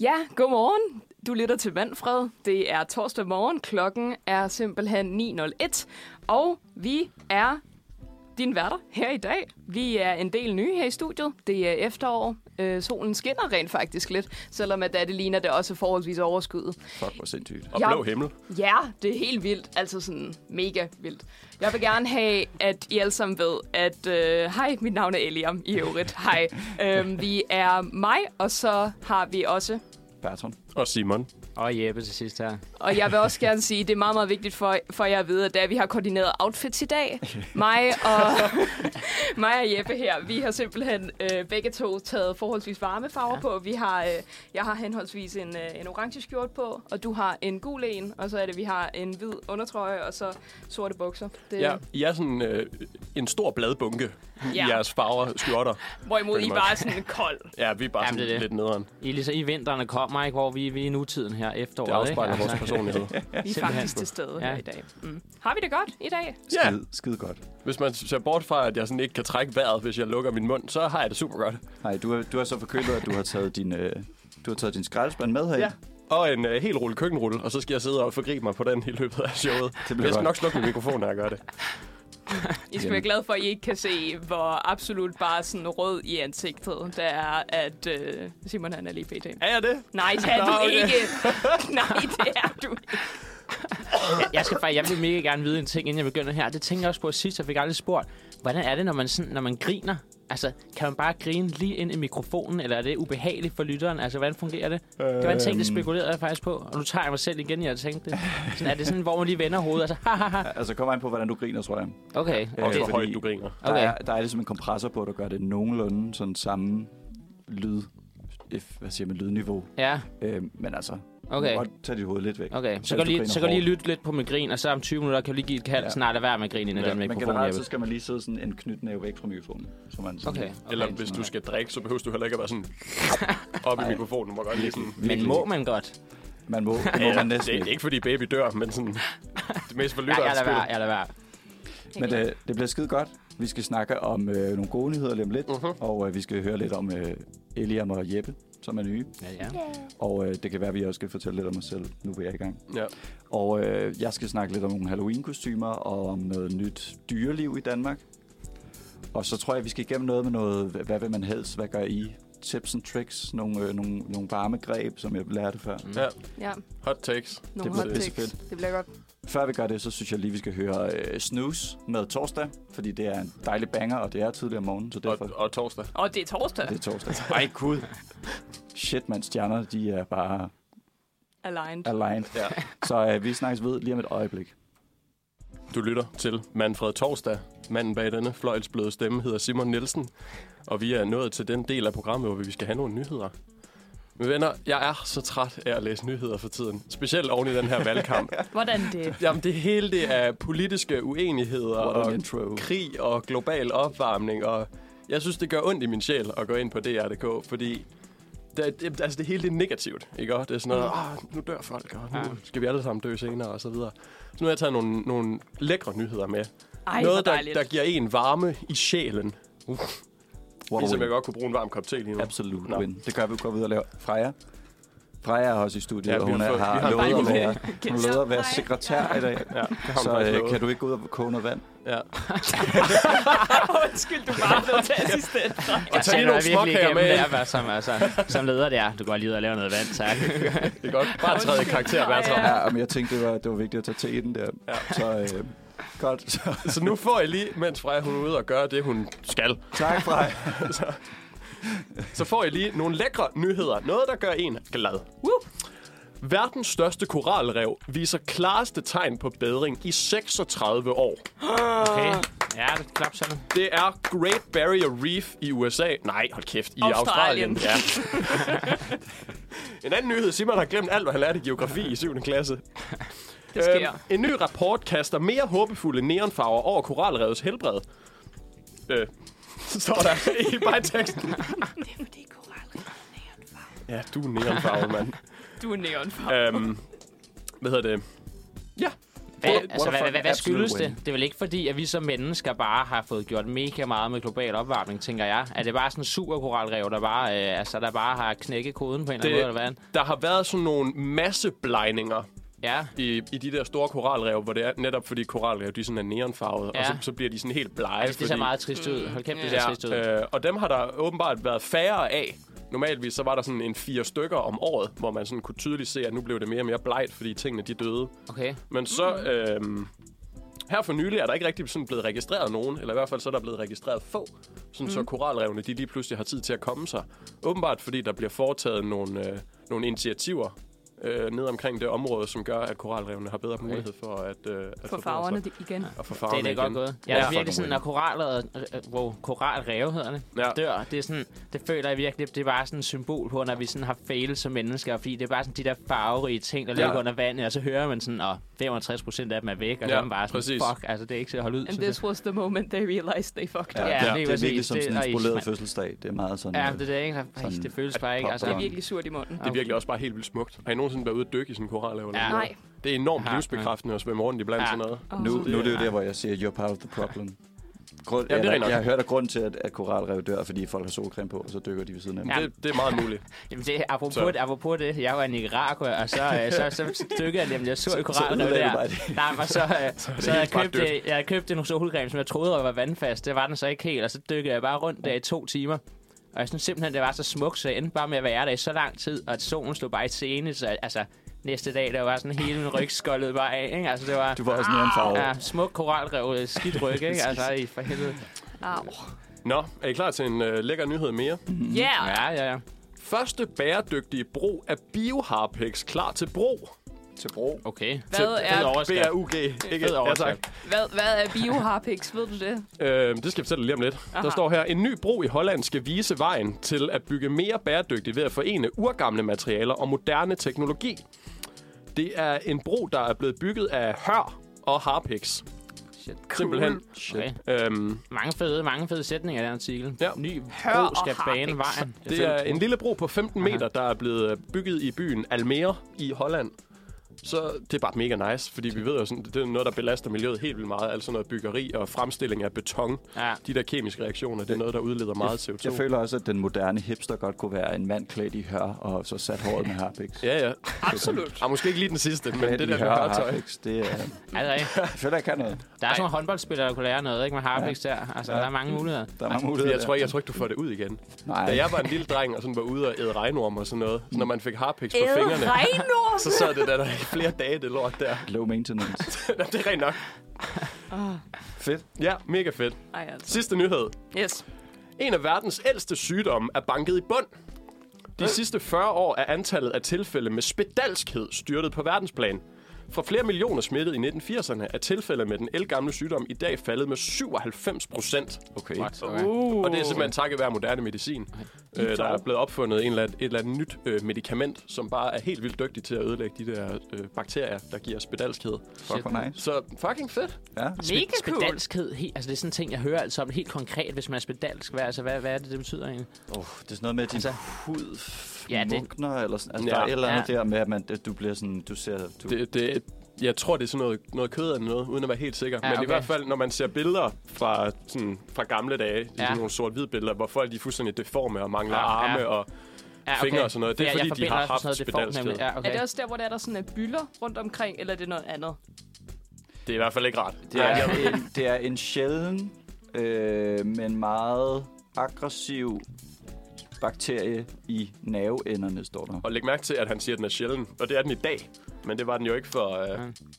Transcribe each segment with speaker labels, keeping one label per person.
Speaker 1: Ja, godmorgen. Du lytter til Manfred. Det er torsdag morgen. Klokken er simpelthen 9.01. Og vi er din værter her i dag. Vi er en del nye her i studiet. Det er efterår. Øh, solen skinner rent faktisk lidt, selvom at det ligner det også er forholdsvis overskyet.
Speaker 2: Fuck, hvor sindssygt.
Speaker 3: Og
Speaker 1: Ja.
Speaker 3: blå himmel.
Speaker 1: Ja, det er helt vildt. Altså sådan mega vildt. Jeg vil gerne have, at I alle sammen ved, at... øh, Hej, mit navn er Eliam i øvrigt. Hej. Øhm, vi er mig, og så har vi også...
Speaker 2: Bertram.
Speaker 3: Og Simon.
Speaker 4: Og Jeppe til sidst her.
Speaker 1: Og jeg vil også gerne sige, at det er meget, meget vigtigt for, for jer at vide, at da vi har koordineret outfits i dag, mig og, mig og Jeppe her, vi har simpelthen øh, begge to taget forholdsvis varme farver ja. på. Vi har, øh, jeg har henholdsvis en, øh, en orange skjort på, og du har en gul en, og så er det, vi har en hvid undertrøje, og så sorte bukser. Det,
Speaker 3: Ja, I er sådan øh, en stor bladbunke ja.
Speaker 1: Ja.
Speaker 3: i jeres farver skjorter.
Speaker 1: Hvorimod I
Speaker 3: pretty
Speaker 1: bare er sådan kold.
Speaker 3: Ja, vi er bare Jamen,
Speaker 4: Jamen, det
Speaker 3: sådan
Speaker 4: er det.
Speaker 3: lidt nederen.
Speaker 4: I, er ligesom, I vinterne kommer, ikke? Hvor vi, vi er i nutiden her efteråret,
Speaker 3: Det afspejler
Speaker 4: ikke? Altså,
Speaker 3: vores personlighed.
Speaker 1: Vi er
Speaker 4: Simpelthen.
Speaker 1: faktisk til stede ja.
Speaker 4: Ja.
Speaker 1: her i dag. Mm. Har vi det godt i dag?
Speaker 3: Ja,
Speaker 2: Skide, skide godt.
Speaker 3: hvis man ser bort fra, at jeg sådan ikke kan trække vejret, hvis jeg lukker min mund, så har jeg det super godt.
Speaker 2: Nej, du er, du er så forkølet, at du har taget din, øh, du har taget din skraldespand med her.
Speaker 3: Ja. Og en øh, helt rulle køkkenrulle, og så skal jeg sidde og forgribe mig på den i løbet af showet. Det
Speaker 2: bliver
Speaker 3: jeg skal
Speaker 2: godt.
Speaker 3: nok slukke min mikrofon, når jeg gør det.
Speaker 1: I skal være glade for, at I ikke kan se, hvor absolut bare sådan rød i ansigtet, der er, at øh, Simon han er lige pt.
Speaker 3: Er jeg det?
Speaker 1: Nej, det er du
Speaker 3: Nå, okay.
Speaker 1: ikke. Nej, det er du ikke.
Speaker 4: Jeg, skal faktisk, jeg vil mega gerne vide en ting, inden jeg begynder her. Det tænker jeg også på sidst, jeg fik aldrig spurgt. Hvordan er det, når man, sådan, når man griner? Altså, kan man bare grine lige ind i mikrofonen, eller er det ubehageligt for lytteren? Altså, hvordan fungerer det? Det var en ting, det
Speaker 2: Øhm.
Speaker 4: spekulerede jeg faktisk på, og nu tager jeg mig selv igen, jeg tænkte det. Sådan, er det sådan, hvor man lige vender hovedet, altså, hahaha.
Speaker 2: Altså, kommer an på, hvordan du griner, tror jeg.
Speaker 4: Okay,
Speaker 3: Og
Speaker 2: Øh,
Speaker 3: hvor
Speaker 2: fordi-
Speaker 3: højt du griner.
Speaker 2: Okay. Der,
Speaker 4: okay.
Speaker 2: er, der er ligesom en kompressor på, der gør det nogenlunde sådan samme lyd. If, hvad siger man? Lydniveau.
Speaker 4: Ja,
Speaker 2: Øh, men altså,
Speaker 4: okay.
Speaker 2: du må godt tage dit hoved lidt væk.
Speaker 4: Okay, så
Speaker 2: Selv hvis
Speaker 4: kan,
Speaker 2: du
Speaker 4: lige,
Speaker 2: griner
Speaker 4: så kan lige
Speaker 2: hårdt.
Speaker 4: lytte lidt på min grin, og så om 20 minutter kan du lige give et kald,
Speaker 2: Ja.
Speaker 4: ja. snart lade være med at grine ind i
Speaker 3: Ja,
Speaker 4: den
Speaker 2: Men
Speaker 4: mikrofon,
Speaker 2: generelt,
Speaker 4: Jeppe.
Speaker 2: så skal man lige sidde sådan en knytnæve væk fra mikrofonen. Så man sådan,
Speaker 4: Okay, okay.
Speaker 3: Eller hvis du skal drikke, så behøver du heller ikke at være sådan op i mikrofonen. Hvor godt lige sådan...
Speaker 4: Men må man godt?
Speaker 2: Man må, det må
Speaker 3: Ja,
Speaker 2: man
Speaker 3: det
Speaker 2: næsten
Speaker 3: er ikke, fordi baby dør, men sådan... Det mest for
Speaker 4: Ja, jeg
Speaker 3: lytterens
Speaker 4: lader
Speaker 3: skyld.
Speaker 4: være, jeg lader være.
Speaker 2: Men det, det bliver skide godt. Vi skal snakke om øh, nogle gode nyheder lige om lidt,
Speaker 3: Mhm.
Speaker 2: uh-huh. og øh, vi skal høre lidt om øh, Eliam og Jeppe, som er nye.
Speaker 4: Ja, ja.
Speaker 2: Og øh, det kan være, at vi også skal fortælle lidt om os selv, nu vi er i gang.
Speaker 3: Ja.
Speaker 2: Og øh, jeg skal snakke lidt om nogle Halloween-kostymer og om noget nyt dyreliv i Danmark. Og så tror jeg, vi skal igennem noget med noget, hva- hvad vil man helst, hvad gør I? Tips and tricks, nogle, øh, nogle, nogle varme greb, som jeg lærte før.
Speaker 4: Mm.
Speaker 3: ja,
Speaker 1: Ja,
Speaker 3: hot takes.
Speaker 1: nogle
Speaker 2: bliver
Speaker 1: hot
Speaker 2: pisse
Speaker 1: takes. Det bliver godt.
Speaker 2: Før vi gør det, så synes jeg lige, vi skal høre øh, Snooze med torsdag, fordi det er en dejlig banger, og det er tidligere om morgenen, så
Speaker 3: Og,
Speaker 2: derfor...
Speaker 3: og torsdag.
Speaker 1: Og det er torsdag.
Speaker 2: Det er torsdag. Ej, gud. Shit, man, stjerner, de er bare
Speaker 1: Aligned.
Speaker 2: aligned.
Speaker 3: Ja.
Speaker 2: Så øh, vi snakkes ved lige om et øjeblik.
Speaker 3: Du lytter til Manfred Torsdag. Manden bag denne fløjlsbløde stemme hedder Simon Nielsen. Og vi er nået til den del af programmet, hvor vi skal have nogle nyheder. Men venner, jeg er så træt af at læse nyheder for tiden. Specielt oven i den her valgkamp.
Speaker 1: Hvordan det?
Speaker 3: Jamen, det hele det er politiske uenigheder
Speaker 2: What
Speaker 3: og
Speaker 2: an intro.
Speaker 3: krig og global opvarmning. Og jeg synes, det gør ondt i min sjæl at gå ind på DR.dk, fordi det, det, altså det hele det er negativt, ikke? Og det er sådan noget, "Ah, nu dør folk, og nu skal vi alle sammen dø senere, og så videre. Så nu har jeg taget nogle, nogle lækre nyheder med.
Speaker 1: Ej, hvor
Speaker 3: noget, der,
Speaker 1: dejligt.
Speaker 3: der giver en varme i sjælen. Uh,
Speaker 2: What a
Speaker 3: ligesom jeg
Speaker 2: win.
Speaker 3: godt kunne bruge en varm kop te lige nu.
Speaker 2: Absolut
Speaker 3: Nå.
Speaker 2: win. Det gør vi, vi går videre og laver. Freja. Freja er også i studiet,
Speaker 3: Ja,
Speaker 2: ja, og
Speaker 3: vi
Speaker 2: hun
Speaker 3: har
Speaker 2: er,
Speaker 3: fået- vi
Speaker 2: har,
Speaker 3: har en
Speaker 2: lovet at
Speaker 3: dejlig
Speaker 2: være, hun
Speaker 1: Så
Speaker 2: lovet at være
Speaker 1: hej.
Speaker 2: sekretær i dag.
Speaker 3: Ja, det har hun
Speaker 2: Så
Speaker 3: faktisk
Speaker 2: øh,
Speaker 3: lovet.
Speaker 2: kan du ikke gå ud og koge noget vand?
Speaker 3: Ja.
Speaker 1: Undskyld, du bare er blevet til assistent.
Speaker 4: Jeg
Speaker 3: tag lige nogle småkager med.
Speaker 4: Der, hvad som, altså, som leder der. Du går lige ud og laver noget vand, tak.
Speaker 3: Det er godt. Bare træde i karakter, Bertram.
Speaker 1: Ja.
Speaker 2: Ja, men jeg tænkte, det var, det var vigtigt at tage te i den der. Ja. Så øh, godt. Så,
Speaker 3: Så nu får jeg lige, mens Freja hun er ude og gøre det, hun skal,
Speaker 2: tak, Freja.
Speaker 3: så, så får jeg lige nogle lækre nyheder. Noget, der gør en glad. Woo! Verdens største koralrev viser klareste tegn på bedring i 36 år.
Speaker 4: Okay. Ja, det er klap sådan.
Speaker 3: Det er Great Barrier Reef i USA. Nej, hold kæft, i
Speaker 1: Australien.
Speaker 3: Australien. Australien. Ja. en anden nyhed. Simon har glemt alt, hvad han lærte i geografi i 7. klasse. Øhm,
Speaker 1: Det sker.
Speaker 3: en ny rapport kaster mere håbefulde neonfarver over koralrevets helbred. Øh, står der i bajteksten.
Speaker 1: Det er fordi koralrev er neonfarve.
Speaker 3: Ja, du er neonfarvet, mand.
Speaker 1: Du er neonfarve.
Speaker 3: Øhm, hvad hedder det? Ja,
Speaker 4: Hvad,
Speaker 2: What a- what
Speaker 4: altså,
Speaker 2: a
Speaker 4: hvad, hvad, hvad,
Speaker 2: fucking
Speaker 4: hvad skyldes
Speaker 2: absolute
Speaker 4: det? Det er vel ikke fordi, at vi som mennesker bare har fået gjort mega meget med global opvarmning, tænker jeg. Er det bare sådan en superkoralrev, der bare, øh, altså, der bare har knækket koden på en eller anden måde, eller hvad?
Speaker 3: der har været sådan nogle masseblejninger
Speaker 4: Ja.
Speaker 3: i, i de der store koralrev, hvor det er netop fordi koralrev, de er sådan er neonfarvede, ja. og
Speaker 4: Ja.
Speaker 3: så, så bliver de sådan helt blege.
Speaker 4: Altså, det ser
Speaker 3: fordi-
Speaker 4: meget trist ud. Hold kæft, det ser trist ud.
Speaker 3: Ja, øh, og dem har der åbenbart været færre af. Normalvis så var der sådan en fire stykker om året, hvor man sådan kunne tydeligt se, at nu blev det mere og mere blegt, fordi tingene de døde.
Speaker 4: Okay.
Speaker 3: Men så... Øh, her for nylig er der ikke rigtig sådan blevet registreret nogen, eller i hvert fald så er der blevet registreret få, sådan mm. så koralrevene de lige pludselig har tid til at komme sig. Åbenbart fordi der bliver foretaget nogle, øh, nogle initiativer øh, ned omkring det område, som gør, at koralrevene har bedre mulighed for at, øh, at
Speaker 1: For
Speaker 3: forbedre
Speaker 1: farverne
Speaker 3: sig.
Speaker 1: det- igen.
Speaker 3: Og for
Speaker 4: Det
Speaker 3: farverne
Speaker 4: er det godt
Speaker 3: igen.
Speaker 4: gået. Jeg er
Speaker 3: Ja.
Speaker 4: virkelig sådan, når koraler, øh, wow, koralrev hedder det,
Speaker 3: Ja.
Speaker 4: ja. dør, det, er sådan, det føler jeg virkelig, det er bare sådan et symbol på, når vi sådan har fejlet som mennesker, fordi det er bare sådan de der farverige ting, der
Speaker 3: Ja.
Speaker 4: ligger under vandet, og så hører man sådan, at 65 procent af dem er væk, og
Speaker 3: Ja,
Speaker 4: så er man bare sådan,
Speaker 3: præcis.
Speaker 4: fuck, altså det er ikke til at holde ud.
Speaker 1: And
Speaker 4: synes jeg.
Speaker 1: this was the moment they realized they fucked
Speaker 2: Ja,
Speaker 1: up.
Speaker 4: Ja,
Speaker 2: ja,
Speaker 4: lige
Speaker 2: det er
Speaker 4: præcis.
Speaker 2: virkelig som sådan en
Speaker 4: Det- ej,
Speaker 2: spoleret
Speaker 4: man-
Speaker 2: fødselsdag. Det er meget sådan...
Speaker 4: Ja,
Speaker 2: øh,
Speaker 4: men det er det ikke. Ej,
Speaker 2: Sådan
Speaker 4: det føles bare ikke.
Speaker 2: pop-
Speaker 4: Altså,
Speaker 1: Det
Speaker 2: Ja.
Speaker 1: er virkelig surt i munden.
Speaker 3: Det er virkelig også bare helt vildt smukt. Har I nogensinde været ude at dykke i sådan en koralrev? eller
Speaker 4: Ja.
Speaker 3: noget?
Speaker 1: Nej.
Speaker 3: Det er enormt
Speaker 4: Ja.
Speaker 3: livsbekræftende at svømme rundt i blandt
Speaker 4: Ja.
Speaker 3: sådan noget.
Speaker 1: Åh.
Speaker 2: Nu, nu er det jo
Speaker 4: Ja.
Speaker 2: der, hvor jeg siger, you're part of the problem. Grund,
Speaker 3: Ja, det er
Speaker 2: ja, jeg,
Speaker 3: rigtig nok.
Speaker 2: jeg har hørt af grund til, at, at koralrev dør, fordi folk har solcreme på, og så dykker de ved siden af dem.
Speaker 4: Ja.
Speaker 3: Det, det er meget muligt.
Speaker 4: Jamen, det, apropos,
Speaker 3: Så-
Speaker 4: det, apropos det, jeg var i Nicaragua, og så, øh, så, så, så dykkede jeg nemlig, jeg så i koralrev
Speaker 2: ødelagde du
Speaker 4: der.
Speaker 2: bare det.
Speaker 4: Nej, men så, øh, så, så jeg,
Speaker 3: helt bare
Speaker 4: købte,
Speaker 3: dødt.
Speaker 4: jeg havde købt en solcreme, som jeg troede var vandfast. Det var den så ikke helt, og så dykkede jeg bare rundt der i to timer. Og jeg synes simpelthen, det var så smukt, så jeg endte bare med at være der i så lang tid, og at solen stod bare i scene, så altså, næste dag, der var sådan hele min ryg skoldet bare af, ikke? Altså, det var...
Speaker 2: Du var også neonfarvet.
Speaker 4: Ah, Ja, smuk koralrev, øh, skidt ryg, ikke? Altså, i for helvede.
Speaker 1: Au.
Speaker 3: Nå, er I klar til en øh, lækker nyhed mere?
Speaker 1: Yeah.
Speaker 4: Ja, ja, ja.
Speaker 3: Første bæredygtige brug af bioharpix klar til brug.
Speaker 2: Til bro.
Speaker 4: Okay.
Speaker 1: Hvad
Speaker 3: Til-
Speaker 1: er,
Speaker 4: overskrift.
Speaker 3: B-R-U-G. Ikke?
Speaker 4: Fed
Speaker 3: Ja,
Speaker 4: overskrift.
Speaker 3: tak.
Speaker 1: hvad, hvad er bioharpix? Ved du det?
Speaker 3: Øh, det skal jeg fortælle lige om lidt. Aha. Der
Speaker 1: Aha.
Speaker 3: står her, en ny bro i Holland skal vise vejen til at bygge mere bæredygtigt ved at forene urgamle materialer og moderne teknologi. Det er en bro, der er blevet bygget af hør og harpix.
Speaker 4: Shit.
Speaker 3: Simpelthen.
Speaker 4: Okay.
Speaker 3: Øhm,
Speaker 4: Mange fede, mange fede sætninger i den artikel.
Speaker 3: Ja.
Speaker 4: Ny
Speaker 1: Hør
Speaker 4: bro skal
Speaker 1: og har
Speaker 4: bane
Speaker 1: ikke.
Speaker 4: vejen.
Speaker 3: Det er en lille bro på 15 meter, der er blevet øh, bygget i byen Almere i Holland. Så det er bare mega nice, fordi vi ved jo, sådan, det er noget, der belaster miljøet helt vildt meget. Altså noget byggeri og fremstilling af beton.
Speaker 4: Ja.
Speaker 3: De der kemiske reaktioner, det er noget, der udleder meget CO2.
Speaker 2: Jeg føler også, at den moderne hipster godt kunne være en mand klædt i hør, og så sat håret med harpiks.
Speaker 3: Ja, ja. Absolut. Ja, måske ikke lige den sidste, men det
Speaker 2: Klædt
Speaker 3: der
Speaker 2: i
Speaker 3: med
Speaker 2: hør og
Speaker 3: hørtøj.
Speaker 2: harpiks, det er...
Speaker 4: Altså, ikke?
Speaker 2: Jeg føler, jeg kan noget.
Speaker 4: der er sådan nogle håndboldspillere, der kunne lære noget, ikke? Med harpiks der. Altså, der er mange muligheder.
Speaker 2: Der er mange muligheder.
Speaker 3: Jeg tror, ikke, jeg tror ikke, du får det ud igen.
Speaker 2: Nej.
Speaker 3: Da jeg var en lille dreng og sådan var ude og æde regnorm og sådan noget, så når man fik harpiks på fingrene,
Speaker 1: Elregnorm!
Speaker 3: så sad det der, der i flere dage, det lort der.
Speaker 2: Low maintenance.
Speaker 3: Nå, det er rent nok.
Speaker 2: Fedt.
Speaker 3: Ja, mega fedt.
Speaker 1: Ej, altså.
Speaker 3: Sidste nyhed.
Speaker 1: Yes.
Speaker 3: En af verdens ældste sygdomme er banket i bund. De sidste 40 år er antallet af tilfælde med spedalskhed styrtet på verdensplan. Fra flere millioner smittede i 1980'erne er tilfælde med den elgamle sygdom i dag faldet med 97 procent. Okay.
Speaker 4: What? Okay.
Speaker 3: Og det er simpelthen takket være moderne medicin. Øh, der er blevet opfundet en eller anden, et eller andet nyt øh, medicament, som bare er helt vildt dygtig til at ødelægge de der øh, bakterier, der giver spedalskhed.
Speaker 2: Fuck, hvor nice.
Speaker 3: Så fucking fedt.
Speaker 2: Ja.
Speaker 1: Mega cool.
Speaker 4: Spedalskhed, he, altså det er sådan en ting, jeg hører altså om helt konkret, hvis man er spedalsk. Hvad, altså, hvad, hvad er det, det betyder egentlig?
Speaker 2: Oh, det er sådan noget med, at din
Speaker 4: Altså-
Speaker 2: altså, hud
Speaker 4: Ja,
Speaker 2: ja,
Speaker 4: det-
Speaker 2: det... mugner, eller sådan. Altså, ja,
Speaker 3: Ja.
Speaker 2: der er et eller andet
Speaker 4: Ja.
Speaker 2: ja. der med, at, man, at du bliver sådan, du ser... Du, det,
Speaker 3: Det, det, jeg tror, det er sådan noget, noget kød eller noget, uden at være helt sikker. Ja,
Speaker 4: Ja,
Speaker 3: Men i
Speaker 4: okay.
Speaker 3: hvert fald, når man ser billeder fra, sådan, fra gamle dage, ja. sådan nogle sort-hvide billeder, hvor folk de er fuldstændig deforme og mangler ja,
Speaker 4: Ja, ja.
Speaker 3: arme ja. og
Speaker 4: Ja,
Speaker 3: fingre og sådan noget. Det er,
Speaker 4: Ja, jeg
Speaker 3: fordi, de
Speaker 4: forbinder
Speaker 3: har
Speaker 4: også
Speaker 3: haft
Speaker 4: sådan noget, det får
Speaker 3: spedalskhed.
Speaker 4: nemlig. Ja,
Speaker 1: Er
Speaker 4: okay.
Speaker 1: det også der, hvor der er der sådan øh, bylder rundt omkring, eller er det noget andet?
Speaker 3: det er i hvert fald ikke rart.
Speaker 2: det, er, en, det er en sjælden, øh, men meget aggressiv bakterie i nerveenderne, står der.
Speaker 3: Og læg mærke til, at han siger, at den er sjælden. Og det er den i dag. Men det var den jo ikke for, øh, ja.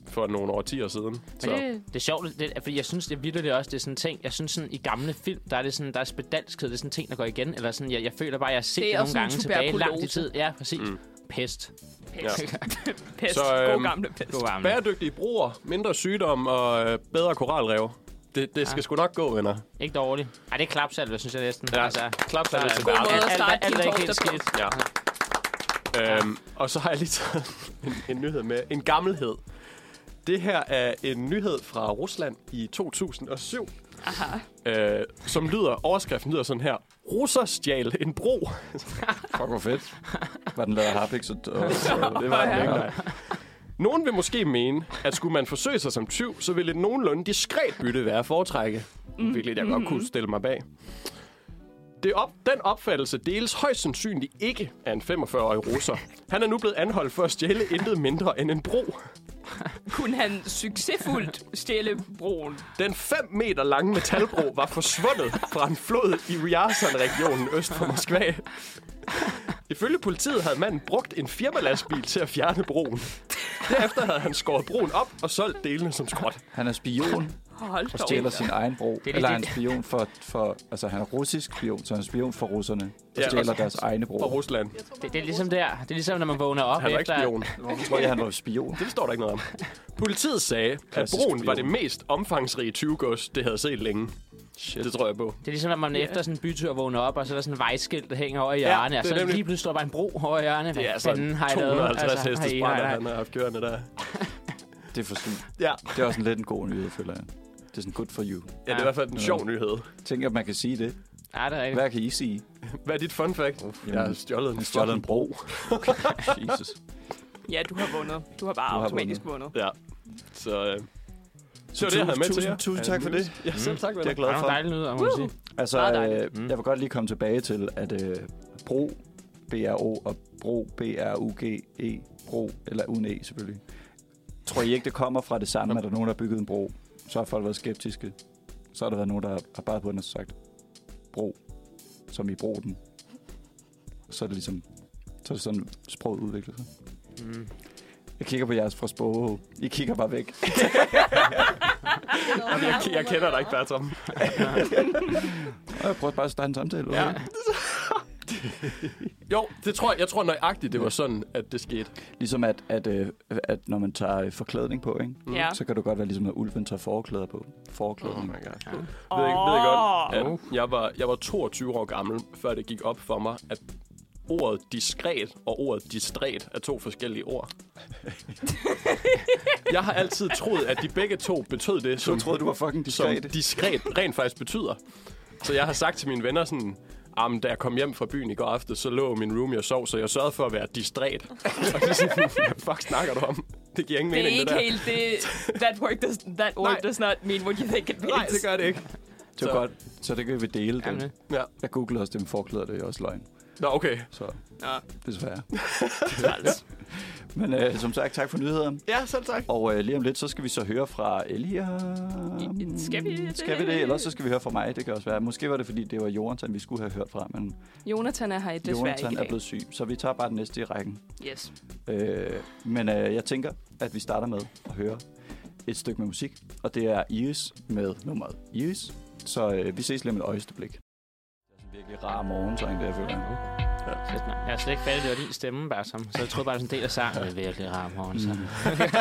Speaker 3: for nogle årtier siden. Så.
Speaker 1: Det,
Speaker 4: Det er sjovt, det, er- fordi jeg synes, det er vildt, det er også det er sådan en ting. Jeg synes sådan, i gamle film, der er det sådan, der er spedalskhed, det er sådan en ting, der går igen. Eller sådan, jeg, jeg føler bare, jeg har set
Speaker 1: Det er
Speaker 4: det,
Speaker 1: også
Speaker 4: nogle
Speaker 1: sådan
Speaker 4: gange tilbage langt i
Speaker 1: tuberkulose.
Speaker 4: tid. Ja, præcis. Mm. Pest.
Speaker 1: Pest. pest.
Speaker 3: Så,
Speaker 1: Så,
Speaker 3: øhm,
Speaker 1: øhm, God gamle pest.
Speaker 4: God arme.
Speaker 3: Bæredygtige bruger, mindre sygdom og øh, bedre koralrev. Det, det skal sgu nok gå, venner.
Speaker 4: Ikke dårligt. Ej, det er klapsalve, synes jeg næsten.
Speaker 3: Ja, klap sig
Speaker 4: der
Speaker 3: lidt
Speaker 4: er-
Speaker 3: til
Speaker 4: God
Speaker 3: verden.
Speaker 1: måde at starte
Speaker 4: alt, alt,
Speaker 1: din
Speaker 4: er ikke helt
Speaker 1: torsdag på.
Speaker 4: skidt.
Speaker 3: Ja. Øhm, og så har jeg lige taget en, en nyhed med. En gammelhed. Det her er en nyhed fra Rusland i 2007. Aha. Øh, som lyder, overskriften lyder sådan her. Russer stjal en bro.
Speaker 2: Fuck, hvor fedt. Var den lavet af harpiks? Og, og,
Speaker 3: det var den ikke. Nogen vil måske mene, at skulle man forsøge sig som tyv, så ville et nogenlunde diskret bytte være at foretrække. Hvilket jeg godt kunne stille mig bag. Det op, den opfattelse deles højst sandsynligt ikke af en 45-årig russer. Han er nu blevet anholdt for at stjæle intet mindre end en bro.
Speaker 1: Kunne han succesfuldt stjæle broen?
Speaker 3: Den 5 meter lange metalbro var forsvundet fra en flod i Ryazan-regionen øst for Moskva. Ifølge politiet havde manden brugt en firmalastbil til at fjerne broen. Derefter havde han skåret broen op og solgt delene som skrot.
Speaker 2: Han er spion
Speaker 1: Hold
Speaker 2: og
Speaker 1: da op.
Speaker 2: stjæler sin egen bro.
Speaker 4: er
Speaker 2: Eller
Speaker 4: det.
Speaker 2: han er spion for, for... Altså, han er russisk spion, så han er spion for russerne. Og
Speaker 3: Ja,
Speaker 2: stjæler
Speaker 3: og-
Speaker 2: deres egne
Speaker 3: Fra
Speaker 2: bro.
Speaker 3: Rusland.
Speaker 4: Det, det er ligesom der. Det er ligesom, når man vågner op
Speaker 3: Han var ikke
Speaker 4: efter...
Speaker 3: spion.
Speaker 2: Jeg tror, jeg, han var spion.
Speaker 3: Det står der ikke noget om. Politiet sagde, at
Speaker 2: Klassisk
Speaker 3: broen var det
Speaker 2: spion.
Speaker 3: mest omfangsrige 20 gods, det havde set længe. Shit. Det tror jeg på.
Speaker 4: Det er ligesom, når man efter sådan en bytur vågner op, og så er der sådan en vejskilt, der hænger over i hjørnet, ja, og
Speaker 3: det er
Speaker 4: så
Speaker 3: nemlig-
Speaker 4: lige pludselig står der bare en bro over i hjørnet.
Speaker 3: Det er
Speaker 4: Hvad
Speaker 3: altså
Speaker 4: fanden har I lavet?
Speaker 3: 250 altså,
Speaker 4: har I-
Speaker 3: hestes
Speaker 4: har I-
Speaker 3: brænder, han har haft kørende der.
Speaker 2: Det er for sygt.
Speaker 3: Ja.
Speaker 2: Det er også en lidt en god nyhed, føler jeg. Det er sådan good for you.
Speaker 3: Ja, det er i hvert fald en sjov nyhed.
Speaker 2: Tænk, at man kan sige det.
Speaker 4: Nej, det er rigtigt.
Speaker 2: Hvad kan I sige?
Speaker 3: Hvad er dit fun fact? Jeg har stjålet en
Speaker 2: Han stjålet en bro. Jesus.
Speaker 1: Ja, du har vundet. Du har bare
Speaker 2: Du har
Speaker 1: automatisk vundet.
Speaker 3: Ja. Så, øh, så det, jeg havde med til
Speaker 2: Tusind,
Speaker 3: jer.
Speaker 2: tusind tak for det.
Speaker 3: Ja, selv tak,
Speaker 2: Det er jeg glad
Speaker 4: Det er
Speaker 2: for.
Speaker 4: nogle dejlige nyheder, må man sige.
Speaker 2: Altså,
Speaker 1: Meget dejligt.
Speaker 3: Mm.
Speaker 2: øh, jeg vil godt lige komme tilbage til, at øh, bro, B-R-O og bro, B-R-U-G-E, E, bro, eller uden E selvfølgelig. Tror I ikke, det kommer fra det samme, at der er nogen, der har bygget en bro? Så har folk været skeptiske. Så har der været nogen, der har bare på den og sagt, bro, som I brug den. Så er det ligesom, så er det sådan, sproget udvikler sig.
Speaker 4: Mm.
Speaker 2: Jeg kigger på jeres fra Spoho. I kigger bare væk.
Speaker 3: Jamen, Jeg, jeg kender dig ikke, Bertram.
Speaker 2: Og jeg prøver bare at starte en samtale.
Speaker 3: Ja. Jo, det tror jeg, jeg tror nøjagtigt, det var sådan, at det skete.
Speaker 2: Ligesom at, at, øh, at når man tager øh, forklædning på, ikke?
Speaker 1: Mm. Ja. Mm.
Speaker 2: så kan du godt være ligesom, at ulven tager forklæder på. Forklædning. Oh
Speaker 3: god. Ved jeg, ved jeg godt,
Speaker 4: Åh.
Speaker 3: at jeg var, jeg var 22 år gammel, før det gik op for mig, at ordet diskret og ordet distræt er to forskellige ord. jeg har altid troet, at de begge to betød det, som,
Speaker 2: du troede, du var fucking
Speaker 3: som
Speaker 2: diskret.
Speaker 3: diskret rent faktisk betyder. Så jeg har sagt til mine venner sådan, Jamen, da jeg kom hjem fra byen i går aftes, så lå min roomie og sov, så jeg sørgede for at være distræt. og det er sådan, hvad fuck snakker du om? Det giver ingen
Speaker 1: Det er
Speaker 3: mening, det
Speaker 1: ikke
Speaker 3: der.
Speaker 1: helt det. That, work does, that
Speaker 3: Nej.
Speaker 1: word does not mean what you think it means.
Speaker 3: Nej, det gør det ikke.
Speaker 2: Det var godt, så det kan vi dele.
Speaker 4: Jamen,
Speaker 2: Det.
Speaker 3: Ja.
Speaker 2: Jeg googlede også det med forklæder, det er også løgn.
Speaker 3: Nå, okay.
Speaker 2: Så
Speaker 1: Nå,
Speaker 2: desværre.
Speaker 1: træls.
Speaker 2: Men øh, som sagt, tak for nyhederne.
Speaker 3: Ja, selv tak.
Speaker 2: Og øh, lige om lidt, så skal vi så høre fra Elia.
Speaker 1: I- skal vi det?
Speaker 2: Skal vi det? Eller så skal vi høre fra mig, det kan også være. Måske var det, fordi det var Jonathan, vi skulle have hørt fra, men
Speaker 1: Jonathan er her desværre
Speaker 2: Jonathan
Speaker 1: ikke i
Speaker 2: er
Speaker 1: dag.
Speaker 2: blevet syg. Så vi tager bare den næste i rækken.
Speaker 1: Yes.
Speaker 2: Øh, men øh, jeg tænker, at vi starter med at høre et stykke med musik, og det er Iris med nummeret Iris. Så øh, vi ses lige om et øjeblik. Det er sådan en virkelig rar morgensang, det jeg føler.
Speaker 4: Jeg har slet ikke fattet, det var din stemme, bare som. Så jeg troede bare, det var sådan en del af sangen. Det er virkelig rar
Speaker 2: Mm.
Speaker 4: morgen,
Speaker 2: Altså,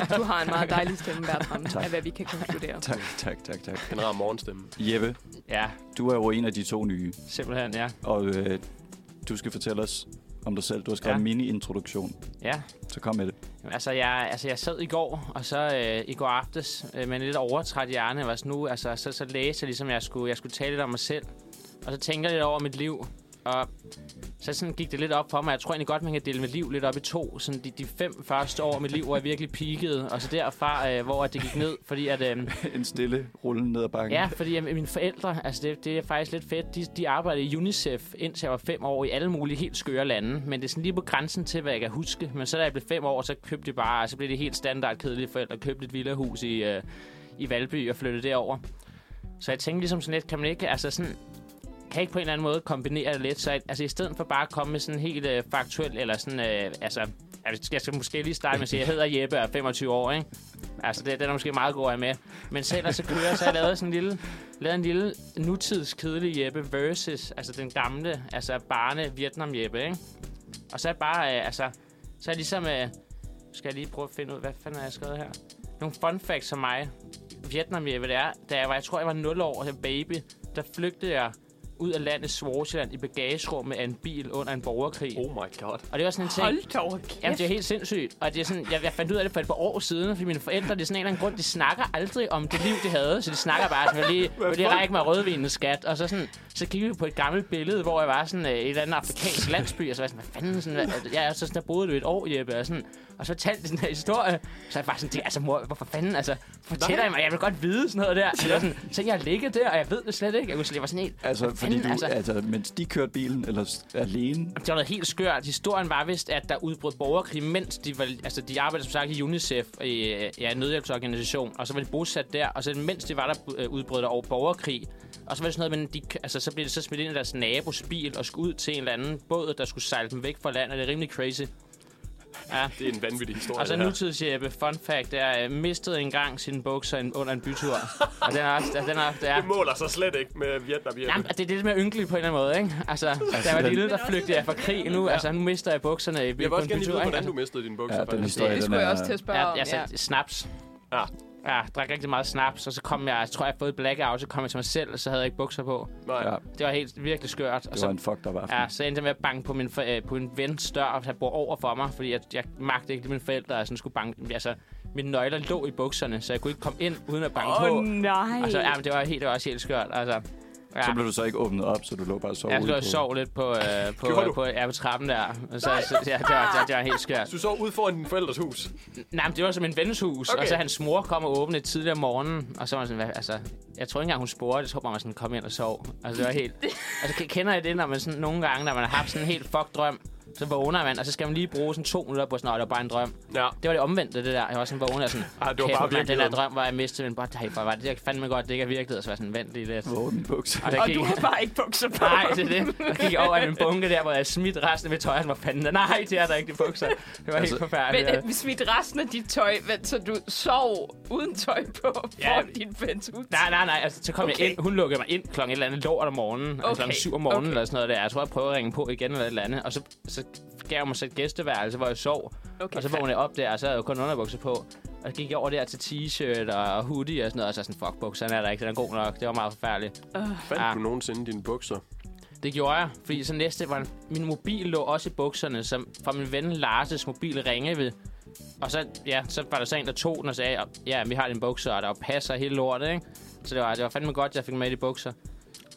Speaker 4: så.
Speaker 1: Du har en meget dejlig stemme, Bertram,
Speaker 2: Tak.
Speaker 1: af hvad vi kan konkludere.
Speaker 2: Tak, tak, tak, tak.
Speaker 3: En rar morgenstemme.
Speaker 2: Jeppe,
Speaker 4: Ja,
Speaker 2: du er jo en af de to nye,
Speaker 4: simpelthen, ja.
Speaker 2: og øh, du skal fortælle os om dig selv. Du har skrevet
Speaker 4: Ja.
Speaker 2: ja. en mini-introduktion,
Speaker 4: Ja,
Speaker 2: så kom med det.
Speaker 4: Jamen, Altså jeg, altså, jeg sad i går, og så øh, i går aftes, øh, med en lidt overtræt hjerne, jeg var sådan nu, altså, så, så læste jeg ligesom, jeg skulle, jeg skulle tale lidt om mig selv. Og så tænker jeg lidt over mit liv, og så sådan gik det lidt op for mig. Jeg tror egentlig godt, man kan dele mit liv lidt op i to. Sådan de, de fem første år af mit liv, hvor jeg virkelig peakede, og så derfra, øh, hvor at det gik ned, fordi at... Øh,
Speaker 2: en stille rulle ned ad bakken.
Speaker 4: Ja, fordi at mine forældre, altså det, det er faktisk lidt fedt, de, de arbejdede i UNICEF, indtil jeg var fem år, i alle mulige helt skøre lande. Men det er sådan lige på grænsen til, hvad jeg kan huske. Men så da jeg blev fem år, så købte de bare, så blev det helt standard kedelige forældre, købte et villahus i, øh, i Valby og flyttede derover. Så jeg tænkte ligesom sådan lidt, kan man ikke, altså sådan, kan jeg ikke på en eller anden måde kombinere det lidt? Så jeg- altså, i stedet for bare at komme med sådan helt øh, faktuelt, eller sådan, øh, altså, altså, jeg skal måske lige starte med at sige, jeg hedder Jeppe og er 25 år, ikke? Altså, det, den er måske meget god at have med. Men selv så kører, så har jeg lavet sådan en lille, lavet en lille nutids kedelig Jeppe versus, altså den gamle, altså barne Vietnam Jeppe, ikke? Og så er jeg bare, øh, altså, så er jeg ligesom, øh, skal jeg lige prøve at finde ud, hvad fanden har jeg skrevet her? Nogle fun facts om mig. Vietnam Jeppe, det er, da jeg var, jeg tror, jeg var 0 år, jeg var baby, der flygtede jeg ud af landet Swaziland i bagagerummet af en bil under en borgerkrig.
Speaker 3: Oh my god.
Speaker 4: Og det var sådan en ting...
Speaker 1: Hold dog kæft.
Speaker 4: Jamen, det er helt sindssygt. Og det er sådan, jeg, jeg fandt ud af det for et par år siden, fordi mine forældre, det er sådan en eller anden grund, de snakker aldrig om det liv, de havde. Så de snakker bare sådan, vil lige, vil lige række mig rødvinen, skat? Og så, sådan, så kiggede vi på et gammelt billede, hvor jeg var sådan øh, i et eller andet afrikansk landsby, og så var jeg sådan, hvad fanden, sådan, hvad, ja, og så sådan, der boede du et år, Jeppe, og, sådan, og så talte de den her historie. Så jeg bare sådan, det, altså mor, hvorfor fanden, altså, fortæller I mig, jeg vil godt vide sådan noget der. Så, jeg var sådan, så jeg ligger der, og jeg ved det slet ikke. Jeg, kunne, slet- jeg var sådan helt,
Speaker 2: Altså,
Speaker 4: hvad
Speaker 2: fordi
Speaker 4: fanden,
Speaker 2: du, altså... altså, mens de kørte bilen, eller s- alene,
Speaker 4: det var noget helt skørt. Historien var vist, at der udbrød borgerkrig, mens de, var, altså, de arbejdede som sagt i UNICEF, i øh, ja, en nødhjælpsorganisation, og så var de bosat der, og så mens de var der, øh, udbrød der over borgerkrig. Og så var det sådan noget, men de, altså, så blev det så smidt ind i deres nabos bil og skulle ud til en eller anden båd, der skulle sejle dem væk fra landet. Det er rimelig crazy. Ja.
Speaker 3: Det er en vanvittig
Speaker 1: Altså,
Speaker 3: historie.
Speaker 4: Og så
Speaker 3: det her.
Speaker 4: nutids Jeppe, fun fact, er øh, mistede engang sine bukser en- under en bytur. og den er også, den er, den er,
Speaker 3: Det måler sig slet ikke med Vietnam hjemme.
Speaker 1: altså,
Speaker 4: Jamen, det er det der med at yngle på en eller anden måde, ikke? Altså, der var
Speaker 2: den-
Speaker 4: lille, der flygtede jeg fra krig nu. Altså, nu mister jeg bukserne i
Speaker 3: Jeg vil
Speaker 4: på
Speaker 3: også
Speaker 4: en
Speaker 3: gerne lige
Speaker 4: bytur,
Speaker 3: vide,
Speaker 4: ikke?
Speaker 3: hvordan du mistede dine bukser.
Speaker 2: Ja, den
Speaker 3: faktisk.
Speaker 2: historie-
Speaker 1: det
Speaker 2: den
Speaker 1: skulle jeg
Speaker 2: er-
Speaker 1: også til at spørge
Speaker 4: Ja,
Speaker 1: om.
Speaker 4: altså,
Speaker 1: ja.
Speaker 4: snaps.
Speaker 3: Ja.
Speaker 4: Ja, jeg drak rigtig meget snaps, og så kom jeg, jeg tror, jeg havde fået blackout, så kom jeg til mig selv, og så havde jeg ikke bukser på.
Speaker 3: Nej.
Speaker 2: ja,
Speaker 4: Det var helt virkelig skørt. Og
Speaker 2: det var
Speaker 4: så,
Speaker 2: en fuck, der var
Speaker 4: ja,
Speaker 2: aften.
Speaker 4: så endte jeg med at banke på min, for, øh, på en vens dør, og han bor over for mig, fordi jeg, jeg magtede ikke mine forældre, og sådan skulle banke. Altså, mine nøgler lå i bukserne, så jeg kunne ikke komme ind uden at banke
Speaker 1: Åh,
Speaker 4: på. Altså,
Speaker 1: oh, nej.
Speaker 4: Og så, ja, men det var, helt, det var også helt skørt. Altså, ja.
Speaker 2: Så blev du så ikke åbnet op, så du lå bare og sov
Speaker 4: Jeg
Speaker 2: ude
Speaker 4: skulle og
Speaker 2: på-
Speaker 4: sov lidt på, øh, på,
Speaker 3: Gjorde du?
Speaker 4: øh, på, ja, på trappen der. Og Så, så, ja, det, var, det, det var helt skørt.
Speaker 3: Du så ud foran dine forældres hus.
Speaker 4: Nej, men det var som en vens hus, okay.
Speaker 3: Okay.
Speaker 4: og så hans mor kom og åbnede tidligere om morgenen, og så var jeg sådan, hvad, altså, jeg tror ikke engang, hun spurgte, så tror bare, man sådan, kom ind og sov. Altså, det var helt... altså, kender I det, når man sådan nogle gange, når man har haft sådan en helt fuck drøm, så vågner man, og så skal man lige bruge sådan to minutter på sådan, "Nå, det var bare en drøm.
Speaker 3: Ja.
Speaker 4: Det var det omvendte, det der. Jeg var sådan vågnet og sådan,
Speaker 3: Ah, det var
Speaker 4: "Kæft,
Speaker 3: bare
Speaker 4: mand, den der
Speaker 3: virkeligheden."
Speaker 4: drøm, hvor jeg mistede min bot. Hey, hvor var det, jeg fandme godt, det ikke er virkelighed, og så var jeg sådan, vent lige lidt.
Speaker 2: Hvor er mine bukser?
Speaker 4: der
Speaker 1: Og
Speaker 4: gik-
Speaker 1: du har bare ikke bukser på.
Speaker 4: Nej, det er det. Jeg gik over i en bunke der, hvor jeg smidt resten af mit tøj, og var fanden. Nej, det er der ikke, de bukser. Det var
Speaker 2: Altså-
Speaker 4: helt forfærdeligt.
Speaker 1: Men øh, smidt resten af dit tøj, men, så du sov uden tøj på
Speaker 4: Ja.
Speaker 1: foran din vens ud.
Speaker 4: Nej, nej, nej. Altså, så kom okay.
Speaker 1: Okay.
Speaker 4: jeg ind. Hun lukkede mig ind klokken et eller andet lort om morgenen. Okay.
Speaker 1: Okay,
Speaker 4: Altså, om syv om morgenen
Speaker 1: okay.
Speaker 4: eller sådan noget der. Jeg tror, jeg prøvede at ringe på igen eller et eller andet. Og så, så gav jeg mig så et gæsteværelse, hvor jeg sov.
Speaker 1: Okay,
Speaker 4: Okay, og så vågnede jeg op der, og så havde jeg jo kun underbukser på. Og så gik jeg over der til t-shirt og hoodie og sådan noget. Og så sådan, fuck, bukserne er der ikke. Den er god nok. Det var meget forfærdeligt.
Speaker 1: Øh,
Speaker 3: Fandt
Speaker 4: Ja.
Speaker 3: du nogensinde dine bukser?
Speaker 4: Det gjorde jeg, fordi så næste var min mobil lå også i bukserne, som fra min ven Lars' mobil ringede ved. Og så, ja, så var der så en, der tog den og sagde, ja, vi har dine bukser, og der var passer hele lortet, ikke? Så det var, det var fandme godt, jeg fik med i de bukser.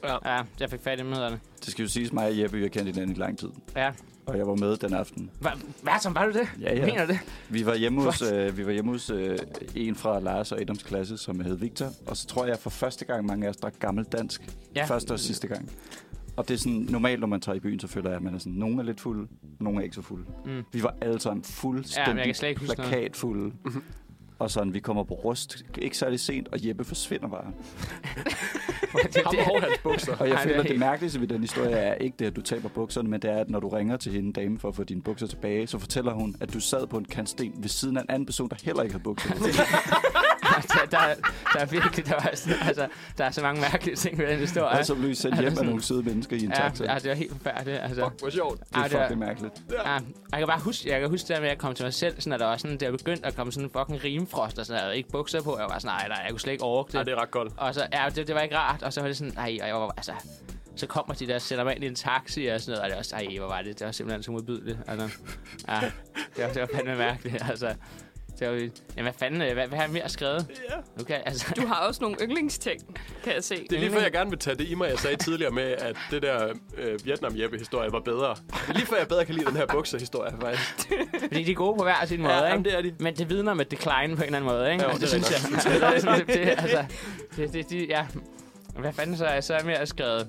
Speaker 3: Ja.
Speaker 4: Ja, jeg fik fat i møderne.
Speaker 2: Det skal jo siges mig og Jeppe, vi har kendt hinanden i lang tid.
Speaker 4: Ja.
Speaker 2: Og jeg var med den aften.
Speaker 4: Hva- Hvad som var du det?
Speaker 2: Ja, ja.
Speaker 4: Mener du det?
Speaker 2: Vi var hjemme hos, øh, vi var hjemme hos øh, en fra Lars og Adams klasse, som hed Victor. Og så tror jeg for første gang, mange af os drak gammel dansk.
Speaker 4: Ja.
Speaker 2: Ja. Første og sidste gang. Og det er sådan, normalt når man tager i byen, så føler jeg, at man er sådan, nogen er lidt fulde, nogen er ikke så fulde.
Speaker 4: Mm.
Speaker 2: Mm. Vi var alle sammen
Speaker 4: Ja, men jeg kan
Speaker 2: fuldstændig
Speaker 4: slet ikke huske noget. Mhm.
Speaker 2: plakatfulde. Og sådan, vi kommer på rust, ikke særlig sent, og Jeppe forsvinder bare.
Speaker 3: Ham og hans bukser.
Speaker 2: Og jeg
Speaker 4: Ej, det er
Speaker 2: føler, det,
Speaker 4: helt-
Speaker 2: det mærkeligste ved den historie er ikke det, at du taber bukserne, men det er, at når du ringer til hende dame for at få dine bukser tilbage, så fortæller hun, at du sad på en kantsten ved siden af en anden person, der heller ikke havde bukser. på.
Speaker 4: der, der, der, er virkelig, der, var, altså, der er så mange mærkelige ting ved den historie.
Speaker 2: og så blev I sendt hjem af nogle søde mennesker i en taxa.
Speaker 4: ja,
Speaker 2: Det
Speaker 4: ja, det var helt forfærdeligt. Altså.
Speaker 3: Fuck, hvor sjovt.
Speaker 4: Ej,
Speaker 2: er
Speaker 4: det er-
Speaker 2: fucking mærkeligt.
Speaker 4: Ja. Jeg kan bare huske, jeg kan huske det der med, at jeg kom til mig selv, sådan, at der var sådan, det var begyndt at komme sådan en fucking rimfrost, og sådan, jeg havde ikke bukser på, og jeg var sådan, nej, nej, jeg kunne slet ikke overgå det.
Speaker 3: Ja, det er ret godt.
Speaker 4: Og så, ja, det, det, var ikke rart, og så var det sådan, nej, og jeg var, altså, så kommer de der og sætter mig ind i en taxi og sådan noget, og det var også, ej, hvor var det, det var simpelthen så modbydeligt. Altså, ja, det var, det var fandme mærkeligt, altså. Det var, jamen, hvad fanden, øh, hvad, hvad har jeg mere skrevet?
Speaker 3: Ja.
Speaker 4: Okay, altså,
Speaker 1: Du har også nogle yndlingsting, kan jeg se.
Speaker 3: Det er lige før, jeg gerne vil tage det i mig, jeg sagde tidligere med, at det der øh, Vietnam-Jeppe-historie var bedre. Det er Lige før jeg bedre kan lide den her bukser-historie, faktisk.
Speaker 4: fordi de er gode på hver sin måde,
Speaker 3: Ja,
Speaker 4: ikke?
Speaker 3: jamen, det er de.
Speaker 4: Men det vidner om et decline på en eller anden måde, ikke?
Speaker 3: Jo,
Speaker 4: Altså,
Speaker 3: det er
Speaker 4: synes jeg. Altså, det, det, altså, det, det, det, ja. Hvad fanden så er jeg så mere skrevet?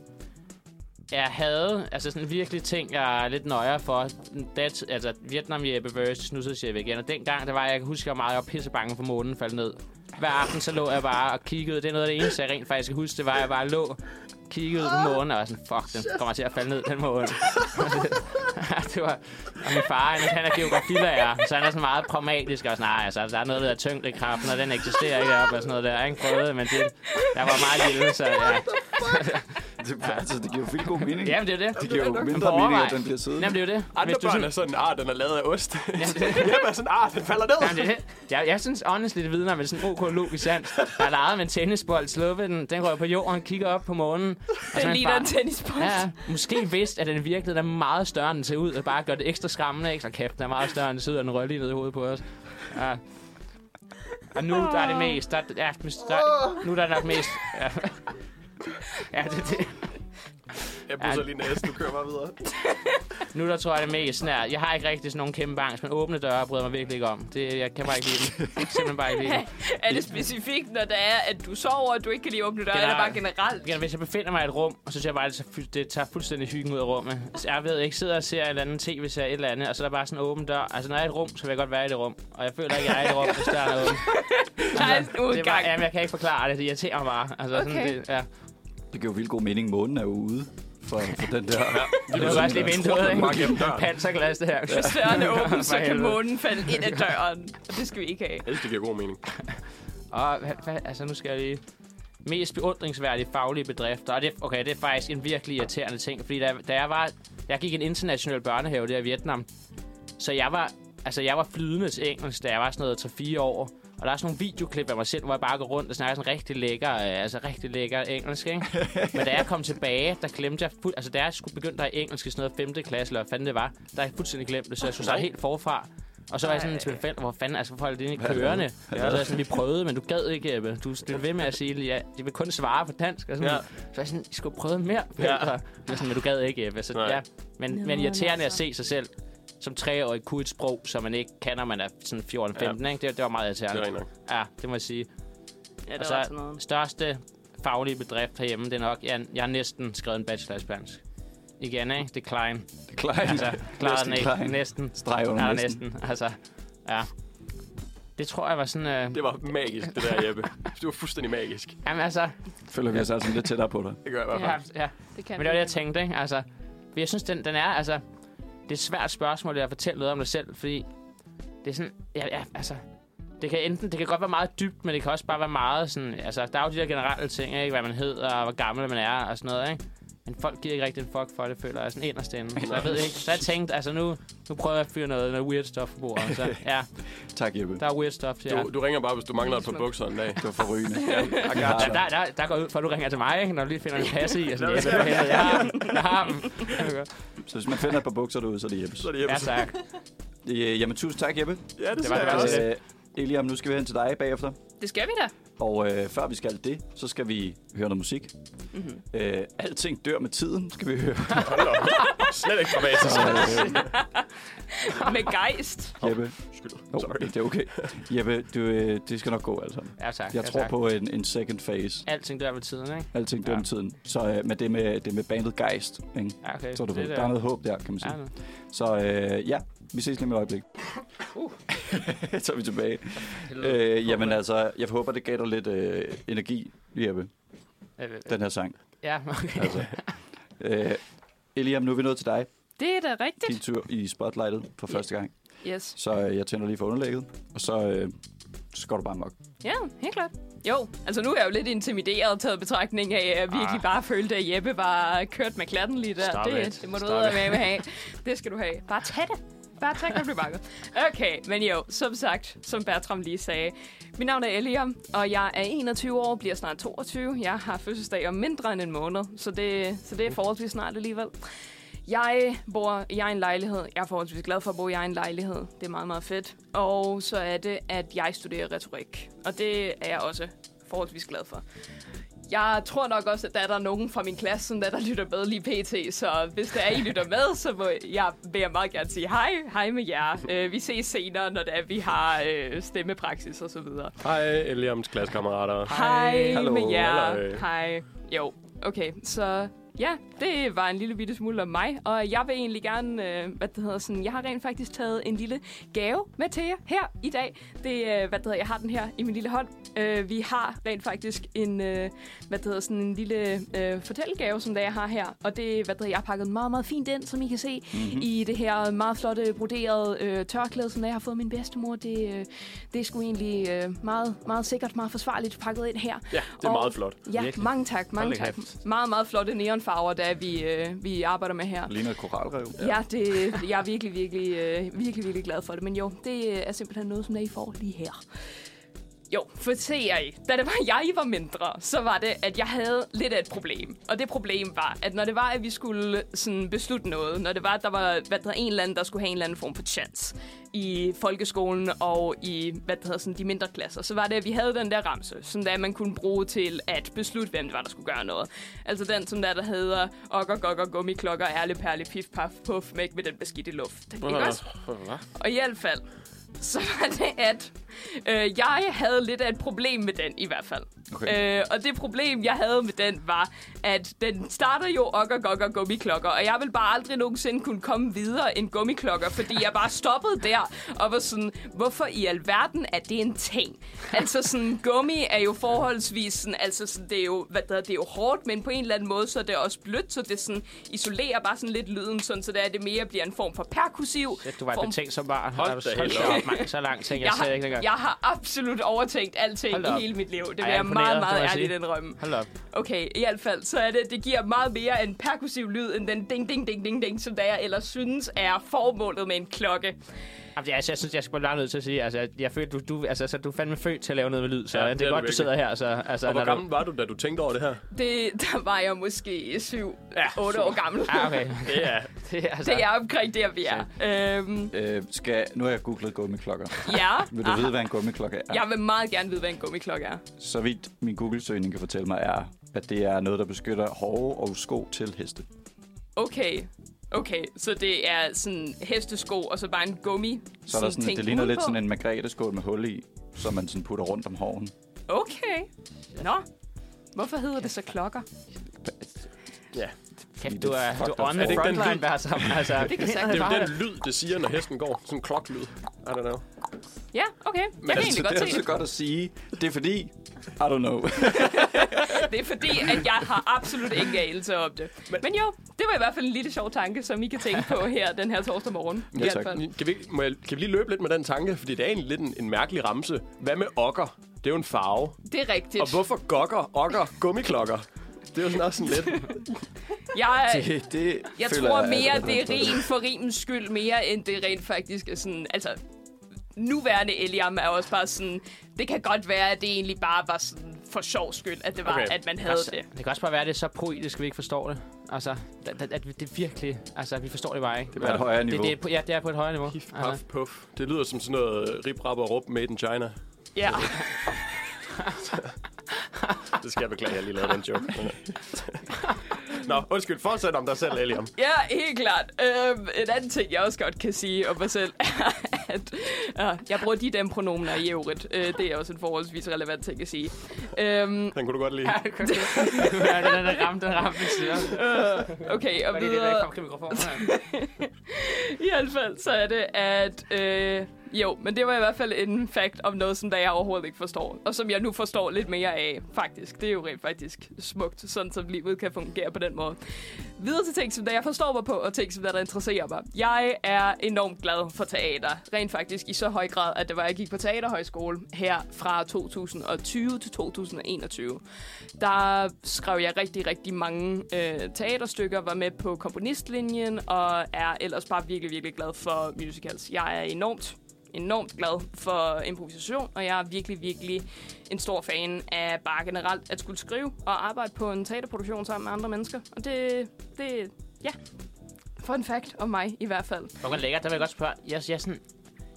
Speaker 4: Jeg havde altså sådan virkelig ting, jeg er lidt nøjere for. Dat, altså Vietnam Jeppe versus Nusset Jeppe igen. Og dengang, der var jeg, jeg kan huske, jeg var meget jeg var pissebange for månen faldt ned. Hver aften så lå jeg bare og kiggede. Det er noget af det eneste, jeg rent faktisk kan huske. Det var, at jeg bare lå kiggede ud på månen og var sådan, fuck, den kommer til at falde ned, den måne. Ja, det var, og min far, han, han er geografilærer, så han er sådan meget pragmatisk og sådan, nej, altså, der er noget, der hedder tyngdekraften, og den eksisterer ikke deroppe og sådan noget der. Jeg har ikke prøvet, det, men det, jeg var meget lille, så ja.
Speaker 2: det, altså, det giver jo vildt god mening.
Speaker 4: Jamen, det er jo det.
Speaker 2: Det giver jo
Speaker 4: Man får
Speaker 2: mindre mening,
Speaker 4: overveje.
Speaker 2: at den bliver siddende.
Speaker 4: Jamen, det er jo det.
Speaker 3: Andre
Speaker 4: Hvis du
Speaker 3: børn
Speaker 4: sådan-
Speaker 3: er sådan, ah, den er lavet af ost.
Speaker 4: Jamen, det-
Speaker 3: Jeg er sådan, ah, den falder ned.
Speaker 4: Jamen, det er det. Jeg, jeg synes honestly, det vidner om en sådan ok logisk sans. Jeg legede med en tennisbold, sluppede den, den røg på jorden, kigger op på månen. og så er
Speaker 1: Det
Speaker 4: man
Speaker 1: ligner
Speaker 4: altså, bare-
Speaker 1: en tennisbold.
Speaker 4: Ja, ja. måske vidste, at den virkelig er meget større, end den ser ud, og bare gør det ekstra skræmmende. Ekstra kæft, den er meget større, end den ser ud, og den røg lige ned i hovedet på os. Ja. Og nu der er det mest. Der, ja, der, nu der er nok mest. Ja, ja det, det.
Speaker 3: Jeg bruger så lige næsten, du kører bare videre.
Speaker 4: Nu der tror jeg det er mest sådan her. Jeg har ikke rigtig sådan nogen kæmpe angst, men åbne døre bryder jeg mig virkelig ikke om. Det, jeg kan bare ikke lide den. Simpelthen bare ikke lide den.
Speaker 1: Er det specifikt, når det er, at du sover, og du ikke kan lige åbne døren, eller bare generelt?
Speaker 4: Ja, hvis jeg befinder mig i et rum, og så synes jeg bare, at det tager fu- det tager fuldstændig hyggen ud af rummet. Så jeg ved ikke, sidder og ser et eller andet tv-serie, et eller andet, og så er der bare sådan en åben dør. Altså, når jeg er i et rum, så vil jeg godt være i det rum. Og jeg føler ikke, at jeg er i et rum, hvis døren er åben.
Speaker 1: Der er en
Speaker 4: Det er bare,
Speaker 1: udgang.
Speaker 4: jamen, jeg kan ikke forklare det, det irriterer mig bare. Altså, sådan,
Speaker 1: Okay.
Speaker 4: det, ja.
Speaker 2: Det giver jo vildt god mening. Månen er jo ude for, for den der. Altså,
Speaker 4: Det er jo også lige vinduet,
Speaker 3: Bare
Speaker 4: ikke?
Speaker 3: gennem døren.
Speaker 4: Panserglas, det her.
Speaker 1: Hvis døren er åben, så
Speaker 4: For
Speaker 1: kan
Speaker 4: helvede.
Speaker 1: månen falde ind ad døren. Og det skal vi ikke have.
Speaker 3: Jeg synes, det giver god mening.
Speaker 4: Og hvad, hvad, altså, nu skal jeg lige... Mest beundringsværdige faglige bedrifter. Og det, okay, det er faktisk en virkelig irriterende ting. Fordi da, da jeg var... Jeg gik i en international børnehave der i Vietnam. Så jeg var... Altså, jeg var flydende til engelsk, da jeg var sådan noget 3-4 år. Og der er sådan nogle videoklip af mig selv, hvor jeg bare går rundt og snakker sådan rigtig lækker, øh, altså rigtig lækker engelsk, ikke? Men da jeg kom tilbage, der glemte jeg fuldt... Altså, da jeg skulle begynde der i engelsk i sådan noget 5. klasse, eller hvad fanden det var, der er jeg fuldstændig glemt det, så jeg skulle starte helt forfra. Og så var jeg sådan
Speaker 1: Ej.
Speaker 4: tilfælde, hvor fanden, altså, folk er det ikke kørende? Og så var jeg sådan, vi prøvede, men du gad ikke, Ebbe. Du blev ved med at sige, ja, de vil kun svare på dansk. Og sådan.
Speaker 3: Ja.
Speaker 4: Ja. Så var jeg sådan, I skulle prøve mere.
Speaker 3: Ja.
Speaker 4: Ja. Og jeg sådan, men du gad ikke, Ebbe. Så,
Speaker 3: Nej.
Speaker 4: ja. men, men irriterende at se sig selv som treårig kunne et sprog, som man ikke kan, når man er sådan 14-15, ja. ikke? Det, det var meget
Speaker 3: Det
Speaker 4: irriterende.
Speaker 3: er rigtig nok.
Speaker 4: Ja, det må jeg sige.
Speaker 1: Ja,
Speaker 4: Og så største faglige bedrift herhjemme, det er nok, jeg, jeg har næsten skrevet en bachelor i spansk. Igen, ikke? Decline.
Speaker 2: Klein.
Speaker 4: Altså, klarede den
Speaker 2: Næsten
Speaker 4: ikke.
Speaker 2: Klein.
Speaker 4: Næsten.
Speaker 2: Streg under
Speaker 4: Ja,
Speaker 2: næsten.
Speaker 4: næsten. Altså, ja. Det tror jeg var sådan... Øh,
Speaker 3: Det var magisk, det der, Jeppe. Det var fuldstændig magisk.
Speaker 4: jamen altså...
Speaker 2: Føler vi os altså lidt tættere på dig.
Speaker 3: Det gør jeg i hvert
Speaker 4: Ja,
Speaker 3: fald.
Speaker 4: ja.
Speaker 1: Det kan
Speaker 4: Men det var det, jeg tænkte, ikke? Altså, men jeg synes, den, den er, altså... Det er et svært spørgsmål, det er at fortælle noget om dig selv, fordi... Det er sådan, ja, ja, altså... Det kan enten, det kan godt være meget dybt, men det kan også bare være meget sådan... Altså, der er jo de der generelle ting, ikke? Hvad man hedder, og hvor gammel man er, og sådan noget, ikke? Men folk giver ikke rigtig en fuck for det, føler jeg sådan inderst inde. Så jeg ved ikke. Så jeg tænkte, altså nu, nu prøver jeg at fyre noget, noget weird stuff på bordet. Så ja,
Speaker 2: Tak, Jeppe.
Speaker 4: der er weird stuff til jer.
Speaker 3: Du, du ringer bare, hvis du mangler et par bukser en dag.
Speaker 2: Det var forrygende.
Speaker 4: Ja, der, der, der går jeg ud for, at du ringer til mig, ikke? når du lige finder en passe i. Og sådan, jeg, jeg, jeg, jeg, har dem, jeg har dem.
Speaker 2: Så hvis man finder et par bukser derude, så er det Jeppes.
Speaker 3: Så er det
Speaker 4: Ja,
Speaker 3: Jeppe.
Speaker 4: tak.
Speaker 2: Øh, Jamen, tusind tak, Jeppe.
Speaker 3: Ja, det,
Speaker 4: Det
Speaker 3: det
Speaker 4: var
Speaker 3: var jeg
Speaker 4: det
Speaker 3: også.
Speaker 4: også.
Speaker 2: Øh, Eliam, nu skal vi hen til dig bagefter.
Speaker 1: Det skal vi da.
Speaker 2: Og øh, før vi skal det, så skal vi høre noget musik.
Speaker 4: Mhm.
Speaker 2: Mm-hmm. Øh, alting dør med tiden, skal vi høre. øh,
Speaker 3: Hold da op. Slet ikke dramatisk.
Speaker 1: Med gejst.
Speaker 2: Jeppe,
Speaker 3: Undskyld.
Speaker 2: oh,
Speaker 3: Sorry.
Speaker 2: det er okay. Jeppe, du, øh, det skal nok gå alt sammen.
Speaker 4: Ja, tak.
Speaker 2: Jeg
Speaker 4: ja,
Speaker 2: tror
Speaker 4: tak.
Speaker 2: på en, en second phase.
Speaker 4: Alting dør ved tiden, ikke?
Speaker 2: Alting dør
Speaker 4: Ja.
Speaker 2: med tiden. Så øh, men det med, det med bandet Geist, ikke?
Speaker 4: Ja, okay.
Speaker 2: Så du ved,
Speaker 4: Det
Speaker 2: der er noget håb der, kan man sige.
Speaker 4: Ja, nu.
Speaker 2: Så øh, ja, vi ses lige om et øjeblik. Uh. så er vi tilbage. Øh, jamen altså, jeg håber, det gav dig lidt øh, energi, Jeppe,
Speaker 4: Øh, øh,
Speaker 2: den her sang.
Speaker 4: Ja, okay.
Speaker 2: Altså. Øh, Eliam, nu er vi nået til dig.
Speaker 1: Det er da rigtigt.
Speaker 2: Din tur i spotlightet for første gang.
Speaker 1: Yes.
Speaker 2: Så øh, jeg tænder lige for underlægget, og så, øh, så går du bare mok.
Speaker 1: Ja, helt klart. Jo, altså nu er jeg jo lidt intimideret taget i betragtning af, at jeg virkelig bare følte, at Jeppe var kørt med klatten lige der.
Speaker 4: Ah. Stop
Speaker 1: Det,
Speaker 4: it.
Speaker 1: det må du
Speaker 4: Stop
Speaker 1: ud
Speaker 4: it.
Speaker 1: med have. Det skal du have. Bare tag det. Bare tag det, blive bakket. Okay, men jo, som sagt, som Bertram lige sagde. Mit navn er Eliam, og jeg er 21 år, bliver snart 22. Jeg har fødselsdag om mindre end en måned, så det, så det er forholdsvis snart alligevel. Jeg bor i egen lejlighed. Jeg er forholdsvis glad for at bo i egen lejlighed. Det er meget, meget fedt. Og så er det, at jeg studerer retorik. Og det er jeg også forholdsvis glad for. Jeg tror nok også, at der er der nogen fra min klasse, sådan der, der lytter med lige pt. Så hvis der er, I lytter med, så må jeg, vil jeg meget gerne sige hej. Hej med jer. Øh, vi ses senere, når det er, vi har øh, stemmepraksis og så videre.
Speaker 3: Hej, Eliams klassekammerater.
Speaker 1: Hej,
Speaker 2: Hallo,
Speaker 1: med jer.
Speaker 3: halløj.
Speaker 1: Hej. Jo, okay, så Ja, det var en lille bitte smule om mig, og jeg vil egentlig gerne, øh, hvad det hedder sådan, jeg har rent faktisk taget en lille gave med til jer her i dag. Det, øh, hvad det hedder, jeg har den her i min lille hånd. Øh, vi har rent faktisk en, øh, hvad det hedder sådan, en lille øh, fortællegave, som det er, jeg har her, og det, hvad det hedder, jeg har pakket meget, meget fint ind, som I kan se,
Speaker 3: Mhm.
Speaker 1: mm-hmm. i det her meget flotte broderede øh, tørklæde, som det er, jeg har fået af min bedstemor. Det, øh, det er sgu egentlig øh, meget, meget sikkert, meget forsvarligt pakket ind her.
Speaker 3: Ja, det er
Speaker 1: Og-
Speaker 3: meget flot.
Speaker 1: Ja,
Speaker 4: Virkelig.
Speaker 1: mange tak, mange
Speaker 4: Hold da
Speaker 1: tak.
Speaker 4: kæft.
Speaker 1: Meget, meget flotte neonfarver, der vi, øh, vi arbejder med her.
Speaker 2: Ligner et koralrev.
Speaker 1: Ja, ja det, jeg er virkelig, virkelig, øh, virkelig, virkelig glad for det. Men jo, det er simpelthen noget, som I får lige her. Jo, for se jer I, da det var, jeg var mindre, så var det, at jeg havde lidt af et problem. Og det problem var, at når det var, at vi skulle sådan beslutte noget, når det var, at der var hvad der hedder, en eller anden, der skulle have en eller anden form for chance i folkeskolen og i hvad der hedder, sådan, de mindre klasser, så var det, at vi havde den der ramse, som der man kunne bruge til at beslutte, hvem det var, der skulle gøre noget. Altså den, som der, der hedder ok og gok og gummiklokker, ærle perle, pif paf, puff, mæk med den beskidte luft. Ikke også? Og i hvert fald, så var det, at øh, jeg havde lidt af et problem med den, i hvert fald.
Speaker 2: Okay.
Speaker 1: Øh, og det problem, jeg havde med den, var, at den starter jo ok og gok og gummiklokker, og jeg vil bare aldrig nogensinde kunne komme videre end gummiklokker, fordi jeg bare stoppede der og var sådan, hvorfor i alverden er det en ting? Altså sådan, gummi er jo forholdsvis sådan, altså sådan, det er jo, hvad der, hedder, det er jo hårdt, men på en eller anden måde, så er det også blødt, så det sådan isolerer bare sådan lidt lyden, sådan, så det, er, det mere bliver en form for perkussiv.
Speaker 4: Shit, du var
Speaker 1: form
Speaker 4: betænkt som barn.
Speaker 3: Hold
Speaker 4: Hold
Speaker 3: da
Speaker 4: da helt
Speaker 3: helt op.
Speaker 4: op, mand. Så langt tænker jeg,
Speaker 1: jeg,
Speaker 4: jeg slet ikke
Speaker 1: har,
Speaker 4: engang.
Speaker 1: jeg har absolut overtænkt
Speaker 4: Hold
Speaker 1: alting
Speaker 4: da
Speaker 1: i
Speaker 4: op.
Speaker 1: hele mit liv. Det vil
Speaker 4: Ej, jeg
Speaker 1: jeg
Speaker 4: er
Speaker 1: meget,
Speaker 4: imponeret, det må
Speaker 1: meget
Speaker 4: jeg
Speaker 1: ærligt
Speaker 4: sige.
Speaker 1: indrømme.
Speaker 4: Hold op.
Speaker 1: Okay, i hvert fald, så er det, det giver meget mere en perkussiv lyd, end den ding, ding, ding, ding, ding, som der jeg ellers synes er formålet med en klokke.
Speaker 4: Jamen, altså, jeg synes, jeg skal bare blive nødt til at sige, altså, jeg, jeg føler, du, du, altså, så du er fandme født til at lave noget med lyd, så
Speaker 3: Ja,
Speaker 4: ja,
Speaker 3: det
Speaker 4: det,
Speaker 3: er
Speaker 4: er
Speaker 3: du
Speaker 4: godt, du
Speaker 3: virkelig.
Speaker 4: sidder her. Så, altså,
Speaker 3: Og hvor
Speaker 4: når
Speaker 3: gammel var du, da du tænkte over det her?
Speaker 1: Det, der var jeg måske 7 ja, 8 år gammel.
Speaker 4: Du... Ah, okay.
Speaker 3: Det er
Speaker 4: Det er, altså,
Speaker 1: Det er omkring der, vi er. Øhm,
Speaker 2: Øh, skal, nu har jeg googlet gummiklokker.
Speaker 1: ja,
Speaker 2: Vil du vide, hvad en gummiklokke er?
Speaker 1: jeg vil meget gerne vide, hvad en gummiklokke er.
Speaker 2: Så vidt min Google-søgning kan fortælle mig, er, at det er noget, der beskytter hårde og sko til heste.
Speaker 1: Okay, okay, så det er sådan hestesko og så bare en gummi.
Speaker 2: Så er der sådan,
Speaker 1: ting
Speaker 2: det ligner lidt
Speaker 1: udenpå.
Speaker 2: sådan en margrethe med hul i, som man sådan putter rundt om hården.
Speaker 1: Okay. Nå. Hvorfor hedder det så klokker?
Speaker 3: Ja.
Speaker 4: kæft, du er,
Speaker 2: Fuck,
Speaker 4: du
Speaker 2: der
Speaker 4: er on
Speaker 2: er
Speaker 3: ikke
Speaker 4: the
Speaker 3: den
Speaker 4: front
Speaker 3: lyd?
Speaker 4: line, bare sammen. Altså,
Speaker 1: Det kan
Speaker 3: Det
Speaker 1: sagtens
Speaker 3: er jo
Speaker 1: være.
Speaker 3: den lyd, det siger, når hesten går. Sådan en kloklyd. I don't know.
Speaker 1: Ja, okay. Jeg kan egentlig
Speaker 2: det er
Speaker 1: godt se
Speaker 2: altså
Speaker 1: det.
Speaker 2: godt at sige. Det er fordi, I don't know.
Speaker 1: Det er fordi, at jeg har absolut ingen anelse om det. Men, Men jo, det var i hvert fald en lille sjov tanke, som I kan tænke på her den her torsdag morgen. I hvert
Speaker 2: tak.
Speaker 1: fald.
Speaker 3: Kan vi, ikke- må jeg, kan vi lige løbe lidt med den tanke? Fordi det er egentlig lidt en, en mærkelig ramse. Hvad med okker? Det er jo en farve.
Speaker 1: Det er rigtigt.
Speaker 3: Og hvorfor gokker, okker, gummiklokker? Det er jo sådan også sådan lidt...
Speaker 1: Jeg,
Speaker 2: Det, det
Speaker 1: jeg
Speaker 2: føler
Speaker 1: tror
Speaker 2: jeg,
Speaker 1: mere,
Speaker 2: at-
Speaker 1: det er rim for rimens skyld, mere end det rent faktisk er sådan... Altså, nuværende Eliam er også bare sådan... Det kan godt være, at det egentlig bare var sådan for sjov skyld, at det var,
Speaker 3: Okay.
Speaker 1: okay. at man havde
Speaker 4: altså,
Speaker 1: det.
Speaker 4: det kan også bare være, at det er så poetisk, at vi ikke forstår det. Altså, at, at, at vi- det virkelig... Altså, at vi forstår det bare ikke.
Speaker 2: Det er på et højere niveau.
Speaker 4: Det, det er, på- ja, det er på et højere niveau.
Speaker 3: Pif,
Speaker 4: Altså,
Speaker 3: paf, puff. Det lyder som sådan noget øh, rip, rap og rup made in China.
Speaker 1: Ja.
Speaker 3: Det skal jeg beklage, jeg lige lavede den joke. Nå, undskyld. Fortsæt om dig selv, Eliam.
Speaker 1: Ja, helt klart. Øhm, en anden ting, jeg også godt kan sige om mig selv, er, at øh, jeg bruger de dem pronomener i øvrigt. Øh, det er også en forholdsvis relevant ting at sige. Øhm,
Speaker 3: Den kunne du godt lide.
Speaker 4: ja, den er ramt, den ramte, den siger.
Speaker 1: okay, og
Speaker 4: Var det det, der ikke
Speaker 1: videre,
Speaker 4: kom til mikrofonen her?
Speaker 1: i hvert fald, så er det, at... Øh, jo, men det var i hvert fald en fact om noget, som der jeg overhovedet ikke forstår. Og som jeg nu forstår lidt mere af, faktisk. Det er jo rent faktisk smukt, sådan som livet kan fungere på den måde. Videre til ting, som der jeg forstår mig på, og ting, som der, der interesserer mig. Jeg er enormt glad for teater. Rent faktisk i så høj grad, at det var, jeg gik på teaterhøjskole her fra 2020 til 2021. Der skrev jeg rigtig, rigtig mange øh, teaterstykker, var med på komponistlinjen, og er ellers bare virkelig, virkelig glad for musicals. Jeg er enormt enormt glad for improvisation, og jeg er virkelig, virkelig en stor fan af bare generelt at skulle skrive og arbejde på en teaterproduktion sammen med andre mennesker. Og det, det ja, fun fact om mig i hvert fald.
Speaker 4: Hvor lækkert, der vil jeg godt spørge. Jeg, jeg, er sådan,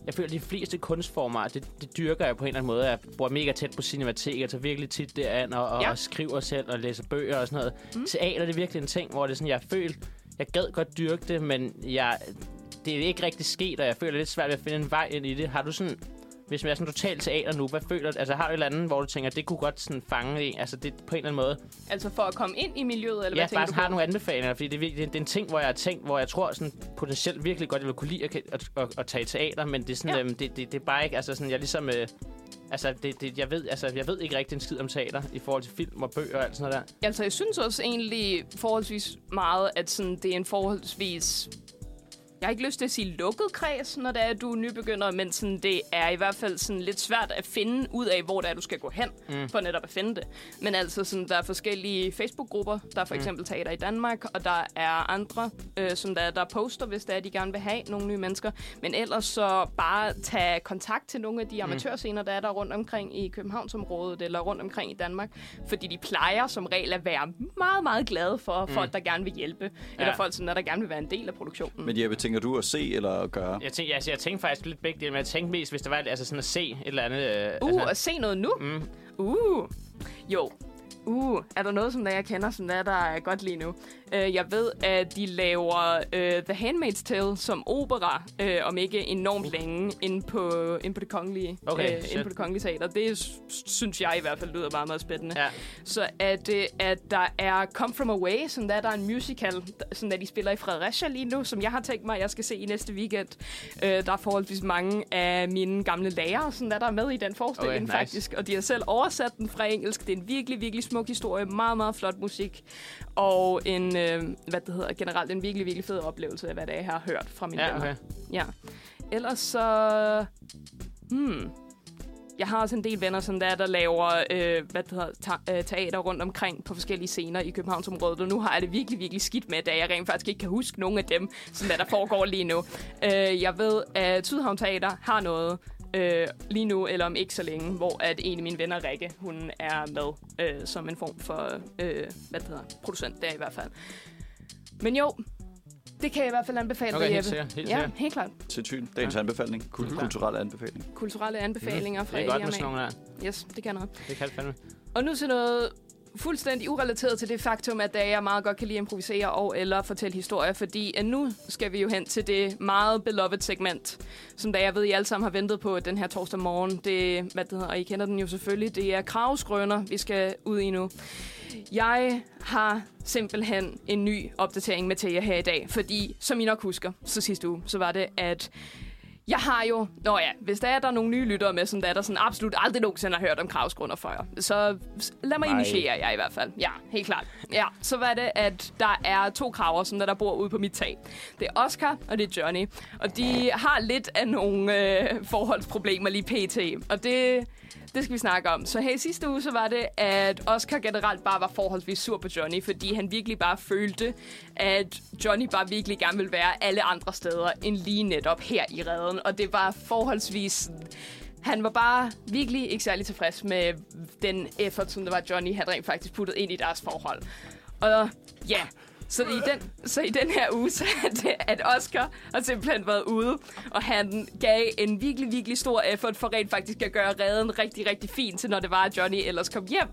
Speaker 4: jeg føler, at de fleste kunstformer, altså, det, det dyrker jeg på en eller anden måde. Jeg bor mega tæt på cinematek, jeg tager virkelig tit derind og, og,
Speaker 1: Ja.
Speaker 4: ja. og skriver selv og læser bøger og sådan noget. Mm. Teater det er virkelig en ting, hvor det er sådan, jeg har følt, jeg gad godt dyrke det, men jeg, det er ikke rigtig sket, og jeg føler lidt svært ved at finde en vej ind i det. Har du sådan hvis man er sådan totalt teater nu, hvad føler du? Altså har du et eller andet, hvor du tænker, det kunne godt sådan fange en, altså det på en eller anden måde.
Speaker 1: Altså for at komme ind i miljøet, eller
Speaker 4: Eller jeg
Speaker 1: hvad tænker
Speaker 4: faktisk
Speaker 1: du
Speaker 4: har
Speaker 1: på?
Speaker 4: nogle anbefalinger, fordi det, er virkelig- det, er- det er en ting, hvor jeg har tænkt, hvor jeg tror sådan, potentielt virkelig godt, jeg ville kunne lide at, at, at, at tage i teater, men det er, sådan,
Speaker 1: Ja.
Speaker 4: ja. øhm, det, det, det er bare ikke, altså sådan, jeg er ligesom, øh, altså, det, det, jeg, ved, altså jeg ved ikke rigtig en skid om teater i forhold til film og bøger og alt sådan noget der.
Speaker 1: Altså, jeg synes også egentlig forholdsvis meget, at sådan, det er en forholdsvis... Jeg har ikke lyst til at sige lukket kreds, når det er, at du er nybegynder, men sådan, det er i hvert fald sådan lidt svært at finde ud af, hvor det er, du skal gå hen, mm. for netop at finde det. Men altså, sådan, der er forskellige Facebook-grupper. Der er for eksempel Teater i Danmark, og der er andre, øh, som der, der poster, hvis det er, de gerne vil have nogle nye mennesker. Men ellers så bare tage kontakt til nogle af de amatørscener, der er der rundt omkring i Københavnsområdet, eller rundt omkring i Danmark. Fordi de plejer som regel at være meget, meget glade for mm. folk, der gerne vil hjælpe. Ja. Eller folk, sådan, der gerne vil være en del af produktionen.
Speaker 2: Men Jeppe, tænker du at se eller at gøre?
Speaker 4: Jeg tænkte, altså, jeg tænkte faktisk lidt begge dele, men jeg tænkte mest, hvis der var altså sådan at se et eller andet... Øh,
Speaker 1: Uh,
Speaker 4: altså,
Speaker 1: og se noget nu? Mm. Uh, jo. Uh, er der noget, som der jeg kender, som der er, der er godt lige nu? Uh, jeg ved, at de laver uh, The Handmaid's Tale som opera, uh, om ikke enormt uh. længe, inde på, inde på det kongelige,
Speaker 4: Okay,
Speaker 1: uh,
Speaker 4: shit.
Speaker 1: inde på det kongelige teater. Det s- synes jeg i hvert fald lyder bare meget spændende.
Speaker 4: Ja.
Speaker 1: Så er det, at der er Come From Away, som der, er- der er en musical, som der de spiller i Fredericia lige nu, som jeg har tænkt mig, at jeg skal se i næste weekend. Øh, der er forholdsvis mange af mine gamle lærere, som der, der er med i den forestilling
Speaker 4: Okay, nice.
Speaker 1: okay, faktisk. Og de har selv oversat den fra engelsk. Det er en virkelig, virkelig smuk historie. Meget, meget flot musik. Og en, øh, hvad det hedder, generelt en virkelig, virkelig fed oplevelse af, hvad det er, jeg har hørt fra mine
Speaker 4: ja,
Speaker 1: venner.
Speaker 4: okay.
Speaker 1: Ja. Ellers så... Hmm. Jeg har også en del venner, som der, der laver øh, hvad det hedder, ta- øh, teater rundt omkring på forskellige scener i Københavnsområdet, og nu har jeg det virkelig, virkelig skidt med, da jeg rent faktisk ikke kan huske nogen af dem, som der, der foregår lige nu. Øh, jeg ved, at Sydhavn Teater har noget øh, lige nu, eller om ikke så længe, hvor at en af mine venner, Rikke, hun er med øh, som en form for øh, hvad det hedder, producent der i hvert fald. Men jo, det kan jeg i hvert fald anbefale
Speaker 4: Okay,
Speaker 1: dig,
Speaker 4: helt
Speaker 1: Jeppe.
Speaker 4: sikkert, helt
Speaker 1: ja,
Speaker 4: sikkert.
Speaker 1: helt klart
Speaker 2: Sindssygt. Dagens ja. anbefaling. Kul- kulturel anbefaling.
Speaker 1: kulturelle anbefalinger fra
Speaker 4: Mm. Det er godt med
Speaker 1: AMA.
Speaker 4: sådan nogle der.
Speaker 1: Yes, det kan noget.
Speaker 4: Det kan det fandme.
Speaker 1: Og nu til noget fuldstændig urelateret til det faktum, at jeg meget godt kan lide at improvisere og eller fortælle historier, fordi at nu skal vi jo hen til det meget beloved segment, som da jeg ved, I alle sammen har ventet på den her torsdag morgen. Det, hvad det hedder, og I kender den jo selvfølgelig, det er kravsgrønner, vi skal ud i nu. Jeg har simpelthen en ny opdatering med til jer her i dag, fordi som I nok husker, så sidste uge, så var det, at jeg har jo... Nå ja, hvis der er der er nogle nye lyttere med, som der, er der sådan absolut aldrig nogensinde har hørt om kravsgrund og før, så s- lad mig
Speaker 4: Nej.
Speaker 1: initiere jer i hvert fald. Ja, helt klart. Ja, så var det, at der er to kraver, som der, der bor ude på mit tag. Det er Oscar, og det er Johnny. Og de har lidt af nogle øh, forholdsproblemer lige pt. Og det, det skal vi snakke om. Så her i sidste uge, så var det, at Oscar generelt bare var forholdsvis sur på Johnny, fordi han virkelig bare følte, at Johnny bare virkelig gerne ville være alle andre steder end lige netop her i redden. Og det var forholdsvis... sådan- Han var bare virkelig ikke særlig tilfreds med den effort, som det var Johnny havde rent faktisk puttet ind i deres forhold. Og ja, så i den, så i den her uge, så er det, at Oscar har simpelthen været ude, og han gav en virkelig, virkelig stor effort for rent faktisk at gøre redden rigtig, rigtig fin til, når det var, at Johnny ellers kom hjem.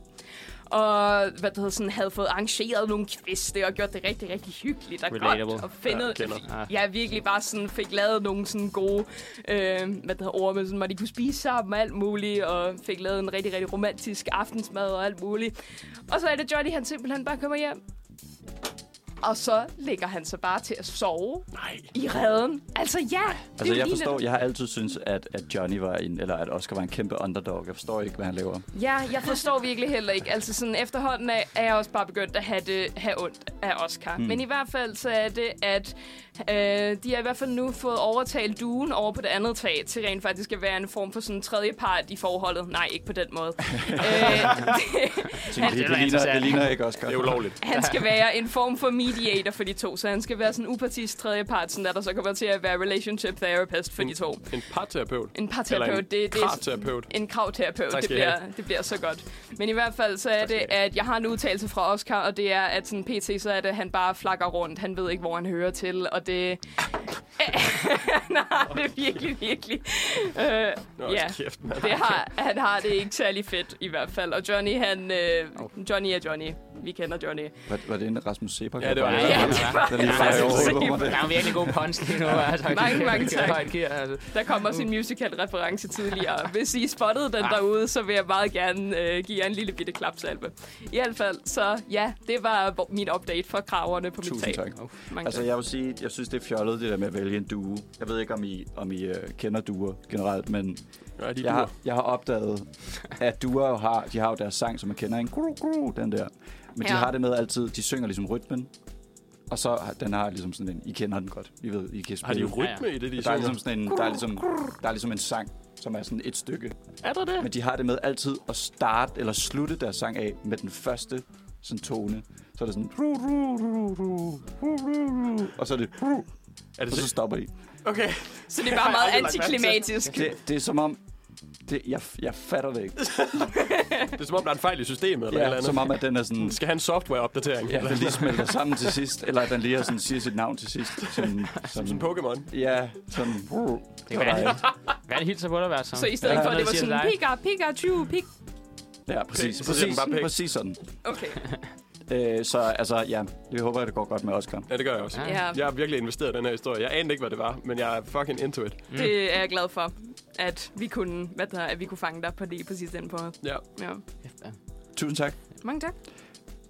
Speaker 1: Og hvad det hedder, sådan, havde fået arrangeret nogle kviste og gjort det rigtig, rigtig hyggeligt og godt.
Speaker 4: Relatable.
Speaker 1: Og findet,
Speaker 3: Ja,
Speaker 1: ja,
Speaker 3: kender.
Speaker 1: jeg virkelig bare sådan fik lavet nogle sådan gode øh, hvad det hedder, ord med, sådan, hvor de kunne spise sammen og alt muligt, og fik lavet en rigtig, rigtig romantisk aftensmad og alt muligt. Og så er det Johnny, han simpelthen bare kommer hjem. Og så ligger han så bare til at sove
Speaker 3: Nej.
Speaker 1: i redden. Altså ja, det er
Speaker 2: Altså,
Speaker 1: jo
Speaker 2: jeg
Speaker 1: lige
Speaker 2: forstår,
Speaker 1: lidt-
Speaker 2: jeg har altid syntes, at, at Johnny var en, eller at Oscar var en kæmpe underdog. Jeg forstår ikke, hvad han laver.
Speaker 1: Ja, jeg forstår virkelig heller ikke. Altså sådan efterhånden er, er jeg også bare begyndt at have, det, have ondt af Oscar. Mm. Men i hvert fald så er det, at øh, de har i hvert fald nu fået overtalt duen over på det andet tag til rent faktisk at være en form for sådan en tredje part i forholdet. Nej, ikke på den måde. øh,
Speaker 2: Jeg tænker, det,
Speaker 4: det
Speaker 2: det,
Speaker 4: er
Speaker 2: det, ligner,
Speaker 4: interessant.
Speaker 2: det ligner ikke Oscar.
Speaker 3: Det er ulovligt.
Speaker 1: han skal være en form for mediator for de to, så han skal være sådan en upartisk tredjepart, sådan der, der så kommer til at være relationship therapist for de to.
Speaker 3: En parterapeut.
Speaker 1: En
Speaker 3: Eller
Speaker 1: parterapeut,
Speaker 3: en
Speaker 1: det, det er
Speaker 3: kravterapeut.
Speaker 1: en kravterapeut.
Speaker 3: Tak
Speaker 1: Det
Speaker 3: skal I
Speaker 1: bliver,
Speaker 3: have.
Speaker 1: det bliver så godt. Men i hvert fald så er det, at jeg har en udtalelse fra Oscar, og det er, at sådan PT, så er det, at han bare flakker rundt. Han ved ikke, hvor han hører til, og det... Nej, det er virkelig, virkelig... Øh,
Speaker 3: Nå,
Speaker 1: ja.
Speaker 3: yeah. kæft, mand.
Speaker 1: det har, han har det ikke særlig fedt, i hvert fald. Og Johnny, han... Øh, Johnny er Johnny. Vi kender Johnny.
Speaker 2: Var, var det en Rasmus Sebak?
Speaker 3: Ja, det var det.
Speaker 4: Ja,
Speaker 1: Ja,
Speaker 4: det
Speaker 1: det
Speaker 4: var-
Speaker 1: var
Speaker 2: Der lige
Speaker 4: Ja,
Speaker 2: fejrer
Speaker 4: det er
Speaker 2: over
Speaker 1: sygt.
Speaker 2: på mig
Speaker 4: Der
Speaker 2: der.
Speaker 4: er en virkelig god punch lige nu. Altså,
Speaker 1: Mange, mange
Speaker 4: Højt
Speaker 1: tak.
Speaker 4: Højt gear, altså.
Speaker 1: Der kommer også en musical-reference tidligere. Hvis I spottede den
Speaker 4: Ah.
Speaker 1: derude, så vil jeg meget gerne øh, give jer en lille bitte klapsalve. I hvert fald, så ja, det var vor- min update for kraverne på mit
Speaker 2: Tusind
Speaker 1: tag.
Speaker 2: tak.
Speaker 1: Mange
Speaker 2: Altså,
Speaker 1: tak.
Speaker 2: jeg vil sige, jeg synes, det er fjollet, det der med at vælge en due. Jeg ved ikke, om I, om I uh, kender duer generelt, men
Speaker 3: Ja, de
Speaker 2: jeg
Speaker 3: duer.
Speaker 2: har, jeg har opdaget, at duer jo har, de har jo deres sang, som man kender, en gru, gru, den der. Men ja. de
Speaker 1: Ja.
Speaker 2: har det med altid, de synger ligesom rytmen, og så har- den har ligesom sådan en, I kender den godt, I ved, I kan
Speaker 3: Har de
Speaker 2: spille.
Speaker 3: rytme i det, de
Speaker 2: der er
Speaker 3: synger?
Speaker 2: ligesom sådan en, der er ligesom, der er ligesom en sang, som er sådan et stykke.
Speaker 3: Er der det?
Speaker 2: Men de har det med altid at starte eller slutte deres sang af med den første sådan tone. Så er det sådan... Ru, ru, ru, ru, ru, ru, ru, og så er det... Ru,
Speaker 3: Er det
Speaker 2: og så
Speaker 3: det?
Speaker 2: stopper de.
Speaker 3: Okay.
Speaker 1: Så det er bare meget
Speaker 3: Jeg har aldrig lagt mærke til det.
Speaker 1: antiklimatisk.
Speaker 2: Det, det er som om... Det, jeg, jeg fatter det ikke.
Speaker 3: Det er som om, der er en fejl i systemet eller et eller
Speaker 2: Ja,
Speaker 3: andet.
Speaker 2: som om, at den er sådan...
Speaker 3: Skal have en softwareopdatering?
Speaker 2: Ja,
Speaker 3: eller
Speaker 2: den lige smelter sammen til sidst. Eller at den lige er sådan, siger sit navn til sidst. Sådan,
Speaker 3: Som
Speaker 2: sådan,
Speaker 3: Pokémon.
Speaker 2: ja, sådan... Ru,
Speaker 4: Det kan være, hvad er det hilser på dig, Værtsson?
Speaker 1: Så i stedet
Speaker 2: Ja.
Speaker 1: for, at det
Speaker 4: Noget
Speaker 1: var
Speaker 4: siger
Speaker 1: sådan,
Speaker 4: dig.
Speaker 1: pika, pika, 20, pik.
Speaker 2: ja, præcis.
Speaker 3: så siger den
Speaker 2: præcis,
Speaker 3: bare pæk.
Speaker 2: præcis sådan.
Speaker 1: Okay,
Speaker 2: Øh, så altså, ja, det håber jeg, det går godt med Oscar.
Speaker 3: Ja, det gør jeg også.
Speaker 4: Ja.
Speaker 1: ja.
Speaker 3: Jeg har virkelig investeret i den her historie. Jeg anede ikke, hvad det var, men jeg er fucking into it.
Speaker 1: Det er jeg glad for, at vi kunne, hvad der, at vi kunne fange dig på lige præcis den på.
Speaker 3: Ja.
Speaker 1: Ja.
Speaker 2: Tusind tak.
Speaker 1: Mange tak.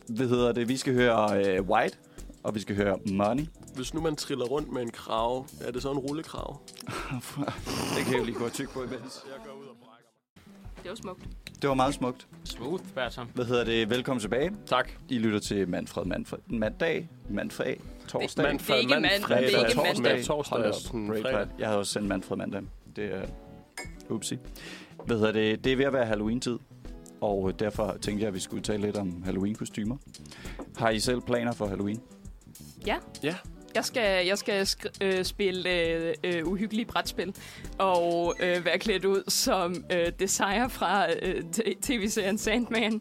Speaker 2: Hvad hedder det? Vi skal høre øh, White, og vi skal høre Money.
Speaker 3: Hvis nu man triller rundt med en krav, er det så en rullekrav?
Speaker 2: Det kan jeg jo lige gå tyk på imens.
Speaker 3: Jeg går ud og brækker mig.
Speaker 1: Det var smukt.
Speaker 2: Det var meget smukt.
Speaker 4: Smooth, Værtsson.
Speaker 2: Hvad hedder det? Velkommen tilbage.
Speaker 3: Tak.
Speaker 2: I lytter til Manfred Manfred. Mandag, Manfred, torsdag.
Speaker 1: Manfred, Det er ikke mand-
Speaker 3: Manfred,
Speaker 1: det er ikke
Speaker 3: torsdag,
Speaker 1: mandag.
Speaker 3: Torsdag,
Speaker 2: Hold da op.
Speaker 3: sådan
Speaker 2: Great
Speaker 3: fredag.
Speaker 2: part. Jeg havde også sendt Manfred mandag. Det er... Upsi. Hvad hedder det? Det er ved at være Halloween-tid. Og derfor tænkte jeg, at vi skulle tale lidt om Halloween-kostymer. Har I selv planer for Halloween?
Speaker 1: Jeg skal, jeg skal skri- øh, spille øh, øh, uhyggelige brætspil og øh, være klædt ud som øh, Desire fra øh, t- tv-serien Sandman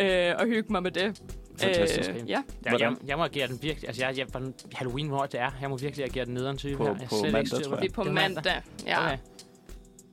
Speaker 1: øh, og hygge mig med det.
Speaker 2: Fantastisk.
Speaker 1: Øh, ja.
Speaker 4: Jeg, jeg,
Speaker 2: Hvordan?
Speaker 4: jeg, må agere den virkelig. Altså, jeg, jeg, hvordan- Halloween, hvor det er. Jeg må virkelig agere den nederen type
Speaker 2: På-
Speaker 4: her. Jeg er
Speaker 2: på
Speaker 4: slet ikke
Speaker 2: mandag,
Speaker 4: styr
Speaker 2: tror jeg.
Speaker 1: Det er på
Speaker 4: Det er
Speaker 1: mandag. Ja.
Speaker 4: Okay.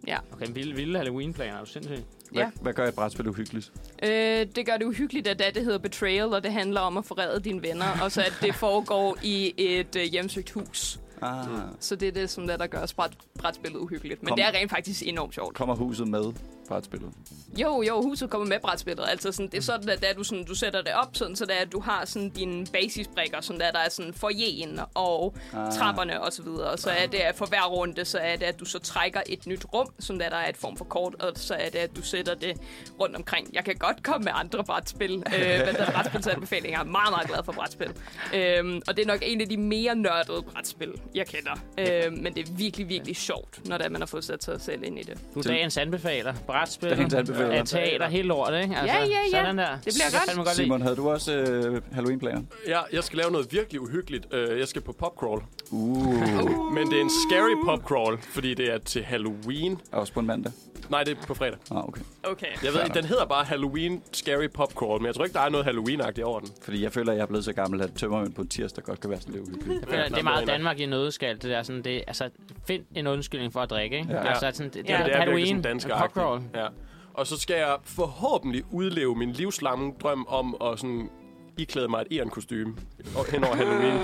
Speaker 1: Ja.
Speaker 4: Okay, vilde, vilde Halloween-planer. Er du sindssyg?
Speaker 2: Hvad,
Speaker 1: Ja.
Speaker 2: hvad gør et brætspil uhyggeligt?
Speaker 1: Øh, det gør det uhyggeligt, at det det hedder Betrayal, og det handler om at forræde dine venner, og så at det foregår i et øh, hjemsøgt hus.
Speaker 2: Ah.
Speaker 1: Så det er det, som der, der gør bræt, brætspillet uhyggeligt. Men
Speaker 2: Kom.
Speaker 1: Kom. det er rent faktisk enormt sjovt.
Speaker 2: Kommer huset med brætspillet?
Speaker 1: Jo, jo, huset kommer med brætspillet. Altså sådan, det er sådan, at da du, sådan, du sætter det op, sådan, så der, at du har sådan dine basisbrikker, sådan der, der er sådan forjen og
Speaker 2: Ah.
Speaker 1: trapperne og så videre. Og så er det, at for hver runde, så er det, at du så trækker et nyt rum, sådan der, der er et form for kort, og så er det, at du sætter det rundt omkring. Jeg kan godt komme med andre brætspil, øh, hvad der er brætspilsanbefalinger. Jeg er meget, meget glad for brætspil. Øhm, og det er nok en af de mere nørdede brætspil, jeg kender. Øh, men det er virkelig, virkelig sjovt, når det er, man har fået sat sig selv ind i det.
Speaker 4: Du er
Speaker 2: Til-
Speaker 4: dagens anbefaler. Brætspil.
Speaker 2: Dagens anbefaler.
Speaker 4: Teater, helt lortet, ikke? Altså,
Speaker 1: Ja, ja, ja.
Speaker 4: Sådan der.
Speaker 1: Det bliver
Speaker 4: Jeg
Speaker 1: godt.
Speaker 4: fandme godt lide.
Speaker 2: Simon, havde du også øh, Halloween-planer?
Speaker 3: Ja, jeg skal lave noget virkelig uhyggeligt. Øh, Jeg skal på popcrawl.
Speaker 2: Uh,
Speaker 3: Men det er en scary popcrawl, fordi det er til Halloween.
Speaker 2: også på en mandag?
Speaker 3: Nej, det er på fredag.
Speaker 2: Ah, okay.
Speaker 1: Okay.
Speaker 3: Jeg ved
Speaker 2: Fair
Speaker 3: ikke, den hedder bare Halloween Scary Popcrawl, men jeg tror ikke, der er noget Halloween-agtigt over den.
Speaker 2: Fordi jeg føler, at jeg er blevet så gammel, at tømmermænd på en tirsdag godt kan være sådan lidt uhyggeligt.
Speaker 4: Det er, det er meget
Speaker 3: Nå,
Speaker 4: Danmark i en nødskal, det der sådan, det, altså, find en undskyldning for at drikke, ikke?
Speaker 2: Ja.
Speaker 4: Ja. Altså, sådan, det, det,
Speaker 1: Ja,
Speaker 3: det er
Speaker 4: er
Speaker 3: virkelig
Speaker 4: Halloween,
Speaker 3: sådan
Speaker 4: dansk
Speaker 3: dansk
Speaker 4: popcrawl.
Speaker 3: Ja. Og så skal jeg forhåbentlig udleve min livslange drøm om at sådan iklæde mig et Eren-kostyme hen over Halloween.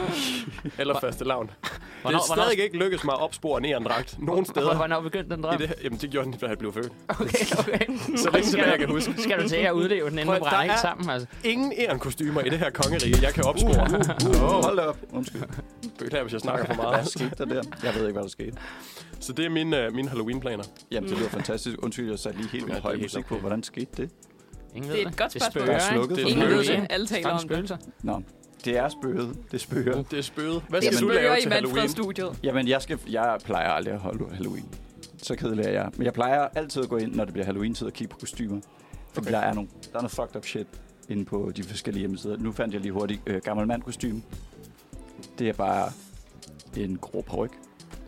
Speaker 3: Eller faste lavn. Det er
Speaker 4: Hvornår, hvornår,
Speaker 3: stadig ikke lykkedes mig at opspore en Eren-dragt nogen
Speaker 4: hvornår,
Speaker 3: steder.
Speaker 4: hvornår begyndte den
Speaker 3: I
Speaker 4: drøm?
Speaker 3: det, jamen, det gjorde den, da han blev født.
Speaker 4: Okay, okay.
Speaker 3: Så længe tilbage, jeg kan huske.
Speaker 4: Skal du til at udleve den, inden
Speaker 3: Prøv,
Speaker 4: du brænder
Speaker 3: der
Speaker 4: ikke
Speaker 3: er-
Speaker 4: sammen, altså?
Speaker 3: Ingen Eren-kostymer i det her kongerige, jeg kan opspore.
Speaker 2: Uh, hold da op. Undskyld.
Speaker 3: Beklager, hvis jeg snakker for
Speaker 2: Hvad
Speaker 3: meget.
Speaker 2: skete der der? Jeg ved ikke, hvad der skete.
Speaker 3: Så det er mine, øh, mine Halloween-planer.
Speaker 2: Jamen, det lyder fantastisk. Undskyld, jeg satte lige helt
Speaker 3: Ja,
Speaker 2: vildt
Speaker 3: det er
Speaker 2: høj
Speaker 3: helt
Speaker 2: musik på.
Speaker 3: okay.
Speaker 2: Hvordan skete det?
Speaker 4: Ingen
Speaker 1: Det er
Speaker 4: ved
Speaker 1: et godt spørgsmål.
Speaker 4: Det
Speaker 2: Der er
Speaker 4: spørger,
Speaker 2: slukket
Speaker 4: ikke?
Speaker 2: for
Speaker 1: Ingen ved det.
Speaker 4: Spøgelser.
Speaker 1: Alle taler om det.
Speaker 4: Spøgelser.
Speaker 2: Nå, det er spøget. Det spøger.
Speaker 3: Det er spøget. Hvad
Speaker 1: Det
Speaker 3: skal
Speaker 1: er
Speaker 3: du
Speaker 1: spørger
Speaker 3: lave
Speaker 1: i
Speaker 3: til Halloween?
Speaker 1: Manfred-studiet.
Speaker 2: Jamen, jeg, skal, jeg plejer aldrig at holde Halloween. Så kedelig er jeg. Men jeg plejer altid at gå ind, når det bliver Halloween-tid, og kigge på kostymer. Fordi okay. der, er nogle, der er noget fucked up shit inde på de forskellige hjemmesider. Nu fandt jeg lige hurtigt øh, gammel mand kostume. Det er bare en grå paryk.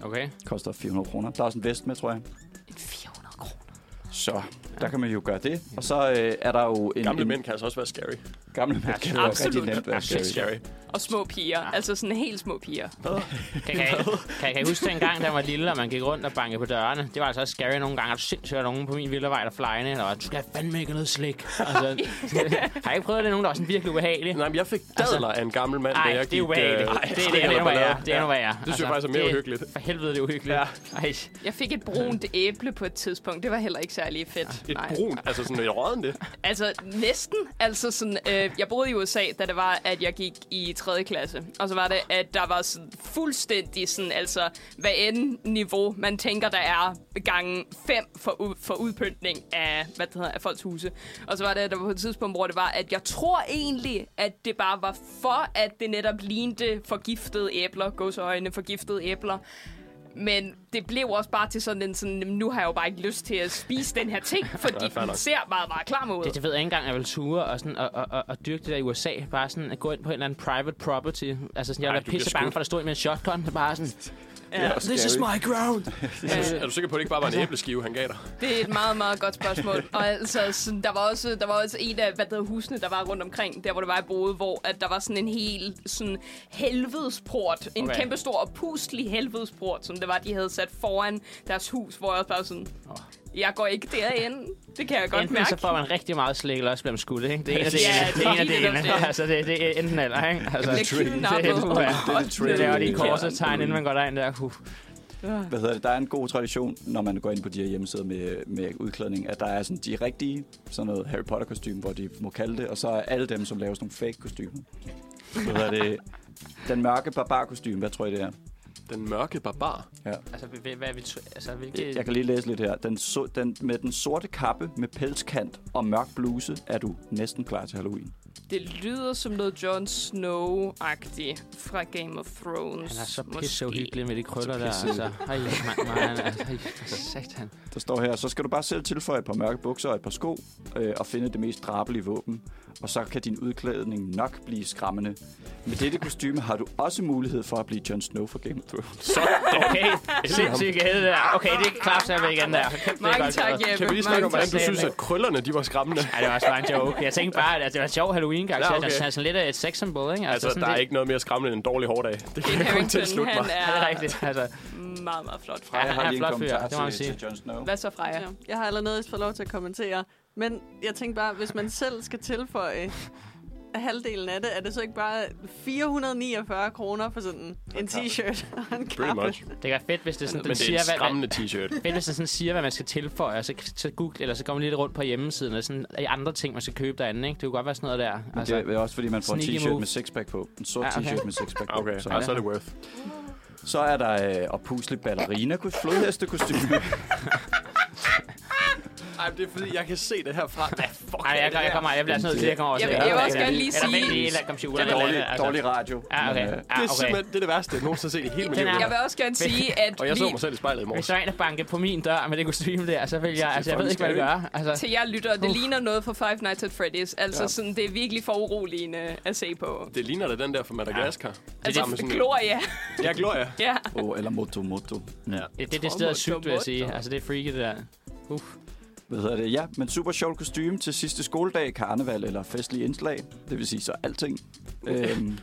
Speaker 4: Okay.
Speaker 2: Koster 400 kroner. Der er også en vest med, tror jeg.
Speaker 1: 400 kroner.
Speaker 2: Så der kan man jo gøre det. Og så øh, er der jo en...
Speaker 3: Gamle
Speaker 2: en,
Speaker 3: mænd kan altså også være scary.
Speaker 2: Gamle Matt Carey er rigtig
Speaker 1: Absolut.
Speaker 2: nemt øh, at være
Speaker 4: Absolut.
Speaker 2: Carey.
Speaker 3: Scary.
Speaker 1: Og små piger.
Speaker 4: Ja.
Speaker 1: Altså sådan helt små piger.
Speaker 4: Kan, kan, kan, kan I huske den gang, der var lille, og man gik rundt og bankede på dørene? Det var altså også scary nogle gange. Og sindssygt, at nogen på min villavej, der flyende. Eller, du skal fandme ikke have noget slik. Altså, har I ikke prøvet det? Nogen, der var sådan virkelig ubehagelig?
Speaker 3: Nej, men jeg fik dadler af en gammel mand, da
Speaker 4: Nej,
Speaker 3: jeg
Speaker 4: Altså- det er
Speaker 3: gik...
Speaker 4: ubehageligt.
Speaker 3: øh,
Speaker 4: Øh, det, det,
Speaker 3: skrig
Speaker 4: det er
Speaker 3: eller
Speaker 4: endnu værre.
Speaker 3: ballade.
Speaker 4: Det er endnu værre.
Speaker 3: Det synes jeg faktisk er mere
Speaker 4: det-
Speaker 3: uhyggeligt.
Speaker 4: For helvede, det er uhyggeligt.
Speaker 3: Ja.
Speaker 4: Ej.
Speaker 1: Jeg fik et brunt æble på et tidspunkt. Det var heller ikke særlig fedt.
Speaker 3: Et brun, altså sådan et råden det.
Speaker 1: Altså, næsten. Altså, sådan, øh, jeg boede i USA, da det var, at jeg gik i 3. klasse. Og så var det, at der var sådan, fuldstændig sådan, altså, hvad end niveau, man tænker, der er gange 5 for, u- for udpyntning af, hvad det hedder, af folks huse. Og så var det, at der var på et tidspunkt, hvor det var, at jeg tror egentlig, at det bare var for, at det netop lignede forgiftede æbler, gåseøjne, forgiftede æbler. Men det blev også bare til sådan en sådan, "Jamen, nu har jeg jo bare ikke lyst til at spise den her ting, fordi
Speaker 3: Ja, fair
Speaker 1: den
Speaker 3: nok.
Speaker 1: ser meget, meget klam ud.
Speaker 4: Det, det ved jeg ikke engang, at jeg vil ture og, sådan, og, og, og, og dyrke det der i USA. Bare sådan at gå ind på en eller anden private property. Altså sådan, jeg
Speaker 3: Ej,
Speaker 4: var
Speaker 3: du bliver
Speaker 4: pisse bange
Speaker 3: skudt.
Speaker 4: for, at der stod en med en shotgun. Det er bare sådan,
Speaker 2: Det er også
Speaker 4: this is
Speaker 2: scary.
Speaker 4: my ground. Øh.
Speaker 1: Ja.
Speaker 3: Er du sikker på, at det ikke bare var en
Speaker 4: Altså-
Speaker 3: æbleskive, han gav dig?
Speaker 1: Det er et meget, meget godt spørgsmål. Og altså, sådan, der, var også, der var også en af hvad der hedder, husene, der var rundt omkring, der hvor det var, jeg boede, hvor at der var sådan en hel sådan, helvedesport. En
Speaker 4: Okay.
Speaker 1: okay. kæmpe stor og puslig helvedesport, som det var, de havde sat foran deres hus, hvor jeg også bare sådan... Jeg går ikke derinde. Det kan jeg godt
Speaker 4: enten
Speaker 1: mærke.
Speaker 4: så får man rigtig meget slik, eller også bliver man skudt, ikke? Det er en af det
Speaker 1: Ja,
Speaker 4: ene. Det er en af
Speaker 1: lige
Speaker 4: det
Speaker 1: netop det.
Speaker 4: ene. Altså, det, det er enten eller, ikke? Altså,
Speaker 1: Jeg
Speaker 2: tricky.
Speaker 1: bliver kidnappet.
Speaker 4: Det er-
Speaker 1: og-
Speaker 4: det er
Speaker 1: og-
Speaker 2: det
Speaker 4: det
Speaker 2: tricky.
Speaker 4: laver de
Speaker 2: Kælderen.
Speaker 4: kors og tegn, inden man går derind der. Uh.
Speaker 2: Hvad hedder det? Der er en god tradition, når man går ind på de her hjemmesider med, med udklædning, at der er sådan de rigtige, sådan noget Harry Potter kostume, hvor de må kalde det, og så er alle dem, som laver sådan nogle fake kostumer. Hvad hedder det? Den mørke barbar kostume, hvad tror I det er?
Speaker 3: Den mørke barbar.
Speaker 2: Ja.
Speaker 4: Altså, hvad- hvad er vi... tr- Altså, hvilke...
Speaker 2: Jeg kan lige læse lidt her. Den, so, den, med den sorte kappe med pelskant og mørk bluse er du næsten klar til Halloween.
Speaker 1: Det lyder som noget Jon Snow-agtigt fra Game of Thrones.
Speaker 4: Han er så
Speaker 1: måske.
Speaker 4: pisse uhyggelig med de krøller der,
Speaker 2: pisse
Speaker 4: altså. Ej, man, man, altså, ej, for satan.
Speaker 2: Der står her, så skal du bare selv tilføje et par mørke bukser og et par sko øh, og finde det mest drabelige våben. Og så kan din udklædning nok blive skræmmende. Med dette kostyme har du også mulighed for at blive Jon Snow fra Game of Thrones.
Speaker 3: Så,
Speaker 4: Okay, sindssygt gæde der. Okay, det er klart, jeg vil igen der. Kæft, det er
Speaker 1: Mange
Speaker 4: godt
Speaker 1: tak,
Speaker 4: gået.
Speaker 1: Jeppe.
Speaker 3: kan vi lige snakke
Speaker 1: Mange
Speaker 3: om, hvordan du
Speaker 1: tak.
Speaker 3: synes, at krøllerne, de var skræmmende?
Speaker 4: Ej, det var også bare en joke. Jeg tænkte bare, at det var en sjov Halloween-karakter.
Speaker 3: Ja,
Speaker 4: Ja,
Speaker 3: okay.
Speaker 4: okay. sådan, sådan lidt af et sex symbol, ikke?
Speaker 3: Altså, der
Speaker 4: sådan
Speaker 3: er ikke noget mere skræmmende end en dårlig hårdag. Det kan jeg kun
Speaker 1: Harrington,
Speaker 3: tilslutte mig.
Speaker 1: han
Speaker 4: Ja, det er
Speaker 1: er
Speaker 4: rigtigt. Altså,
Speaker 1: meget, meget flot fra.
Speaker 4: Ja, han er
Speaker 2: lige
Speaker 4: en flot fyr, det må man
Speaker 2: til,
Speaker 4: sige.
Speaker 2: til Jon Snow.
Speaker 1: Hvad så, Freja?
Speaker 5: Ja. Jeg har allerede fået lov til at kommentere. Men jeg tænkte bare, hvis man selv skal tilføje halvdelen af det, er det så ikke bare 449 kroner for sådan en t-shirt og en
Speaker 3: Pretty
Speaker 5: kappe?
Speaker 3: much.
Speaker 4: det er fedt, hvis det sådan,
Speaker 3: Men
Speaker 4: den
Speaker 3: det er
Speaker 4: siger,
Speaker 3: en
Speaker 4: hvad, hvad,
Speaker 3: skræmmende t-shirt.
Speaker 4: fedt, hvis den sådan siger, hvad man skal tilføje, og så, så google, eller så går man lidt rundt på hjemmesiden, og sådan i andre ting, man skal købe derinde, ikke? Det kunne godt være sådan noget der. altså.
Speaker 2: Men det er også fordi, man får en
Speaker 4: Sneaky
Speaker 2: t-shirt
Speaker 4: move.
Speaker 2: med sixpack på. En sort
Speaker 4: Ja, okay.
Speaker 2: t-shirt med sixpack på.
Speaker 3: Okay,
Speaker 2: Så,
Speaker 3: ja, så er det worth.
Speaker 2: så er der øh, og pusle ballerina flodhestekostyme.
Speaker 3: Ej, det er fordi, jeg kan se det herfra. Hvad fuck
Speaker 4: Ej, jeg, jeg, jeg kommer, jeg bliver sådan nødt til, at jeg kommer over
Speaker 1: Jeg
Speaker 4: til
Speaker 1: vil-
Speaker 4: det.
Speaker 1: jeg vil også
Speaker 4: Eller-
Speaker 1: gerne lige
Speaker 4: Eller
Speaker 1: sige-
Speaker 4: vent lige, eller computer.
Speaker 2: Det er
Speaker 4: eller-
Speaker 2: dårlig,
Speaker 4: eller- altså.
Speaker 2: dårlig radio.
Speaker 4: Ja, okay.
Speaker 2: Men, øh,
Speaker 4: Ja,
Speaker 3: Det er
Speaker 4: Ah, okay.
Speaker 3: simpelthen det, er det værste, jeg nogensinde har set i hele mit
Speaker 4: Den
Speaker 3: liv.
Speaker 4: er-
Speaker 1: Jeg vil også gerne sige, at
Speaker 3: Og jeg så
Speaker 1: lige
Speaker 3: mig selv i spejlet i
Speaker 4: Hvis
Speaker 3: morges.
Speaker 4: der er en, der banker på min dør med det kostume der, så vil jeg... Altså, jeg ved ikke, hvad det gør. Altså,
Speaker 1: til jer lytter, det ligner noget fra Five Nights at Freddy's. Altså, ja. sådan, det er virkelig for uroligende at se på.
Speaker 3: Det ligner da den der fra Madagaskar.
Speaker 1: Altså,
Speaker 3: Sammen med sådan-
Speaker 1: Gloria.
Speaker 3: Ja, Gloria.
Speaker 1: ja.
Speaker 2: oh, eller moto moto. Ja.
Speaker 4: det, det, det sted er sygt, vil jeg sige. Altså, det er freaky, det der. Uff.
Speaker 2: Hvad hedder det? Ja, men super sjovt kostume til sidste skoledag, karneval eller festlige indslag. Det vil sige så alting. Øhm,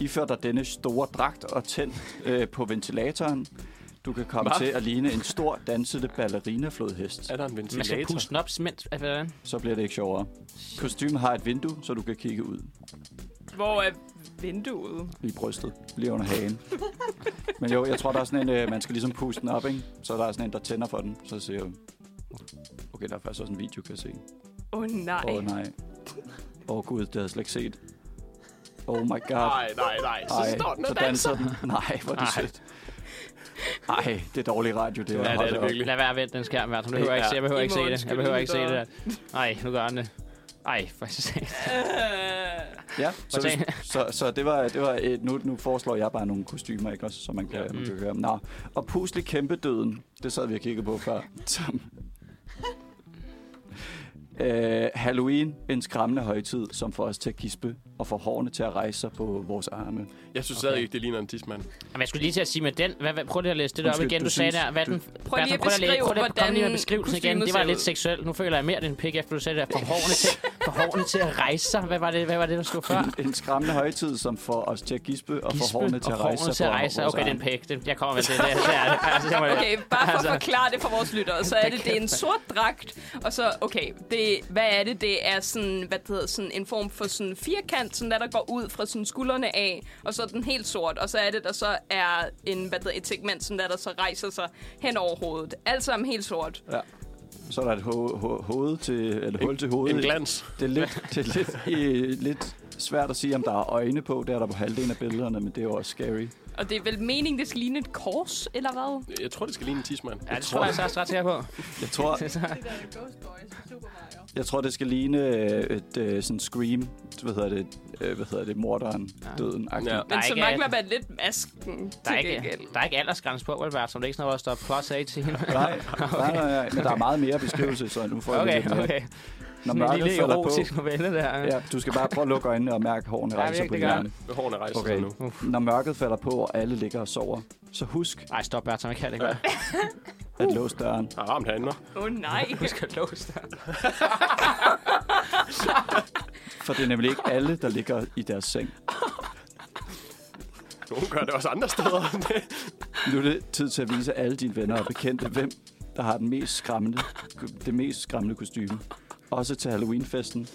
Speaker 2: Ifør dig denne store dragt og tænd øh, på ventilatoren. Du kan komme
Speaker 3: Hva?
Speaker 2: til at ligne en stor dansende ballerinaflodhest.
Speaker 3: Er der en
Speaker 4: Man skal
Speaker 3: ventilator?
Speaker 4: puste den op, mens... Altså, hvordan?
Speaker 2: Så bliver det ikke sjovere. Kostymen har et vindue, så du kan kigge ud
Speaker 1: Hvor er vinduet?
Speaker 2: i brystet, lige under hagen. Men jo, jeg tror, der er sådan en, øh, man skal ligesom puste den op, ikke? Så der er sådan en, der tænder for den. Så siger jeg, okay, der er faktisk også en video, kan jeg se.
Speaker 1: Åh, oh, nej.
Speaker 2: Åh oh, nej. Åh oh, gud, det havde jeg slet ikke set. Oh my god.
Speaker 3: Nej, nej, nej. Så
Speaker 2: Ej,
Speaker 3: står den og
Speaker 2: så
Speaker 3: danser.
Speaker 2: danser den. Nej, hvor er det
Speaker 4: Ej.
Speaker 2: sødt. Ej, det er dårlig radio, det her.
Speaker 3: Ja, det er
Speaker 2: Hold
Speaker 3: det
Speaker 2: op.
Speaker 3: virkelig.
Speaker 4: Lad være at vente den skærm, Martin. Du behøver
Speaker 3: Ja.
Speaker 4: ikke, se- jeg behøver
Speaker 1: I
Speaker 4: ikke se
Speaker 1: må
Speaker 4: det. Jeg
Speaker 1: undskylde,
Speaker 4: behøver ikke se det
Speaker 1: lyttere.
Speaker 4: der. Nej, nu gør den det. Ej, for satan.
Speaker 1: Øh,
Speaker 2: Ja, så,
Speaker 4: Hvordan?
Speaker 2: hvis- så, så det var, det var et, nu, nu foreslår jeg bare nogle kostymer, ikke også, så man kan,
Speaker 3: Ja. mm.
Speaker 2: ja. man kan høre. Nå, og pusle kæmpe døden, det sad vi og kiggede på før. Som, øh, Halloween, en skræmmende højtid, som får os til at gispe og får hårene til at rejse sig på vores arme.
Speaker 3: Jeg synes stadig ikke, det ligner en tidsmand.
Speaker 4: Jamen, jeg skulle lige til at sige med den. Hvad, hvad, prøv lige at læse det der op
Speaker 2: Undskyld,
Speaker 4: igen, du,
Speaker 2: du
Speaker 4: sagde
Speaker 2: synes-
Speaker 4: der. Hvad
Speaker 2: du-
Speaker 4: den,
Speaker 1: Prøv lige at beskrive,
Speaker 4: prøv lige, kom lige med
Speaker 1: hvordan
Speaker 4: beskrivelsen igen.
Speaker 1: kostymet
Speaker 4: Det var
Speaker 1: ser
Speaker 4: lidt
Speaker 1: ud.
Speaker 4: seksuelt. Nu føler jeg mere, det er en pik, efter du sagde det der. For hårene til, for hårene til at rejse sig. Hvad var det, hvad var det der stod før?
Speaker 2: En, en skræmmende højtid, som får os til at gispe og
Speaker 4: Gispe
Speaker 2: får hårene til
Speaker 4: og
Speaker 2: at rejse
Speaker 4: hårene
Speaker 2: sig.
Speaker 4: til at
Speaker 2: på
Speaker 4: rejse sig.
Speaker 2: vores
Speaker 4: Okay, det er en
Speaker 2: arme.
Speaker 4: pik. Det, jeg kommer med det. Det, er- det, er det. Altså, jeg må,
Speaker 1: Okay, bare for
Speaker 4: Altså.
Speaker 1: at forklare det for vores lyttere, så er det, det er en sort dragt, og så, okay, det, hvad er det? Det er sådan, hvad det hedder, sådan en form for sådan firkant, sådan der, der går ud fra sådan skuldrene af, og så er den helt sort, og så er det, der så er en, hvad det hedder, et segment, sådan der, der så rejser sig hen over hovedet. Alt sammen helt sort.
Speaker 2: Ja. Så er der et ho- ho- hoved til, eller hul til hovedet.
Speaker 3: En glans.
Speaker 2: Det er lidt, det er lidt, øh, lidt svært at sige, om der er øjne på. Det er der på halvdelen af billederne, men det er jo også scary.
Speaker 1: Og det er vel meningen, det skal ligne et kors, eller hvad?
Speaker 3: Jeg tror, det skal ligne en tidsmand.
Speaker 4: ja, det tror jeg så også ret sikker på.
Speaker 2: Jeg tror,
Speaker 5: Det der Ghost Boys fra Super Mario.
Speaker 2: jeg tror det skal ligne øh, et øh, sådan scream. Hvad hedder det? Øh, hvad hedder det? Morderen.
Speaker 4: Ja.
Speaker 2: Døden. Ja.
Speaker 3: Ja.
Speaker 1: Men så
Speaker 4: ikke-
Speaker 1: mangler man lidt masken
Speaker 4: Der er
Speaker 1: til
Speaker 4: ikke,
Speaker 1: gengæld.
Speaker 4: der er ikke aldersgrænse på, vel, Bert? Som det er ikke sådan noget, hvor der står plus 18.
Speaker 2: Nej, nej, nej, nej, men der er meget mere beskrivelse, så nu får jeg
Speaker 4: Okay,
Speaker 2: lidt mere.
Speaker 4: okay.
Speaker 2: Når
Speaker 4: Sådan en
Speaker 2: mørket
Speaker 4: lille
Speaker 2: falder på,
Speaker 4: erotisk novelle der.
Speaker 2: ja, du skal bare prøve at lukke øjnene og mærke hårene
Speaker 4: Ja,
Speaker 2: rejse
Speaker 4: det
Speaker 2: på
Speaker 4: gør jeg.
Speaker 2: hjernen.
Speaker 3: Hårene rejser okay.
Speaker 2: Okay.
Speaker 3: sig nu.
Speaker 2: Når mørket falder på, og alle ligger og sover, så husk
Speaker 4: Nej, stop, Bertram. Jeg kan det godt.
Speaker 2: at låse døren.
Speaker 3: Har ramt handler.
Speaker 1: Åh oh, nej.
Speaker 4: Husk at låse der.
Speaker 2: For det er nemlig ikke alle, der ligger i deres seng.
Speaker 3: Nogle gør det også andre steder.
Speaker 2: Nu er det tid til at vise alle dine venner og bekendte, hvem der har den mest skræmmende, det mest skræmmende kostume. Også til Halloweenfesten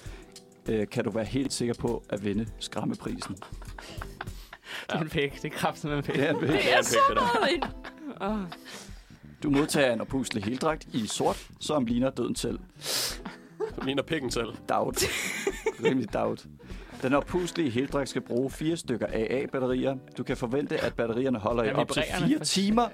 Speaker 2: øh, kan du være helt sikker på at vinde skræmmeprisen.
Speaker 4: Det er en pik. Det er kraften med en pik.
Speaker 2: Det er en vild.
Speaker 1: Det er
Speaker 3: en
Speaker 1: så
Speaker 3: pik, det der.
Speaker 1: meget en
Speaker 2: Du modtager en opuslig heldragt i sort, som ligner døden selv.
Speaker 3: Som ligner pikken selv.
Speaker 2: Doubt. Rimelig doubt. Den opuslige heldragt skal bruge fire stykker AA-batterier. Du kan forvente, at batterierne holder i
Speaker 4: Er
Speaker 2: op til
Speaker 4: vibrerende?
Speaker 2: fire timer.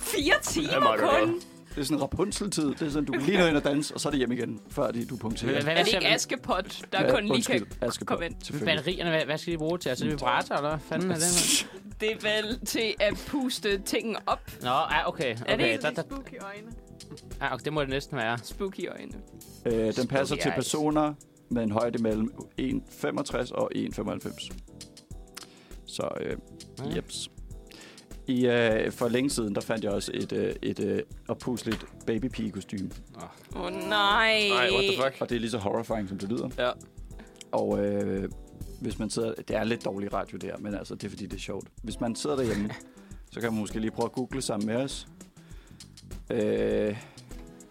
Speaker 1: fire timer
Speaker 3: meget godt.
Speaker 1: kun.
Speaker 2: Det er sådan Rapunzel-tid. Det er sådan, du kan lige nå ind og danse, og så er det hjem igen, før de, du punkterer.
Speaker 4: Hvad, hvad,
Speaker 1: Er det ikke
Speaker 4: hvad,
Speaker 1: Askepot, der kun lige kan
Speaker 2: Askepot,
Speaker 1: komme ind?
Speaker 2: selvfølgelig.
Speaker 4: batterierne, hvad, hvad skal de bruge til? Altså, det er vibrator, eller hvad fanden er det?
Speaker 1: Det er vel til at puste tingene op,
Speaker 4: Nå, ah, okay. okay.
Speaker 1: det
Speaker 4: der,
Speaker 5: Helt
Speaker 4: der,
Speaker 5: spooky øjne.
Speaker 4: ah, okay, det må det næsten være.
Speaker 1: spooky øjne.
Speaker 2: Øh, den passer
Speaker 1: Spooky
Speaker 2: til
Speaker 1: eyes.
Speaker 2: personer med en højde mellem 1,65 og 1,95. Så, øh,
Speaker 4: Ja.
Speaker 2: jeps. I, øh, for længe siden, der fandt jeg også et, øh, et øh, oppusligt babypige-kostyme.
Speaker 1: Åh oh, nej.
Speaker 3: Nej, what the fuck?
Speaker 2: Og det er lige så horrifying, som det lyder.
Speaker 3: Ja.
Speaker 2: Og øh, hvis man sidder... Det er lidt dårlig radio, det her, men altså, det er fordi, det er sjovt. Hvis man sidder derhjemme, så kan man måske lige prøve at google sammen med os. Øh,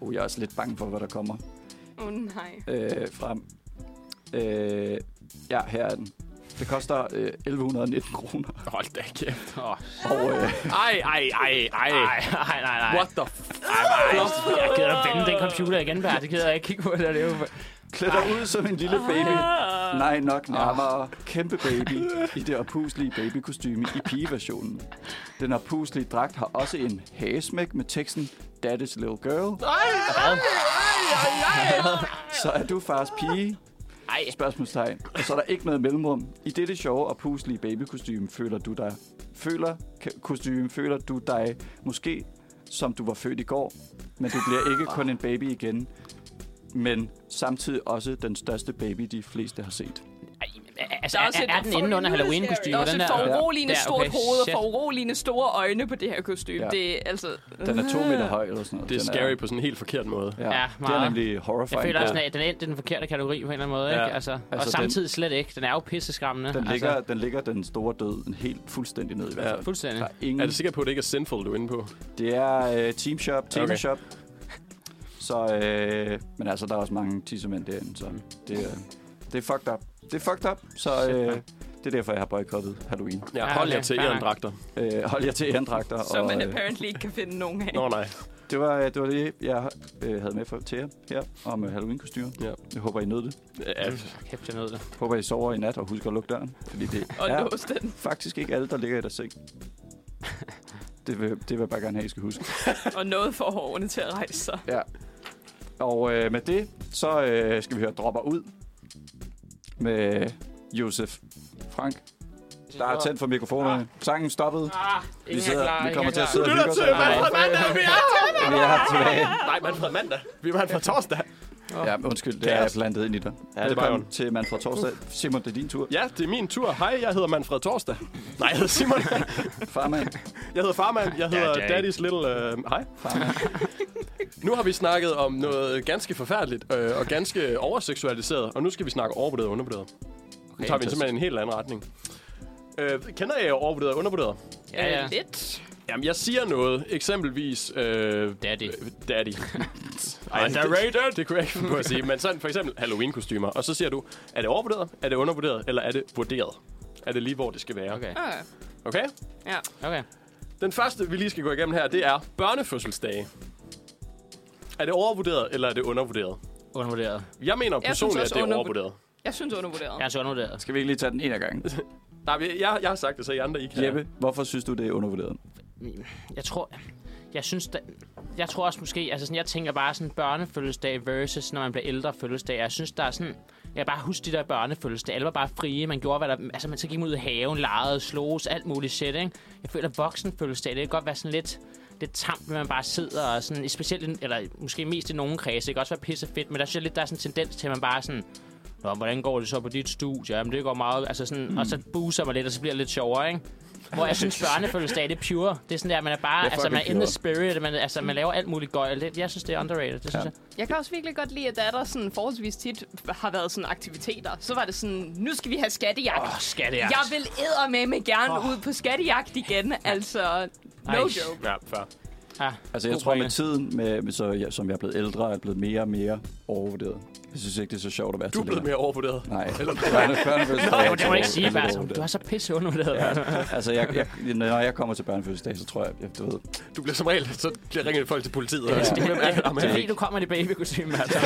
Speaker 2: oh, jeg er også lidt bange for, hvad der kommer
Speaker 1: Åh oh, nej.
Speaker 2: øh, frem. Øh, ja, her er den. Det koster øh, 1119 kroner.
Speaker 3: Hold da kæft.
Speaker 4: Åh,
Speaker 2: Og øh,
Speaker 3: Ej, ej, ej, ej.
Speaker 4: nej, nej, nej, nej.
Speaker 3: What the f...
Speaker 4: Ej, nej, jeg gider at vende den computer igen, Bert. Det gider jeg ikke kigge på. Det er jo...
Speaker 2: klæder ud som en lille baby. Nej, nok nærmere. Kæmpe baby i det opuslige babykostyme i pigeversionen. Den opuslige dragt har også en hagesmæk med teksten That is little girl. Så er du fars pige?
Speaker 4: Ej,
Speaker 2: Spørgsmålstegn. Og så er der ikke noget mellemrum. I dette sjove og puslige babykostyme føler du dig... Føler k- kostyme, føler du dig måske som du var født i går, men du bliver ikke kun en baby igen, men samtidig også den største baby, de fleste har set.
Speaker 4: ej, altså,
Speaker 1: Der er
Speaker 4: er,
Speaker 1: også
Speaker 4: er,
Speaker 1: et-
Speaker 4: er den inde
Speaker 1: Der
Speaker 4: under Halloween-kostymer?
Speaker 1: er også
Speaker 4: den
Speaker 1: et foruroligende
Speaker 4: Ja,
Speaker 1: stort
Speaker 4: okay,
Speaker 1: hoved og
Speaker 4: shit.
Speaker 1: foruroligende store øjne på det her kostume.
Speaker 2: Ja.
Speaker 1: Ja. Det er altså...
Speaker 2: Den er to meter høj eller sådan noget.
Speaker 3: Det er
Speaker 2: Den
Speaker 3: scary på sådan en helt forkert måde.
Speaker 2: Ja,
Speaker 4: Ja,
Speaker 2: ja det er
Speaker 4: meget.
Speaker 2: nemlig
Speaker 4: Jeg
Speaker 2: horrifying.
Speaker 4: føler også,
Speaker 2: Ja.
Speaker 4: at den er endt i den forkerte kategori på en eller anden måde, ikke?
Speaker 3: Ja.
Speaker 4: Altså, og
Speaker 2: Altså, den-
Speaker 4: samtidig slet ikke. Den er jo pisseskræmmende.
Speaker 2: den, ligger, den ligger den store død en helt fuldstændig ned i hvert
Speaker 3: Ja.
Speaker 2: fald.
Speaker 4: Altså, fuldstændig.
Speaker 2: Der er ingen,
Speaker 3: Er du sikker på, at det ikke er sinful, du er inde på?
Speaker 2: det er øh, Team Shop, Tema
Speaker 3: Okay.
Speaker 2: Shop. Så, øh, men altså, der er også mange tissemænd derinde, så det, øh, det er fucked up. Det er fucked up, så
Speaker 4: Shit,
Speaker 2: øh,
Speaker 4: mand.
Speaker 2: det er derfor, jeg har boykottet Halloween.
Speaker 3: Ja,
Speaker 4: Ja,
Speaker 3: hold jer
Speaker 4: okay.
Speaker 3: til
Speaker 4: Fair nok.
Speaker 3: ærendragter.
Speaker 2: Øh, hold jer til ærendragter.
Speaker 1: Som man
Speaker 2: og, øh,
Speaker 1: apparently ikke kan finde nogen af.
Speaker 3: Nå nej.
Speaker 2: det, var, øh, det var det, jeg øh, havde med for, til jer her om øh, Halloween-kostymer.
Speaker 3: Ja.
Speaker 2: Jeg håber, I nød det.
Speaker 3: Ja,
Speaker 4: Kæft, jeg nød det.
Speaker 2: Håber, I sover i nat og husker at lukke døren. Fordi det
Speaker 1: Og
Speaker 2: er
Speaker 1: låse den.
Speaker 2: faktisk ikke alle, der ligger i deres seng. Det vil, det vil jeg bare gerne have, I skal huske.
Speaker 1: Og noget for hårene til at rejse sig.
Speaker 2: Ja. Og øh, med det, så øh, skal vi høre Dropper ud med Josef Frank. Der er tændt for mikrofonerne. Sangen stoppede.
Speaker 4: Ah,
Speaker 2: Vi, sidder, vi kommer til at sidde
Speaker 4: sidde.
Speaker 2: og hygge os.
Speaker 3: Manfred Mandag, vi er
Speaker 2: Vi er tilbage.
Speaker 3: Nej, Manfred Mandag. Vi er Manfred Torsdag.
Speaker 2: Ja, undskyld, det
Speaker 3: Kaos.
Speaker 2: er blandet ind i dig.
Speaker 3: bare
Speaker 2: Velkommen
Speaker 3: jo.
Speaker 2: til Manfred Torsdag. Simon, det er din tur.
Speaker 3: Ja, det er min tur. Hej, jeg hedder Manfred Torsdag. Nej, jeg hedder Simon.
Speaker 2: Farmand.
Speaker 3: Jeg hedder Farmand. Jeg hedder
Speaker 4: det er
Speaker 3: ja, Daddy's Little... Øh, hej. Nu har vi snakket om noget ganske forfærdeligt øh, og ganske overseksualiseret, og nu skal vi snakke overvurderet og undervurderet. Nu tager vi simpelthen en helt anden retning. Øh, kender jeg overvurderet og undervurderet?
Speaker 4: Ja, ja.
Speaker 1: Øh, Lidt.
Speaker 3: Jamen, jeg siger noget. Eksempelvis... Øh,
Speaker 4: Daddy.
Speaker 3: øh, Daddy. Ej, det, det kunne jeg ikke finde på at sige. Men sådan for eksempel Halloween-kostymer. Og så siger du, er det overvurderet, er det undervurderet, eller er det vurderet? Er det lige, hvor det skal være?
Speaker 4: Okay.
Speaker 1: Øh,
Speaker 3: okay?
Speaker 1: ja.
Speaker 4: Okay.
Speaker 3: Den første, vi lige skal gå igennem her, det er børnefødselsdage. Er det overvurderet, eller er det undervurderet?
Speaker 4: Undervurderet.
Speaker 3: Jeg mener
Speaker 1: synes
Speaker 3: personligt,
Speaker 1: også
Speaker 3: at det er
Speaker 1: undervur-
Speaker 3: overvurderet.
Speaker 1: Jeg synes undervurderet.
Speaker 4: Jeg er så undervurderet.
Speaker 2: Skal vi ikke lige tage den en af gangen?
Speaker 3: Nej, men jeg, jeg har sagt det, så I andre, I kan.
Speaker 2: Jeppe, hvorfor synes du, det er undervurderet?
Speaker 4: Jeg tror... Jeg synes, da, jeg tror også måske, altså sådan, jeg tænker bare sådan børnefødselsdag versus, når man bliver ældre fødselsdag. Jeg synes, der er sådan, jeg bare husker de der børnefødselsdage. Alle var bare frie, man gjorde, hvad der, altså man så gik man ud i haven, legede, slogs, alt muligt shit, ikke? Jeg føler, at voksenfødselsdag, det kan godt være sådan lidt, lidt tamt, når man bare sidder og sådan, specielt, i- eller måske mest i nogen kredse, det kan også være pisse fedt, men der synes jeg lidt, der er sådan en tendens til, at man bare sådan, Nå, hvordan går det så på dit studie? Jamen, det går meget, altså sådan, mm. og så buser man lidt, og så bliver det lidt sjovere, ikke? Hvor jeg synes, børnefødselsdag, det er pure. Det er sådan der, man er bare,
Speaker 2: Det er
Speaker 4: altså man er
Speaker 2: fucking
Speaker 4: in the
Speaker 2: pure.
Speaker 4: spirit, man, altså man laver alt muligt gøjl. Det, jeg synes, det er underrated, det synes
Speaker 2: Ja.
Speaker 4: ja.
Speaker 1: Jeg kan også virkelig godt lide, at der, der sådan forholdsvis tit har været sådan aktiviteter. Så var det sådan, nu skal vi have skattejagt.
Speaker 4: jeg. Åh, oh, skattejagt.
Speaker 1: Jeg vil eddermame gerne oh. ud på skattejagt igen. Altså, no
Speaker 4: Ej.
Speaker 1: joke.
Speaker 3: Ja, fair.
Speaker 4: Ah,
Speaker 2: Altså, jeg
Speaker 4: god
Speaker 2: tror med
Speaker 4: pointe.
Speaker 2: tiden, med, med så, jeg, som jeg er blevet ældre, er jeg blevet mere og mere overvurderet. Jeg synes ikke, det er så sjovt at være
Speaker 3: Du er blevet mere overvurderet.
Speaker 2: Nej,
Speaker 3: Eller-
Speaker 2: børne, børnefødselsdag.
Speaker 4: Nå, det må jeg ikke sige,
Speaker 2: Lidt
Speaker 4: bare sådan,
Speaker 2: overvurderet.
Speaker 4: du er så pisse undervurderet. Ja.
Speaker 2: Altså, jeg, jeg, når jeg kommer til børnefødselsdag, så tror jeg, jeg du ved,
Speaker 3: Du bliver som regel, så bliver ringet folk til politiet. Ja.
Speaker 2: Ja.
Speaker 3: Og sådan, hvem er det, der er
Speaker 4: Det er fordi,
Speaker 3: med?
Speaker 4: du kommer i babykostyme, altså.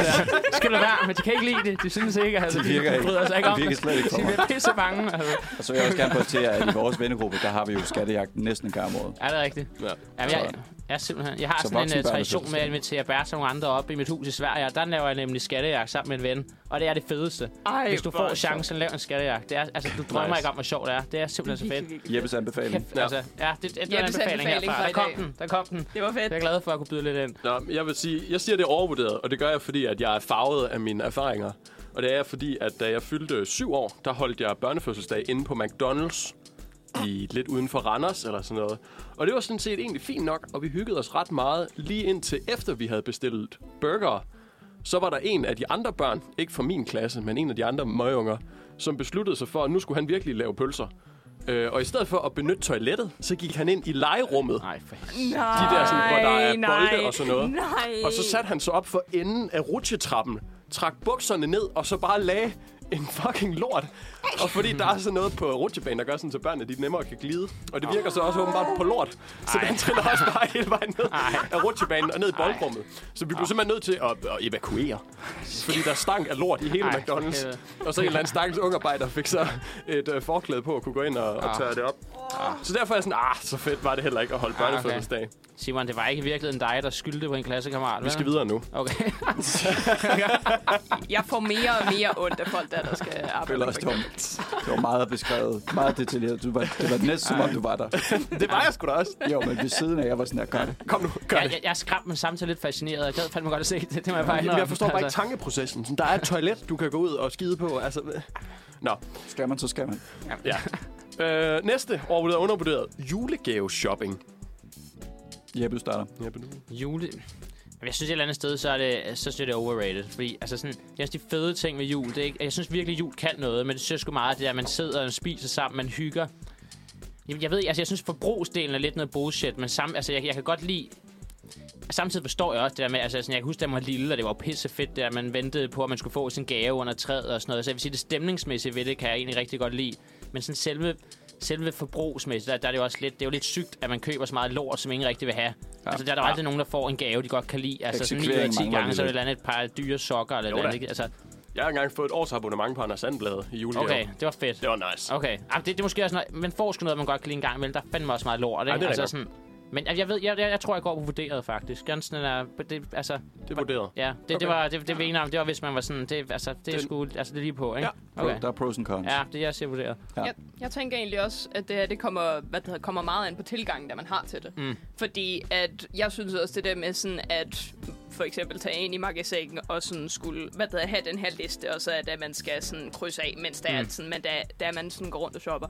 Speaker 4: Skal du være, men de kan ikke lide det. De synes ikke, altså.
Speaker 2: Det virker
Speaker 4: de
Speaker 2: ikke.
Speaker 4: bryder sig ikke
Speaker 2: Det
Speaker 4: om
Speaker 2: virker slet ikke for
Speaker 4: De
Speaker 2: mig.
Speaker 4: bliver pisse bange, altså.
Speaker 2: Og så vil jeg også gerne pointere, at i vores vennegruppe, der har vi jo skattejagten næsten en gang om året.
Speaker 4: Er det rigtigt?
Speaker 3: Ja.
Speaker 4: Jamen, jeg,
Speaker 2: Så-
Speaker 4: jeg, simpelthen, jeg har
Speaker 2: Så
Speaker 4: sådan en
Speaker 2: voksen
Speaker 4: uh, tradition med at
Speaker 2: børnefødselsdag.
Speaker 4: invitere Bert og nogle andre op i mit hus i Sverige, og der laver jeg nemlig skattejagt sammen med en ven, og det er det fedeste.
Speaker 1: Ej,
Speaker 4: Hvis du
Speaker 1: hvor er
Speaker 4: får
Speaker 1: det
Speaker 4: chancen, lav en skattejagt. Det er, altså, du drømmer
Speaker 3: Nice.
Speaker 4: nice. ikke om, hvor sjovt det er. Det er simpelthen så fedt.
Speaker 2: Jeppes anbefaling.
Speaker 4: Kæft, altså, ja, det, det, det var en
Speaker 1: Jeppes
Speaker 4: anbefaling
Speaker 1: anbefaling
Speaker 4: herfra.
Speaker 1: fra
Speaker 4: Der
Speaker 1: i
Speaker 4: kom
Speaker 1: dag.
Speaker 4: den, der kom den.
Speaker 1: Det var fedt.
Speaker 4: Jeg er glad for at kunne byde lidt ind.
Speaker 3: Nå, men jeg vil sige, jeg siger, det er overvurderet, og det gør jeg, fordi at jeg er farvet af mine erfaringer. Og det er jeg, fordi, at da jeg fyldte syv år, der holdt jeg børnefødselsdag inde på McDonald's. I, lidt uden for Randers eller sådan noget. Og det var sådan set egentlig fint nok, og vi hyggede os ret meget, lige indtil efter vi havde bestilt burger. Så var der en af de andre børn, ikke fra min klasse, men en af de andre møgunger, som besluttede sig for, at nu skulle han virkelig lave pølser. Øh, og i stedet for at benytte toilettet, så gik han ind i legerummet
Speaker 4: Nej, for helvede.
Speaker 1: Nej,
Speaker 3: de der, sådan, hvor der er bolde
Speaker 1: nej,
Speaker 3: og sådan noget.
Speaker 1: Nej.
Speaker 3: Og så satte han sig op for enden af rutsjetrappen, trak bukserne ned, og så bare lagde en fucking lort. Og fordi der er sådan noget på rutsjebanen, der gør sådan, så børnene de nemmere kan glide. Og det virker så også åbenbart på lort. Så den triller også bare hele vejen ned af rutsjebanen og ned i boldrummet. Så vi blev simpelthen nødt til at, at evakuere. Fordi der stank af lort i hele
Speaker 4: Ej, for
Speaker 3: McDonald's.
Speaker 4: helvede.
Speaker 3: Og så en eller anden stakkels ungarbejder fik så et øh, forklæde på og kunne gå ind og, og tørre det op. Så derfor er jeg sådan, ah, så fedt var det heller ikke at holde
Speaker 4: Ah, okay.
Speaker 3: børnefødselsdag.
Speaker 4: Simon, det var ikke i virkeligheden dig, der skyldte på en klassekammerat.
Speaker 3: Vi skal videre nu.
Speaker 4: Okay.
Speaker 1: Jeg får mere og mere ondt af folk, der, der skal arbejde.
Speaker 2: Føler også, det var, det var meget beskrevet, meget detaljeret. Du var, det var næsten, som om du var der.
Speaker 3: Det var jeg sgu da også.
Speaker 2: Jo, men ved siden af, jeg var sådan her, godt.
Speaker 3: Kom nu, gør
Speaker 4: jeg,
Speaker 3: det.
Speaker 4: jeg, jeg er skræmt, men samtidig lidt fascineret. Jeg gad fandme godt at se det. Det må jeg bare
Speaker 3: Jamen,
Speaker 4: indrømme.
Speaker 3: jeg forstår bare ikke
Speaker 4: Altså,
Speaker 3: tankeprocessen. Sådan, Der er et toilet, du kan gå ud og skide på. Altså, øh. Nå,
Speaker 2: Skal man, så skal man.
Speaker 3: ja. Øh, næste overvurderet og undervurderet. Julegave-shopping.
Speaker 2: Jeppe, du starter.
Speaker 4: Jule... Jamen, Jeg synes et eller andet sted, så er det, så synes jeg, det er overrated. Fordi altså sådan, jeg synes, de fede ting ved jul, det er ikke, jeg synes virkelig, jul kan noget, men det synes jeg sgu meget, det er, at man sidder og spiser sammen, man hygger. Jamen, jeg ved ikke, altså jeg synes forbrugsdelen er lidt noget bullshit, men sam, altså, jeg, jeg kan godt lide Samtidig forstår jeg også det der med, altså sådan, jeg kan huske, da man var lille, og det var jo pisse fedt, at man ventede på, at man skulle få sin gave under træet og sådan noget. Så jeg vil sige, det stemningsmæssige ved det, kan jeg egentlig rigtig godt lide. Men sådan selve, selve forbrugsmæssigt, der, der, er det jo også lidt, det er jo lidt sygt, at man køber så meget lort, som ingen rigtig vil have. Ja. Altså, der er der jo altid nogen, der får en gave, de godt kan lide. Altså, sådan 9 ud af
Speaker 2: Eksekveringen
Speaker 4: 10
Speaker 2: mangler
Speaker 4: gange,
Speaker 2: vi
Speaker 4: så er det et
Speaker 2: lidt.
Speaker 4: eller andet et par dyre sokker eller
Speaker 3: Jo
Speaker 4: et eller
Speaker 3: da.
Speaker 4: andet. ikke? Altså,
Speaker 3: Jeg har engang fået et års abonnement på Anders Sandblad i julegave.
Speaker 4: okay, det var fedt.
Speaker 3: Det var nice.
Speaker 4: Okay. Ah, det, det er måske også noget, man får sgu noget, man godt kan lide en gang imellem. Der er fandme også meget lort, ikke?
Speaker 3: Ej, det er
Speaker 4: altså,
Speaker 3: rigtig
Speaker 4: sådan, men jeg, jeg ved, jeg, jeg, jeg, tror, jeg går på vurderet, faktisk. Ganske er, det, altså,
Speaker 3: Det er vurderet.
Speaker 4: Ja, det, okay. det var det, det vi enige om. Det var, hvis man var sådan, det, altså, det er
Speaker 3: Den-
Speaker 4: sgu, altså, det er lige på, ikke?
Speaker 2: Pro,
Speaker 4: okay.
Speaker 2: Der er pros and cons.
Speaker 4: Ja, det er jeg ser vurderet.
Speaker 2: Ja.
Speaker 1: Jeg, jeg tænker egentlig også, at det, her, det kommer, hvad det hedder, kommer meget an på tilgangen, der man har til det.
Speaker 4: Mm.
Speaker 1: Fordi at jeg synes også, det der med sådan, at for eksempel tage ind i magasin og sådan skulle hvad der, have den her liste, og så er det, at man skal sådan krydse af, mens der mm. er
Speaker 4: Mm.
Speaker 1: sådan, men da, da man sådan går rundt og shopper.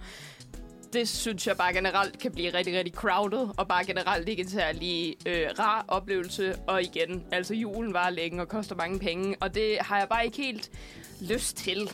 Speaker 1: Det synes jeg bare generelt kan blive rigtig, rigtig crowded, og bare generelt ikke en særlig øh, rar oplevelse. Og igen, altså julen var længe og koster mange penge, og det har jeg bare ikke helt lyst til.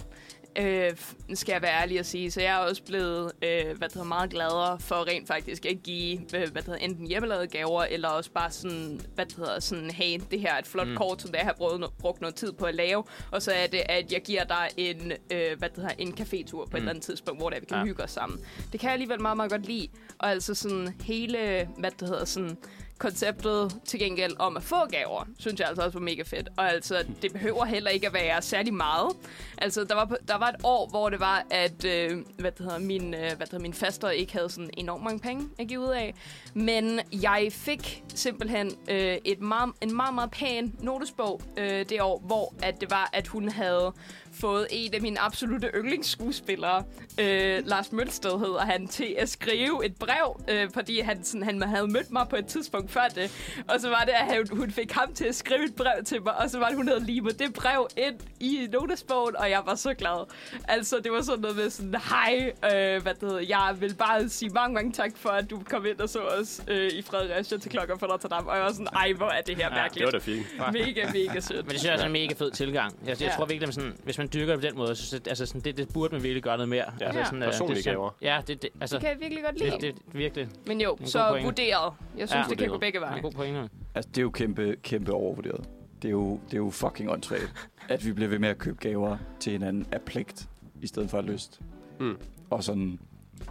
Speaker 1: Øh, skal jeg være ærlig at sige. Så jeg er også blevet øh, hvad det hedder, meget gladere for rent faktisk at give øh, hvad det hedder, enten hjemmelavede gaver, eller også bare sådan, hvad det hedder, sådan, hey, det her er et flot mm. kort, som jeg har brugt, brugt noget tid på at lave, og så er det, at jeg giver dig en, øh, hvad det hedder, en cafétur på mm. et eller andet tidspunkt, hvor der, vi kan
Speaker 4: Ja.
Speaker 1: ja. hygge os sammen. Det kan jeg alligevel meget, meget godt lide. Og altså sådan hele, hvad det hedder, sådan, konceptet til gengæld om at få gaver, synes jeg altså også var mega fedt. Og altså, det behøver heller ikke at være særlig meget. Altså, der var, på- der var et år, hvor det var, at øh, hvad det hedder, min, øh, hvad det hedder, min faster ikke havde sådan enormt mange penge at give ud af. Men jeg fik simpelthen øh, et meget, en meget, meget pæn notesbog øh, det år, hvor at det var, at hun havde fået en af mine absolute yndlingsskuespillere, øh, Lars Mølsted hedder han, til at skrive et brev, øh, fordi han, sådan, han havde mødt mig på et tidspunkt før det. Og så var det, at han- hun fik ham til at skrive et brev til mig, og så var det, hun havde limet det brev ind i notesbogen, og jeg var så glad. Altså, det var sådan noget med sådan, hej, øh, hvad det hedder, jeg vil bare sige mange, mange tak for, at du kom ind og så os øh, i Fredericia til klokken for Rotterdam. Og jeg var sådan, ej, hvor er det her
Speaker 4: Ja,
Speaker 1: mærkeligt.
Speaker 3: fint.
Speaker 1: mega, mega sødt.
Speaker 4: Men det synes jeg også er en mega fed tilgang. Jeg, jeg
Speaker 1: Ja.
Speaker 4: tror virkelig, at sådan, hvis man dyrker det på den måde, så synes jeg, altså sådan, det, det burde man virkelig gøre noget mere.
Speaker 3: Ja.
Speaker 4: Altså,
Speaker 1: Ja.
Speaker 4: øh,
Speaker 3: Personlige
Speaker 4: det, synes-
Speaker 3: gaver.
Speaker 4: Ja, det, det, altså,
Speaker 1: Det kan jeg virkelig godt lide.
Speaker 4: det, det, det, virkelig. Det
Speaker 1: Men jo,
Speaker 4: god
Speaker 1: så
Speaker 4: pointe.
Speaker 1: vurderet. Jeg synes,
Speaker 4: Ja.
Speaker 1: ja, det kan gå
Speaker 3: Vurderet.
Speaker 1: begge
Speaker 4: er en
Speaker 1: veje.
Speaker 4: god pointe.
Speaker 2: Altså, det er jo kæmpe, kæmpe overvurderet. Det er jo, det er jo fucking åndssvagt, at vi bliver ved med at købe gaver til hinanden af pligt, i stedet for af lyst.
Speaker 3: Mm.
Speaker 2: Og sådan,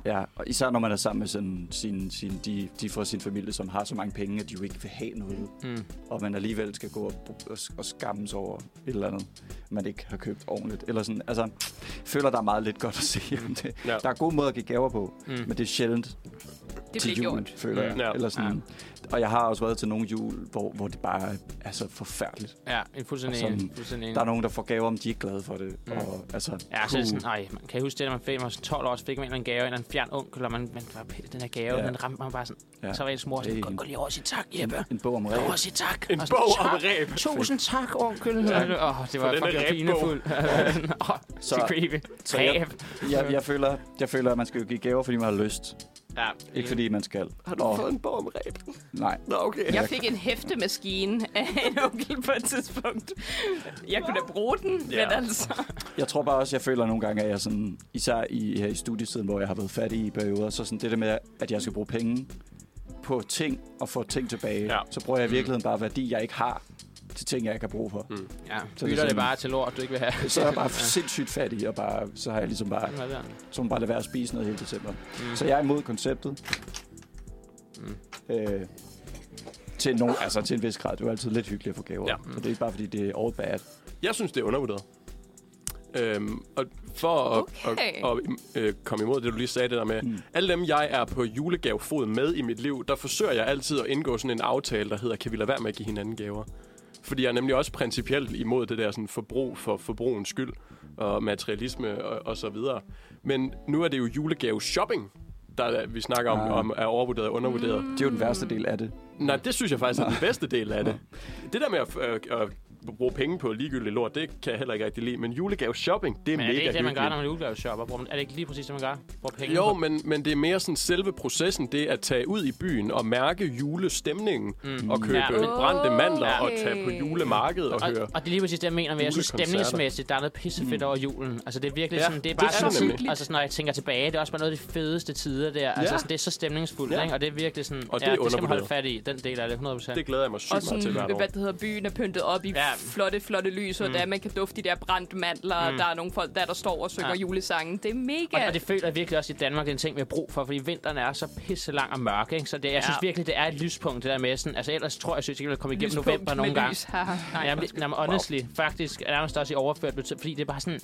Speaker 2: ja, og især når man er sammen med sådan, sin, sin, de, de fra sin familie, som har så mange penge, at de jo ikke vil have noget,
Speaker 4: Mm.
Speaker 2: og man alligevel skal gå og, og, og skamme sig over et eller andet, man ikke har købt ordentligt. Eller sådan, altså, føler der er meget lidt godt at se om det.
Speaker 3: Ja.
Speaker 2: Der er gode måder at give gaver på,
Speaker 4: Mm.
Speaker 2: men det er sjældent,
Speaker 1: Det
Speaker 2: til
Speaker 1: bliver
Speaker 2: jul,
Speaker 1: gjort.
Speaker 2: føler jeg.
Speaker 3: Ja.
Speaker 2: Eller sådan. Og jeg har også været til nogle jul, hvor, hvor det bare er så forfærdeligt.
Speaker 4: Ja, en
Speaker 2: Og
Speaker 4: fuldstændig,
Speaker 3: Altså,
Speaker 4: en,
Speaker 2: sådan-
Speaker 4: fuldstændig enig.
Speaker 2: Der er nogen, der får gaver, om de ikke er glade for det.
Speaker 4: Mm.
Speaker 2: Og, altså,
Speaker 4: Ja, så er det sådan, nej, man kan jeg huske det, da man fik, man var sådan 12 år, så fik man en eller anden gave, en eller anden fjern onkel, og man, man var pisse, den her gave,
Speaker 2: Ja.
Speaker 4: ja. den ramte man bare sådan.
Speaker 2: Ja.
Speaker 4: Ja. Så var ens mor sådan,
Speaker 2: Det er
Speaker 4: gå,
Speaker 2: en-
Speaker 4: gå lige over og sig tak, Jeppe.
Speaker 2: en, en bog om
Speaker 4: Gå over
Speaker 2: ræb.
Speaker 4: og sig tak.
Speaker 3: En
Speaker 4: Og sådan,
Speaker 3: bog om
Speaker 4: "Tak.
Speaker 3: ræb."
Speaker 4: Tusind tak, onkel. Ja. Åh, det var
Speaker 3: den
Speaker 4: fucking
Speaker 3: ræbbog.
Speaker 4: pinefuldt. Åh,
Speaker 2: Så-
Speaker 4: så, det er creepy.
Speaker 2: så
Speaker 4: Så
Speaker 2: jeg-
Speaker 4: jeg,
Speaker 2: Jeg, jeg, føler, jeg føler, at man skal jo give gaver, fordi man har lyst.
Speaker 4: ja,
Speaker 2: Ikke fordi man skal.
Speaker 3: Har du
Speaker 2: Og-
Speaker 3: fået en bog om ræb?
Speaker 2: Nej.
Speaker 3: Nå, okay.
Speaker 1: Jeg fik en hæftemaskine af en onkel på et tidspunkt. Jeg kunne da bruge den,
Speaker 3: Ja.
Speaker 1: men altså...
Speaker 2: Jeg tror bare også, jeg føler nogle gange, at jeg sådan, især i, her i studietiden, hvor jeg har været fattig i perioder, så sådan det der med, at jeg skal bruge penge på ting og få ting tilbage,
Speaker 3: Ja.
Speaker 2: så bruger jeg
Speaker 4: Mm.
Speaker 2: i virkeligheden bare værdi, jeg ikke har, til ting, jeg ikke har brug for. Mm.
Speaker 4: ja.
Speaker 2: Så det er
Speaker 4: Bytter det
Speaker 2: sådan-
Speaker 4: bare til lort, du ikke vil have.
Speaker 2: Så er jeg bare sindssygt fattig, og bare, så har jeg ligesom bare
Speaker 4: Sådan var det.
Speaker 2: Så må man bare lade være at spise noget hele december. Mm. Så jeg er imod konceptet.
Speaker 4: Mm.
Speaker 2: Øh, til, nogen, altså til en vis grad. Det er jo altid lidt hyggeligt at få gaver.
Speaker 3: Ja.
Speaker 2: Ja. Så det er ikke bare, fordi det er all bad.
Speaker 3: Jeg synes, det er undervurderet. Øhm, og for at,
Speaker 1: Okay.
Speaker 3: at, at, øh, komme imod det, du lige sagde, det der med, mm. alle dem, jeg er på julegavefod med i mit liv, der forsøger jeg altid at indgå sådan en aftale, der hedder, kan vi lade være med at give hinanden gaver? Fordi jeg er nemlig også principielt imod det der sådan, forbrug for forbrugens skyld, og materialisme og, og så videre. Men nu er det jo julegave-shopping, der er- vi snakker om,
Speaker 2: Ah.
Speaker 3: om er overvurderet og undervurderet.
Speaker 2: Det er jo den værste del af det.
Speaker 3: Nej, det synes jeg faktisk er den bedste del af det. Det der med at, øh, at bruge penge på ligegyldigt lort, det kan jeg heller ikke rigtig lide. Men julegave shopping, det er
Speaker 4: Men er
Speaker 3: mega
Speaker 4: det ikke det, man gør, når
Speaker 3: hyggeligt.
Speaker 4: man julegave shopper? Bruger man- Er det ikke lige præcis det, man gør? Bruger penge
Speaker 3: Jo,
Speaker 4: på-
Speaker 3: men, men det er mere sådan selve processen, det at tage ud i byen og mærke julestemningen, mm. og købe
Speaker 4: Ja.
Speaker 3: brændte mandler og
Speaker 1: Okay.
Speaker 3: tage på julemarkedet og,
Speaker 4: Og,
Speaker 3: høre.
Speaker 4: og det er lige præcis det, jeg mener med, jeg synes
Speaker 3: Julekoncerter.
Speaker 4: stemningsmæssigt, der er noget pissefedt mm. over julen. Altså det er virkelig
Speaker 3: Ja,
Speaker 4: ja, sådan, det er
Speaker 3: det
Speaker 4: bare
Speaker 3: er
Speaker 4: sådan,
Speaker 3: det nemlig.
Speaker 4: altså sådan, når jeg tænker tilbage, det er også bare noget af de fedeste tider der. Altså
Speaker 3: Ja.
Speaker 4: sådan, det er så stemningsfuldt,
Speaker 3: Ja.
Speaker 4: ja. ikke? Og det er virkelig sådan,
Speaker 3: Og det er
Speaker 4: ja, det skal man holde
Speaker 3: undervurderet.
Speaker 4: fat i, den del af det, 100%.
Speaker 3: Det
Speaker 4: Det,
Speaker 3: glæder jeg mig sygt
Speaker 1: Og
Speaker 3: meget til hvert
Speaker 1: sådan,
Speaker 3: år.
Speaker 1: hvad det hedder, byen er pyntet op i
Speaker 4: Ja. Mm.
Speaker 1: flotte, flotte lys, og der man kan dufte de der brændte mandler, mm. der er nogle folk, der, der står og synger
Speaker 4: Ja.
Speaker 1: ja. julesangen. Det er mega...
Speaker 4: og, og det føler jeg virkelig også i Danmark, det er en ting, vi har brug for, fordi vinteren er så pisse lang og mørk, ikke? Så det, jeg
Speaker 1: Ja.
Speaker 4: synes virkelig, det er et lyspunkt, det der med sådan, altså ellers tror jeg, synes ikke, jeg vil komme igennem
Speaker 1: lyspunkt
Speaker 4: november
Speaker 1: med
Speaker 4: nogle gange.
Speaker 1: lys. Haha. Nej,
Speaker 4: Jamen, det- jamen honestly, wow. faktisk er nærmest også i overført betydning, fordi det er bare sådan...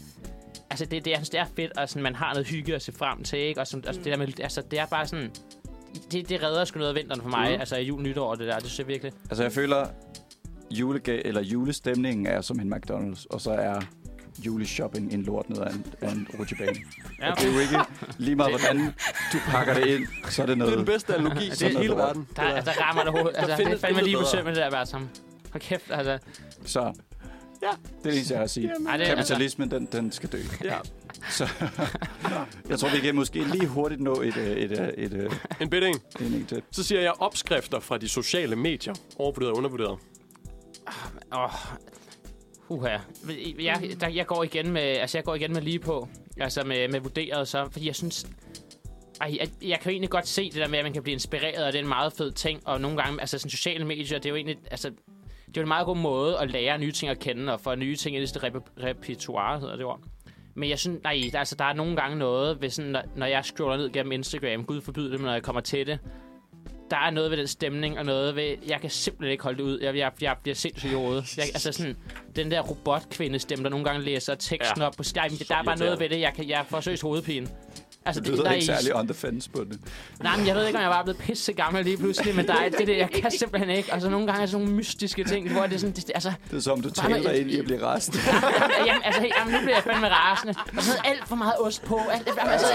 Speaker 4: Altså, det, det, jeg synes, det er fedt, og sådan, man har noget hygge at se frem til, ikke? Og sådan, altså, det der med, altså, det er bare sådan... Det, det redder sgu noget af vinteren for mig, mm. altså i jul nytår og det der, det synes jeg virkelig.
Speaker 2: Altså jeg føler, julega- eller julestemningen er som en McDonald's, og så er juleshopping en lort ned af en, af en rutsjebane.
Speaker 4: Ja,
Speaker 2: Det er jo ikke lige meget, hvordan du pakker det ind, så er det
Speaker 3: Det er den
Speaker 2: noget.
Speaker 3: bedste analogi i
Speaker 2: noget
Speaker 3: hele
Speaker 2: lort.
Speaker 3: verden.
Speaker 4: der, altså, der rammer det hovedet. Altså, det er
Speaker 3: findes
Speaker 4: fandme
Speaker 3: intet
Speaker 4: lige på
Speaker 3: bedre.
Speaker 4: søm med det der bare sammen. for kæft, altså.
Speaker 2: Så
Speaker 3: Ja.
Speaker 2: det er det eneste, jeg har at sige.
Speaker 4: Ej, det, altså
Speaker 2: Kapitalismen, den, den skal dø.
Speaker 3: Ja.
Speaker 2: Så jeg tror, vi kan måske lige hurtigt nå et, øh, et, øh, et, et,
Speaker 3: En bitte en.
Speaker 2: en enkelt tip.
Speaker 3: Så siger jeg opskrifter fra de sociale medier. Overvurderet og undervurderet.
Speaker 4: Åh. Uha. Jeg, der, jeg, går igen med, altså jeg går igen med lige på. Altså med, med vurderet så. Fordi jeg synes... Ej, jeg, jeg kan jo egentlig godt se det der med, at man kan blive inspireret, og det er en meget fed ting. Og nogle gange, altså sådan sociale medier, det er jo egentlig... Altså, det er jo en meget god måde at lære nye ting at kende, og få nye ting ind i sit rep- repertoire, hedder det ord. Men jeg synes, nej, der, altså, der er nogle gange noget, ved sådan, når, når jeg scroller ned gennem Instagram, gud forbyde det, men når jeg kommer til det, der er noget ved den stemning, og noget ved, jeg kan simpelthen ikke holde det ud. Jeg, jeg, jeg bliver sindssygt i hovedet. Jeg, altså sådan, den der robotkvindestemme, der nogle gange læser teksten
Speaker 3: Ja.
Speaker 4: ja. op på skærmen, det, der er bare noget ved det, jeg, kan, jeg får seriøst hovedpine. Altså,
Speaker 2: Det lyder
Speaker 4: der er
Speaker 2: ikke
Speaker 4: i-
Speaker 2: særlig on the fence på det.
Speaker 4: Nej, men jeg ved ikke, om jeg bare er blevet pisse gammel lige pludselig, men der er det, der, jeg kan simpelthen ikke. Og så nogle gange er sådan nogle mystiske ting, hvor det er sådan, det, altså,
Speaker 2: Det er som, du
Speaker 4: Bare med-
Speaker 2: taler dig ind i at blive resten.
Speaker 4: jamen, altså, hey, jamen, nu bliver jeg fandme rasende. Og så er alt for meget ost på. Alt, altså,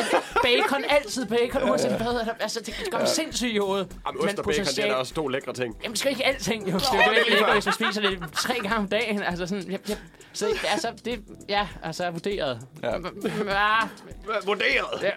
Speaker 4: bacon, altid bacon, uanset hvad. Altså, det gør mig sindssygt i hovedet.
Speaker 3: Jamen, ost og bacon, det er
Speaker 4: potentiale-
Speaker 3: da også to lækre ting.
Speaker 4: Jamen, det skal ikke alting, jo. Det er jo ikke lækkert, hvis man spiser det tre gange om dagen. Altså, sådan, jeg, jeg, så, altså, det, ja, altså, er vurderet. Ah.
Speaker 2: Ja.
Speaker 4: Ja.
Speaker 3: Vurderet!
Speaker 4: Ja,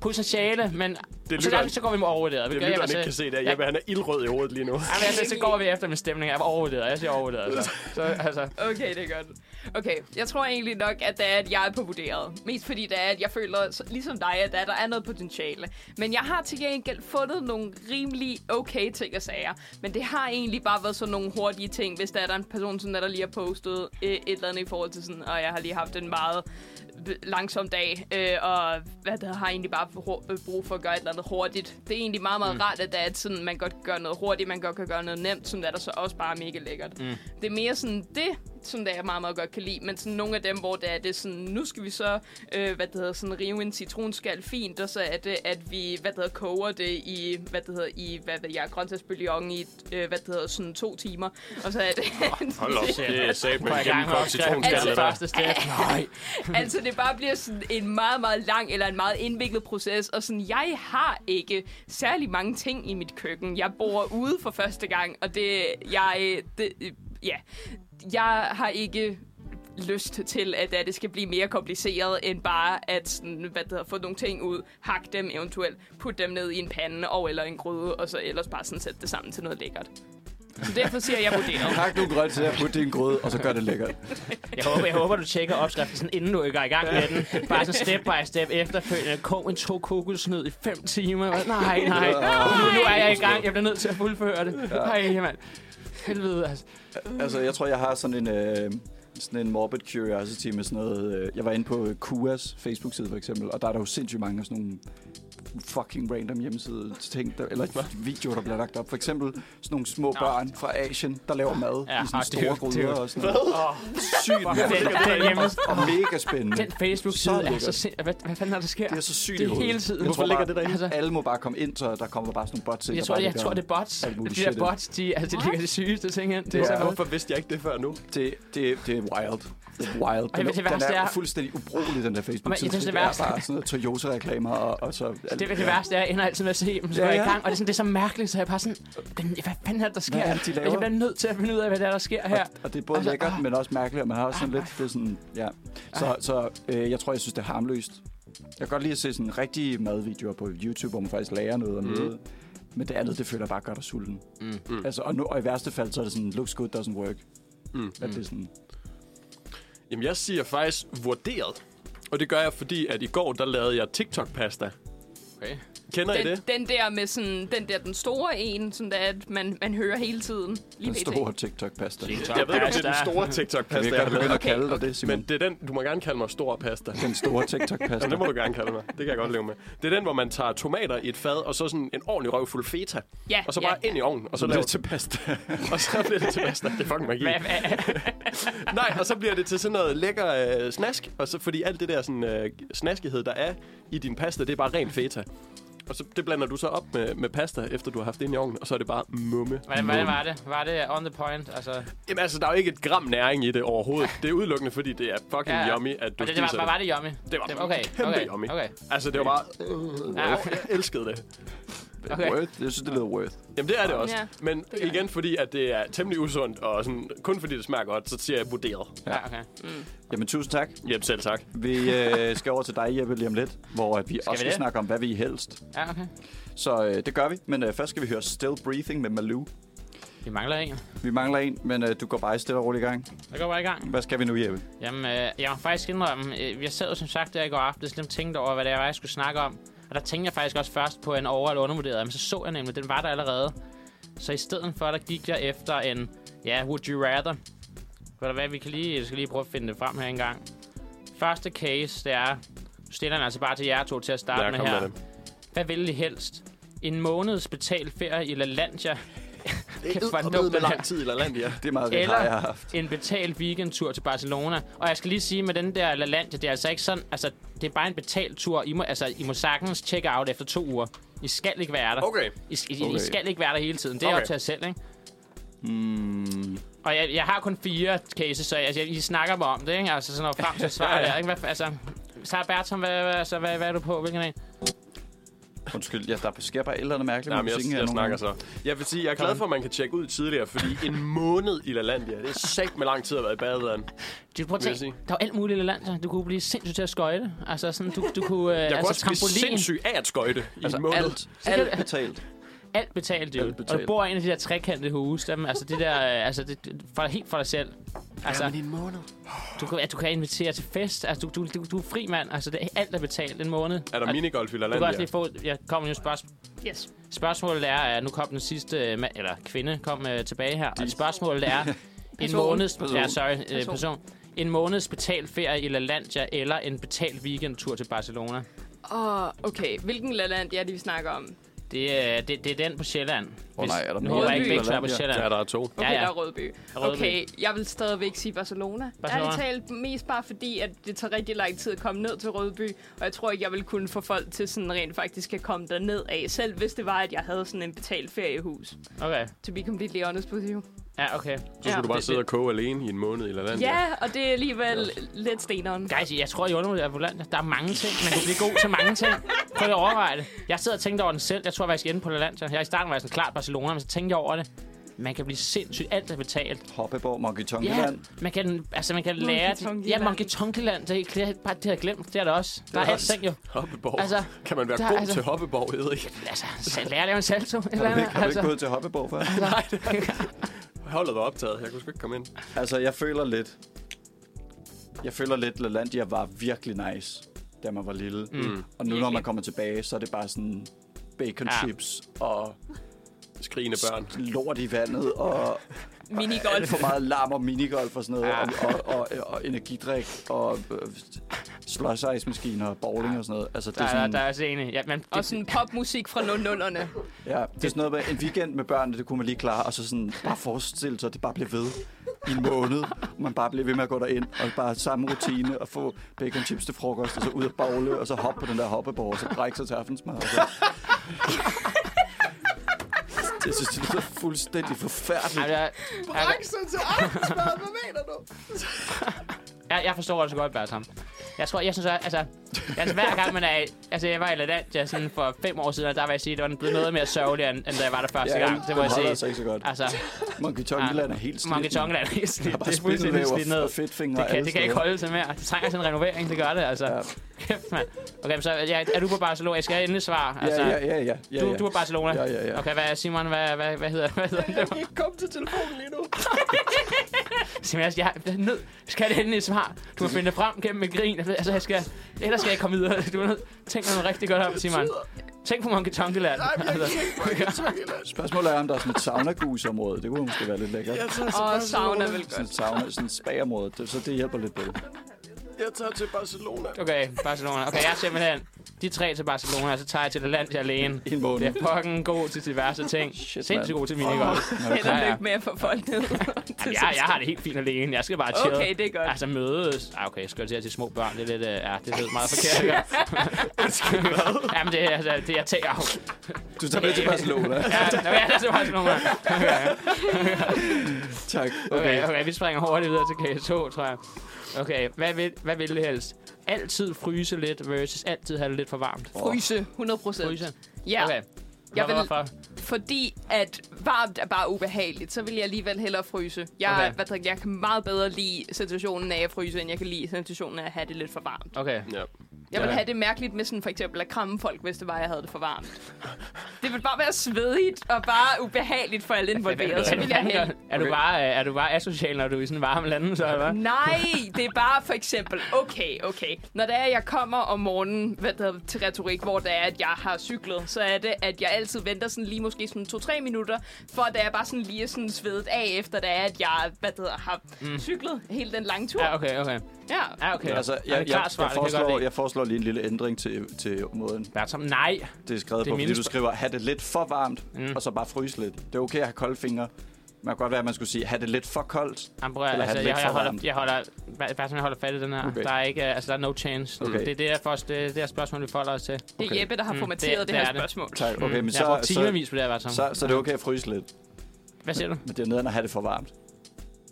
Speaker 4: potentiale, men
Speaker 3: Det
Speaker 4: så,
Speaker 3: lytter-
Speaker 4: der, så går vi med overvurderet. Vi
Speaker 3: Det
Speaker 4: gør-
Speaker 3: er lytteren
Speaker 4: altså-
Speaker 3: ikke kan se det. Jeppe, han er ildrød i hovedet lige nu.
Speaker 4: Jamen, altså, så går vi efter min stemning. Jeg var overvurderet. Jeg siger overvurderet. Altså. Så, altså.
Speaker 1: Okay, det er godt. Okay, jeg tror egentlig nok, at det er, at jeg er på vurderet. Mest fordi det er, at jeg føler, så- ligesom dig, at der er- der er noget potentiale. Men jeg har til gengæld fundet nogle rimelig okay ting og sager. Men det har egentlig bare været sådan nogle hurtige ting, hvis der er der en person, sådan, der, der lige har postet øh, et eller andet i forhold til sådan, og jeg har lige haft en meget b- langsom dag, øh, og hvad der har egentlig bare hur- øh, brug for at gøre et eller andet hurtigt. Det er egentlig meget, meget mm. rart, at, der er, at sådan, man godt kan gøre noget hurtigt, man godt kan gøre noget nemt, som der, der så også bare er mega lækkert. Mm. Det er mere sådan det, som der jeg meget, meget godt kan lide, men sådan nogle af dem, hvor det er det er sådan, nu skal vi så, øh, hvad det hedder, sådan rive en citronskal fint, og så er det, at vi, hvad det hedder, koger det i, hvad det hedder, i, hvad ved jeg, grøntsagsbouillon i, øh, hvad det hedder, sådan to timer, og så er det...
Speaker 3: Hold op,
Speaker 4: Shit.
Speaker 3: det er sat med en
Speaker 4: Går jeg i gang med
Speaker 3: gennemkogt
Speaker 4: opskriften
Speaker 3: citronskal,
Speaker 4: til
Speaker 3: det
Speaker 1: Altså-
Speaker 3: der.
Speaker 4: første step? Nej.
Speaker 1: altså, det bare bliver sådan en meget, meget lang eller en meget indviklet proces. Og sådan, jeg har ikke særlig mange ting i mit køkken. Jeg bor ude for første gang, og det, jeg, øh, det, ja, jeg har ikke lyst til, at, at det skal blive mere kompliceret, end bare at sådan, hvad det hedder, få nogle ting ud, hakke dem eventuelt, putte dem ned i en pande og eller en gryde, og så ellers bare sådan sætte det sammen til noget lækkert. Så derfor siger jeg vurderet.
Speaker 2: Pak nu grønt til at putte din grød, og så gør det lækkert.
Speaker 4: Jeg håber, jeg håber, du tjekker opskriften, sådan, inden du går i gang med den. Bare sådan step by step efterfølgende. Kog en to kokosnød i fem timer. Nej, nej. nej. Uh, nu er jeg i gang. Jeg bliver nødt til at fuldføre det. Nej, mand. Helvede, altså.
Speaker 2: Altså, jeg tror, jeg har sådan en, øh, sådan en morbid curiosity med sådan noget... Øh, jeg var inde på Kuas Facebook-side, for eksempel, og der er der jo sindssygt mange af sådan nogle fucking random hjemmeside ting, der, eller videoer, der bliver lagt op. For eksempel sådan nogle små børn fra Asien, der laver mad
Speaker 4: Ja,
Speaker 2: i sådan
Speaker 4: ah, det er
Speaker 2: store
Speaker 4: jo- det er jo-
Speaker 2: gryder og sådan noget.
Speaker 4: Åh,
Speaker 2: Sygt
Speaker 4: den, den, hjemmes-
Speaker 2: og mega spændende.
Speaker 4: den Facebook-side
Speaker 2: Så
Speaker 4: er så
Speaker 2: lækkert.
Speaker 4: sind... Hvad, hvad fanden er der, der sker?
Speaker 2: Det er så sygt i
Speaker 4: Det er
Speaker 2: hovedet.
Speaker 4: hele tiden.
Speaker 2: Jeg
Speaker 4: Hvorfor
Speaker 2: tror
Speaker 4: ligger
Speaker 2: bare,
Speaker 4: det derinde? Altså-
Speaker 2: Alle må bare komme ind, så der kommer bare sådan nogle bots ind.
Speaker 4: Jeg
Speaker 2: der
Speaker 4: tror,
Speaker 2: bare
Speaker 4: jeg
Speaker 2: ligger-
Speaker 4: tror, det er bots.
Speaker 2: alt muligt
Speaker 4: De der
Speaker 2: shit ind.
Speaker 4: bots, de, altså, de ligger det sygeste ting ind. Det er
Speaker 2: Ja.
Speaker 4: så
Speaker 3: Hvorfor vidste jeg ikke det før nu?
Speaker 2: Det, det, det er wild. Det er wild.
Speaker 4: det
Speaker 2: Den, er, den
Speaker 4: værste
Speaker 2: er
Speaker 4: er-
Speaker 2: fuldstændig ubrugelig, den der Facebook-side.
Speaker 4: Jeg synes, det
Speaker 2: er bare
Speaker 4: værste-
Speaker 2: sådan noget Toyota-reklamer, og, og så...
Speaker 4: Det, det, det værste er, at jeg ender altid med at se dem, så
Speaker 2: Ja,
Speaker 4: ja, ja. i
Speaker 2: ja.
Speaker 4: gang, og det er, sådan, det er så mærkeligt, så jeg er bare sådan, "Den- hvad fanden er det, der sker?
Speaker 2: er det, de laver?
Speaker 4: Jeg bliver nødt til at finde ud af, hvad det er, der sker her.
Speaker 2: Og det er både altså,
Speaker 4: Altså,
Speaker 2: lækkert,
Speaker 4: ah.
Speaker 2: men også mærkeligt, og man har også sådan lidt... Det er sådan, ja. Så, så øh, jeg tror, jeg synes, det er harmløst. Jeg kan godt lide at se sådan rigtige madvideoer på YouTube, hvor man faktisk lærer noget om mm. noget. Men det andet, det føler jeg bare gør dig sulten. Mm. Altså, og, nu, og i værste fald, så er det sådan, looks good, doesn't work. Mm. At det er sådan,
Speaker 3: Jamen, jeg siger faktisk vurderet. Og det gør jeg, fordi at i går, der lavede jeg TikTok-pasta.
Speaker 4: Okay.
Speaker 3: Kender I
Speaker 1: Den,
Speaker 3: det?
Speaker 1: den der med sådan, den der den store en, sådan der, at man, man hører hele tiden. Lige
Speaker 2: den
Speaker 1: pt.
Speaker 2: store TikTok-pasta. Kan
Speaker 3: Jeg ved ikke, om det er den store TikTok-pasta,
Speaker 2: vi
Speaker 3: jeg har
Speaker 2: ikke begynde
Speaker 3: lavet.
Speaker 2: at kalde dig det, Simon?
Speaker 3: Men det er den, du må gerne kalde mig stor pasta.
Speaker 2: Den store
Speaker 3: Ja,
Speaker 2: TikTok-pasta.
Speaker 3: det må du gerne kalde mig. Det kan jeg godt leve med. Det er den, hvor man tager tomater i et fad, og så sådan en ordentlig røvfuld feta.
Speaker 1: Ja,
Speaker 3: Og så
Speaker 1: ja,
Speaker 3: bare
Speaker 1: ja.
Speaker 3: ind i ovnen, og så,
Speaker 2: Så bliver
Speaker 3: laver,
Speaker 2: det til pasta.
Speaker 3: og så bliver det til pasta. Det er fucking magi. Nej, og så bliver det til sådan noget lækker øh, snask, og så, fordi alt det der sådan, øh, snaskighed, der er i din pasta, det er bare ren feta. Og så, det blander du så op med, med pasta, efter du har haft det ind i ovnen, og så er det bare mumme.
Speaker 4: Hvordan, hvordan var det? Var det on the point? Altså,
Speaker 3: Jamen altså, der er jo ikke et gram næring i det overhovedet. Det er udelukkende, fordi det er fucking
Speaker 4: Ja,
Speaker 3: ja,
Speaker 4: ja.
Speaker 3: yummy, at du
Speaker 4: og det, det var,
Speaker 3: spiser
Speaker 4: var, var det yummy?
Speaker 3: Det var
Speaker 4: okay,
Speaker 3: kæmpe
Speaker 4: okay,
Speaker 3: yummy.
Speaker 4: Okay.
Speaker 3: Altså, det var bare... Øh,
Speaker 4: Ja,
Speaker 3: jeg elskede det.
Speaker 4: Okay.
Speaker 2: Okay. Worth? Jeg synes, det lyder worth.
Speaker 3: Jamen, det er det også.
Speaker 1: Ja,
Speaker 3: Men
Speaker 1: det er
Speaker 3: igen, fordi at det er temmelig usundt, og sådan, kun fordi det smager godt, så siger jeg vurderet.
Speaker 4: Ja, okay.
Speaker 2: Jamen, tusind tak.
Speaker 3: Jamen, selv tak.
Speaker 2: Vi øh, skal over til dig, Jeppe, lige om lidt, hvor at vi skal også
Speaker 4: vi
Speaker 2: skal
Speaker 4: det?
Speaker 2: snakke om, hvad vi helst.
Speaker 4: Ja, okay.
Speaker 2: Så øh, det gør vi, men øh, først skal vi høre Still Breathing med Malou.
Speaker 4: Vi mangler en.
Speaker 2: Vi mangler en, men øh, du går bare stille og roligt i gang.
Speaker 4: Der går bare i gang.
Speaker 2: Hvad skal vi nu, Jeppe?
Speaker 4: Jamen, øh, jeg må faktisk indrømme, øh, jeg sad jo som sagt der i går aftes lidt tænkte over, hvad det var, jeg skulle snakke om. Og der tænkte jeg faktisk også først på en over- eller undervurderet, men så så jeg nemlig, at den var der allerede. Så i stedet for, der gik jeg efter en, ja, would you rather. Ved du hvad, vi kan lige, jeg skal lige prøve at finde det frem her engang. Første case, det er, nu stiller den altså bare til jer to til at starte
Speaker 3: Ja,
Speaker 4: med
Speaker 3: kom
Speaker 4: her.
Speaker 3: med det.
Speaker 4: Hvad vil I helst? En måneds betalt ferie i LaLandia,
Speaker 3: Det
Speaker 4: hvor er den
Speaker 3: er
Speaker 4: dum,
Speaker 3: med
Speaker 4: den
Speaker 3: lang
Speaker 4: her.
Speaker 3: tid i LaLandia.
Speaker 2: Det er meget vildt,
Speaker 4: Eller-
Speaker 2: har jeg haft.
Speaker 4: en betalt weekendtur til Barcelona. Og jeg skal lige sige med den der LaLandia, det er altså ikke sådan, altså det er bare en betalt tur. I må, altså, I må sagtens check out efter to uger. I skal ikke være der.
Speaker 3: Okay.
Speaker 4: I, I, okay.
Speaker 2: Okay.
Speaker 4: I skal ikke være der hele tiden. Det er
Speaker 3: Okay.
Speaker 4: op til jer selv, ikke?
Speaker 2: Mm,
Speaker 4: Og jeg, jeg har kun fire cases, så altså, jeg, I snakker mig om det, ikke? Altså sådan noget frem til svar
Speaker 3: Ja, ja.
Speaker 4: der, ikke? Hvad, for- altså, Sarah Bertram, hvad, hvad, altså, hvad, hvad er du på? Hvilken en?
Speaker 2: undskyld, ja, der sker bare et eller andet mærkeligt
Speaker 3: Nej,
Speaker 2: med
Speaker 3: men
Speaker 2: musikken
Speaker 3: jeg,
Speaker 2: her
Speaker 3: jeg
Speaker 2: nogle
Speaker 3: snakker
Speaker 2: gange.
Speaker 3: så. Jeg vil sige, jeg er glad for, at man kan tjekke ud tidligere, fordi en måned i LaLandia, det er sagt med lang tid at være i badevandet.
Speaker 4: Du prøver at
Speaker 3: Vil jeg
Speaker 4: tænke, der er jo alt muligt i landet. Du kunne blive sindssygt til at skøjte. Altså sådan, du, du kunne... Øh,
Speaker 3: Jeg
Speaker 4: altså,
Speaker 3: kunne også blive
Speaker 4: trampolin.
Speaker 3: sindssyg af at skøjte i en måned.
Speaker 2: alt, alt betalt.
Speaker 4: Alt betalt, det
Speaker 2: Alt
Speaker 4: Alt
Speaker 2: betalt.
Speaker 4: Og du bor i en af de der trekantede huse. Dem, altså det der, øh, altså det, det- for, helt for dig selv. Altså,
Speaker 3: i en måned.
Speaker 4: du, kan, ja, du kan invitere til fest. Altså, du, du, du, du er fri mand. Altså, det, alt er betalt en måned.
Speaker 3: Er der
Speaker 4: Og
Speaker 3: minigolf i
Speaker 4: Du kan også lige
Speaker 3: LaLandia?
Speaker 4: få... Jeg kommer jo et spørgsmål.
Speaker 1: Yes.
Speaker 4: Spørgsmålet er, at nu kom den sidste, øh, ma- eller kvinde kom øh, tilbage her, og spørgsmålet er, en
Speaker 1: Person.
Speaker 4: måneds,
Speaker 2: Person.
Speaker 4: ja, sorry, øh,
Speaker 1: Person.
Speaker 4: person. en måneds betalt ferie i LaLandia, eller en betalt weekendtur til Barcelona.
Speaker 1: Og okay, hvilken land er det, vi snakker om?
Speaker 4: Det, øh, det, det er den på Sjælland.
Speaker 2: Åh nej, er der
Speaker 4: nu
Speaker 2: mere
Speaker 4: håber jeg
Speaker 1: end
Speaker 4: ikke, at
Speaker 2: LaLandia?
Speaker 4: er på Sjælland.
Speaker 3: Ja, der er to.
Speaker 1: Okay,
Speaker 4: Ja,
Speaker 1: ja,
Speaker 4: ja.
Speaker 1: ja. der er Rødby.
Speaker 4: Rødby.
Speaker 1: Okay, jeg vil stadigvæk sige Barcelona.
Speaker 4: Barcelona.
Speaker 1: Barcelona. Jeg talt mest bare fordi, at det tager rigtig lang tid at komme ned til Rødby, og jeg tror ikke, jeg vil kunne få folk til sådan rent faktisk at komme derned af, selv hvis det var, at jeg havde sådan en betalt feriehus.
Speaker 4: Okay.
Speaker 1: To be completely honest with you.
Speaker 4: Ja, okay.
Speaker 3: Så skulle du bare
Speaker 4: det-
Speaker 3: sidde
Speaker 4: det-
Speaker 3: og koge alene i en måned i LaLandia.
Speaker 1: Ja, og det er alligevel lidt steneren.
Speaker 4: Guys, jeg tror, I undervurderer Volandia. Der er mange ting. Man kan blive god til mange ting. Prøv lige at overveje det. Jeg sidder og tænkte over den selv. Jeg tror, jeg var inde på LaLandia. Jeg i starten var jeg sådan klart Barcelona, men så tænkte jeg over det. Man kan blive sindssygt alt er betalt.
Speaker 2: Hoppeborg, Monkey Tonky
Speaker 4: Ja,
Speaker 2: Land.
Speaker 4: man kan, altså man kan lære...
Speaker 1: Tonkeland.
Speaker 4: Ja, Monkey Tonkeland, det, er- det, er- bare- det har jeg glemt. Det er der også. Der er
Speaker 3: er
Speaker 4: alt
Speaker 3: også-
Speaker 4: ting jo.
Speaker 3: Hoppeborg.
Speaker 4: Altså,
Speaker 3: kan man være
Speaker 4: der-
Speaker 3: god
Speaker 4: altså-
Speaker 3: til Hoppeborg, Erik?
Speaker 4: Altså, så lære at lave en salto. Eller,
Speaker 2: Har du ikke, har du ikke
Speaker 4: altså,
Speaker 2: gået til Hoppeborg før?
Speaker 3: Holdet var optaget. Jeg kunne sgu ikke komme ind.
Speaker 2: Altså, jeg føler lidt... Jeg føler lidt, LaLandia var virkelig nice, da man var lille. Mm. Og nu, når man
Speaker 1: Virkelig.
Speaker 2: kommer tilbage, så er det bare sådan bacon
Speaker 4: Ja.
Speaker 2: ja. chips og
Speaker 3: Skrigende børn.
Speaker 2: lort i vandet og alt
Speaker 1: Minigolf.
Speaker 2: for meget larm og minigolf og sådan noget,
Speaker 4: Ja.
Speaker 2: og, og, og, og energidrik og øh, slush ice maskiner og bowling og sådan noget. Altså, det
Speaker 4: der,
Speaker 2: er
Speaker 4: er,
Speaker 2: sådan,
Speaker 4: der er også enig. Ja, man,
Speaker 1: Og sådan popmusik fra 00'erne.
Speaker 2: ja, det er sådan noget med en weekend med børnene, det kunne man lige klare, og så sådan bare forestille sig, at det bare blev ved i en måned. Man bare blev ved med at gå derind, og bare samme rutine, og få bacon chips til frokost, og så ud og bowle, og så hoppe på den der hoppeborg, og så brække sig til aftensmad. Og så... Jeg synes, det lyder fuldstændig forfærdeligt.
Speaker 4: altså, altså,
Speaker 5: til aftensmad, hvad mener du?
Speaker 4: Jeg, jeg forstår det så godt, Bertram. Jeg tror, jeg synes, at, altså, altså, hver gang man er, i- altså, jeg var i LaLandia sådan for fem år siden, og der var jeg sige, at det var blevet noget mere sørgeligt, end, end da jeg var der første gang. Det
Speaker 2: den
Speaker 4: må jeg
Speaker 2: holder
Speaker 4: sige.
Speaker 2: altså ikke så godt.
Speaker 4: Altså,
Speaker 2: Monkey Tonkeland er helt
Speaker 4: Monkey
Speaker 2: slitten.
Speaker 4: Tonkeland er helt slidt.
Speaker 2: Der er
Speaker 4: Det
Speaker 2: bare
Speaker 4: er fuldstændig slidt
Speaker 2: spindelvæv
Speaker 4: ned.
Speaker 2: og fedtfingre
Speaker 4: Det kan, det kan ikke
Speaker 2: steder.
Speaker 4: holde sig mere. Det trænger til en renovering, det gør det, altså.
Speaker 2: Ja.
Speaker 4: Kæft, mand. Okay, men så ja, er du på Barcelona? Jeg skal have endelig svar. Altså,
Speaker 2: Ja, ja, ja, ja, ja,
Speaker 4: Du,
Speaker 2: ja.
Speaker 4: du er på Barcelona?
Speaker 2: Ja, ja, ja.
Speaker 4: Okay, hvad er Simon? Hvad, hvad, hvad hedder, hvad hedder det?
Speaker 5: kan ikke komme til telefonen lige nu.
Speaker 4: Simon, altså, jeg, jeg er nødt. Skal det endelig svar? Du må finde det frem gennem et grin. Altså, jeg skal, ellers skal jeg komme videre. Du er nødt. Tænk noget rigtig godt om, Simon. Tænk på Monkey Tonkeland. Altså,
Speaker 2: Spørgsmålet er, om der er sådan et sauna-gus-område. Det kunne måske være lidt lækkert.
Speaker 3: Jeg tager til
Speaker 1: Og sauna
Speaker 3: Barcelona.
Speaker 1: vel
Speaker 2: Sådan
Speaker 1: godt.
Speaker 2: et sauna, sådan et spa-område. Det, så det hjælper lidt på det.
Speaker 3: Jeg tager til Barcelona.
Speaker 4: okay, Barcelona. Okay, jeg er simpelthen de tre til Barcelona, og så tager jeg til Atlantia alene.
Speaker 2: En måned.
Speaker 4: Det er fucking god til diverse ting.
Speaker 2: Shit,
Speaker 4: Sindssygt
Speaker 2: mand.
Speaker 4: god til minigolf.
Speaker 1: Held
Speaker 4: Ja, ja.
Speaker 1: og lykke med at få folk ned.
Speaker 4: Jamen, jeg, jeg har det helt fint alene. Jeg skal bare chill.
Speaker 1: Okay, det er godt.
Speaker 4: Altså mødes. Ah, okay, jeg skal jo til at sige små børn. Det er lidt, øh, ja, det er lidt meget forkert. ikke? Jamen, det er altså, det er jeg tænker. Au.
Speaker 2: Du tager med til Barcelona.
Speaker 4: Ja, nå, ja, det er faktisk nogle gange.
Speaker 2: tak. Okay.
Speaker 4: Okay, okay, vi springer hurtigt videre til KS2, tror jeg. Okay, hvad vil, hvad vil det helst? Altid fryse lidt versus altid have det lidt for varmt.
Speaker 1: Fryse, 100 procent.
Speaker 4: Fryse?
Speaker 1: Ja,
Speaker 4: Okay.
Speaker 1: Jeg
Speaker 4: Hvad
Speaker 1: vil,
Speaker 4: hvorfor?
Speaker 1: fordi at varmt er bare ubehageligt, så vil jeg alligevel hellere fryse. Jeg,
Speaker 4: Okay.
Speaker 1: okay. hvad, hedder- jeg kan meget bedre lide sensationen af at fryse, end jeg kan lide sensationen af at have det lidt for varmt.
Speaker 4: Okay.
Speaker 3: Ja.
Speaker 1: Jeg ville
Speaker 4: Ja.
Speaker 1: have det mærkeligt med sådan for eksempel at kramme folk, hvis det var, jeg havde det for varmt. Det ville bare være svedigt og bare ubehageligt for alle involverede. Så ville jeg have
Speaker 4: Er du bare, øh, er du bare asocial, når du er i sådan en varm lande, så hvad?
Speaker 1: Nej, det er bare for eksempel, okay, okay. Når det er, jeg kommer om morgenen hvad der, til retorik, hvor det er, at jeg har cyklet, så er det, at jeg altid venter sådan lige måske sådan 2-3 minutter, for at det er bare sådan lige er sådan svedet af, efter det er, at jeg hvad der, har mm. cyklet hele den lange tur.
Speaker 4: Ja, okay, okay.
Speaker 1: Ja.
Speaker 4: Ja, okay.
Speaker 2: Altså,
Speaker 4: Ja,
Speaker 2: jeg,
Speaker 4: det er
Speaker 2: jeg,
Speaker 4: klart
Speaker 2: jeg,
Speaker 4: svar,
Speaker 2: jeg,
Speaker 4: det kan jeg
Speaker 2: foreslår,
Speaker 4: godt lide.
Speaker 2: jeg foreslår lige en lille ændring til, til måden,
Speaker 4: Bertram, nej.
Speaker 2: det er skrevet det
Speaker 4: Det er
Speaker 2: på, fordi
Speaker 4: mine
Speaker 2: du
Speaker 4: sp-
Speaker 2: skriver, have det lidt for varmt,
Speaker 4: Mm.
Speaker 2: mm. og så bare fryse lidt. Det er okay at have kolde fingre. Man kan godt være, at man skulle sige, have det lidt for koldt.
Speaker 4: Jamen, prøv, at-
Speaker 2: Eller
Speaker 4: altså,
Speaker 2: have den
Speaker 4: jeg,
Speaker 2: væk
Speaker 4: jeg,
Speaker 2: fra
Speaker 4: holder,
Speaker 2: varmen.
Speaker 4: jeg holder, Ber- Bertram, jeg holder fat i den her.
Speaker 2: Okay.
Speaker 4: Der er ikke, øh, altså, der er no chance.
Speaker 2: Okay.
Speaker 4: Det, er det er først, det, det er spørgsmål, vi folder os til.
Speaker 1: Det
Speaker 2: Okay.
Speaker 1: er Jeppe, der har
Speaker 4: Mm,
Speaker 1: formateret
Speaker 4: det-
Speaker 1: det, det,
Speaker 4: det
Speaker 1: her
Speaker 4: er det.
Speaker 1: spørgsmål.
Speaker 2: Tak. Okay, men
Speaker 4: Mm. jeg
Speaker 2: så,
Speaker 4: har brugt
Speaker 2: så,
Speaker 4: timevis på det her, Bertram.
Speaker 2: så, så er det okay at fryse lidt.
Speaker 4: Hvad siger du?
Speaker 2: Men det er nederen at have det for varmt.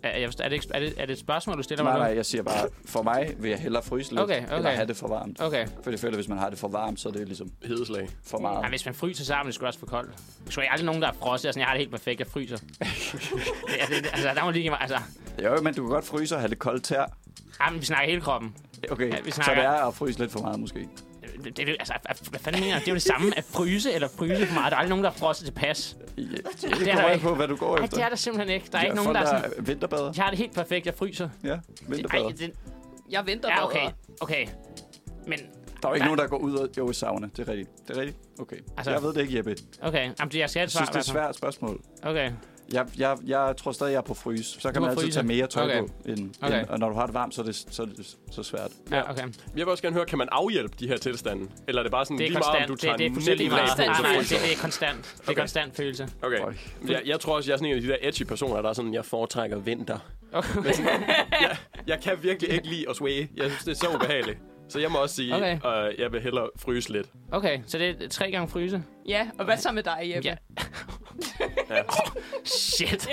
Speaker 4: Er, jeg forstår- er, det, ikke- er, det, er det et spørgsmål, du stiller mig
Speaker 2: Nej,
Speaker 4: nu?
Speaker 2: nej, jeg siger bare, for mig vil jeg hellere fryse lidt,
Speaker 4: Okay, okay.
Speaker 2: eller have det for varmt.
Speaker 4: Okay.
Speaker 2: For jeg føler, at hvis man har det for varmt, så er det ligesom
Speaker 3: Hedeslag.
Speaker 2: for
Speaker 4: Nej,
Speaker 2: meget.
Speaker 4: hvis man fryser sammen, det skulle også for koldt. Der skulle aldrig nogen, der er frosset, og sådan, jeg har det helt perfekt, jeg fryser. det, er- det, det, altså, der må lige, altså,
Speaker 2: Jo, men du kan godt fryse og have det koldt tær.
Speaker 4: jamen, vi snakker hele kroppen.
Speaker 2: Okay,
Speaker 4: Ja, vi
Speaker 2: så
Speaker 4: snakker-
Speaker 2: det er at fryse lidt for meget måske. øh,
Speaker 4: Det, det, altså, at- hvad fanden mener jeg? Det er jo det samme at fryse eller fryse for meget. Der er aldrig nogen, der er frosset tilpas.
Speaker 2: Ja,
Speaker 4: der
Speaker 2: Det kommer an
Speaker 4: ikke.
Speaker 2: på, hvad du går
Speaker 4: Nej,
Speaker 2: efter.
Speaker 4: det er der simpelthen ikke. Der er
Speaker 2: Ja,
Speaker 4: ikke nogen,
Speaker 2: folk,
Speaker 4: der er sådan,
Speaker 2: er vinterbader.
Speaker 4: jeg har det helt perfekt, jeg fryser.
Speaker 2: Ja,
Speaker 4: Ej,
Speaker 2: vinterbader.
Speaker 4: det,
Speaker 1: Jeg venter
Speaker 4: ja,
Speaker 1: bedre.
Speaker 4: okay, okay. Men,
Speaker 2: Der er jo ikke nogen, der går ud og jo i sauna. Det er rigtigt. Det er rigtigt. Okay.
Speaker 4: Altså-
Speaker 2: Altså, jeg ved det ikke, Jeppe.
Speaker 4: okay, jamen, det- jeg skal have
Speaker 2: Jeg synes,
Speaker 4: et
Speaker 2: det er
Speaker 4: svar.
Speaker 2: et
Speaker 4: Bertram.
Speaker 2: svært spørgsmål.
Speaker 4: Okay,
Speaker 2: Jeg, jeg, jeg tror stadig, jeg er på fryse. Så
Speaker 4: Du
Speaker 2: kan man
Speaker 4: er
Speaker 2: altid
Speaker 4: fryser.
Speaker 2: tage mere tøj
Speaker 4: Okay.
Speaker 2: på. End,
Speaker 4: Okay.
Speaker 2: okay. end, og når du har det varmt, så er det, så er det så svært.
Speaker 4: ja, okay.
Speaker 3: Jeg vil også gerne høre, kan man afhjælpe de her tilstande? Eller er det bare sådan
Speaker 4: Det er
Speaker 3: lige meget, om
Speaker 4: konstant.
Speaker 3: du
Speaker 4: Det,
Speaker 3: tager
Speaker 4: det er fuldstændig lige
Speaker 3: netten af
Speaker 4: meget.
Speaker 3: på,
Speaker 4: Nej,
Speaker 1: konstant.
Speaker 3: så
Speaker 4: nej, det,
Speaker 3: fryser
Speaker 4: det
Speaker 3: du?
Speaker 4: er konstant. Det er
Speaker 3: Okay.
Speaker 4: konstant følelse.
Speaker 3: Okay.
Speaker 2: Øj.
Speaker 3: Men Jeg, jeg tror også, jeg er sådan en af de der edgy personer, der er sådan, jeg foretrækker vinter.
Speaker 4: Okay.
Speaker 3: Men sådan, jeg, jeg kan virkelig ikke lide at swaye. Jeg synes, det er så ubehageligt. Så jeg må også sige,
Speaker 4: Okay.
Speaker 3: at øh, jeg vil hellere fryse lidt.
Speaker 4: okay, så det er tre gange fryse.
Speaker 1: Ja, og hvad så med dig, Jeppe?
Speaker 4: Ja.
Speaker 1: Ja.
Speaker 4: Shit.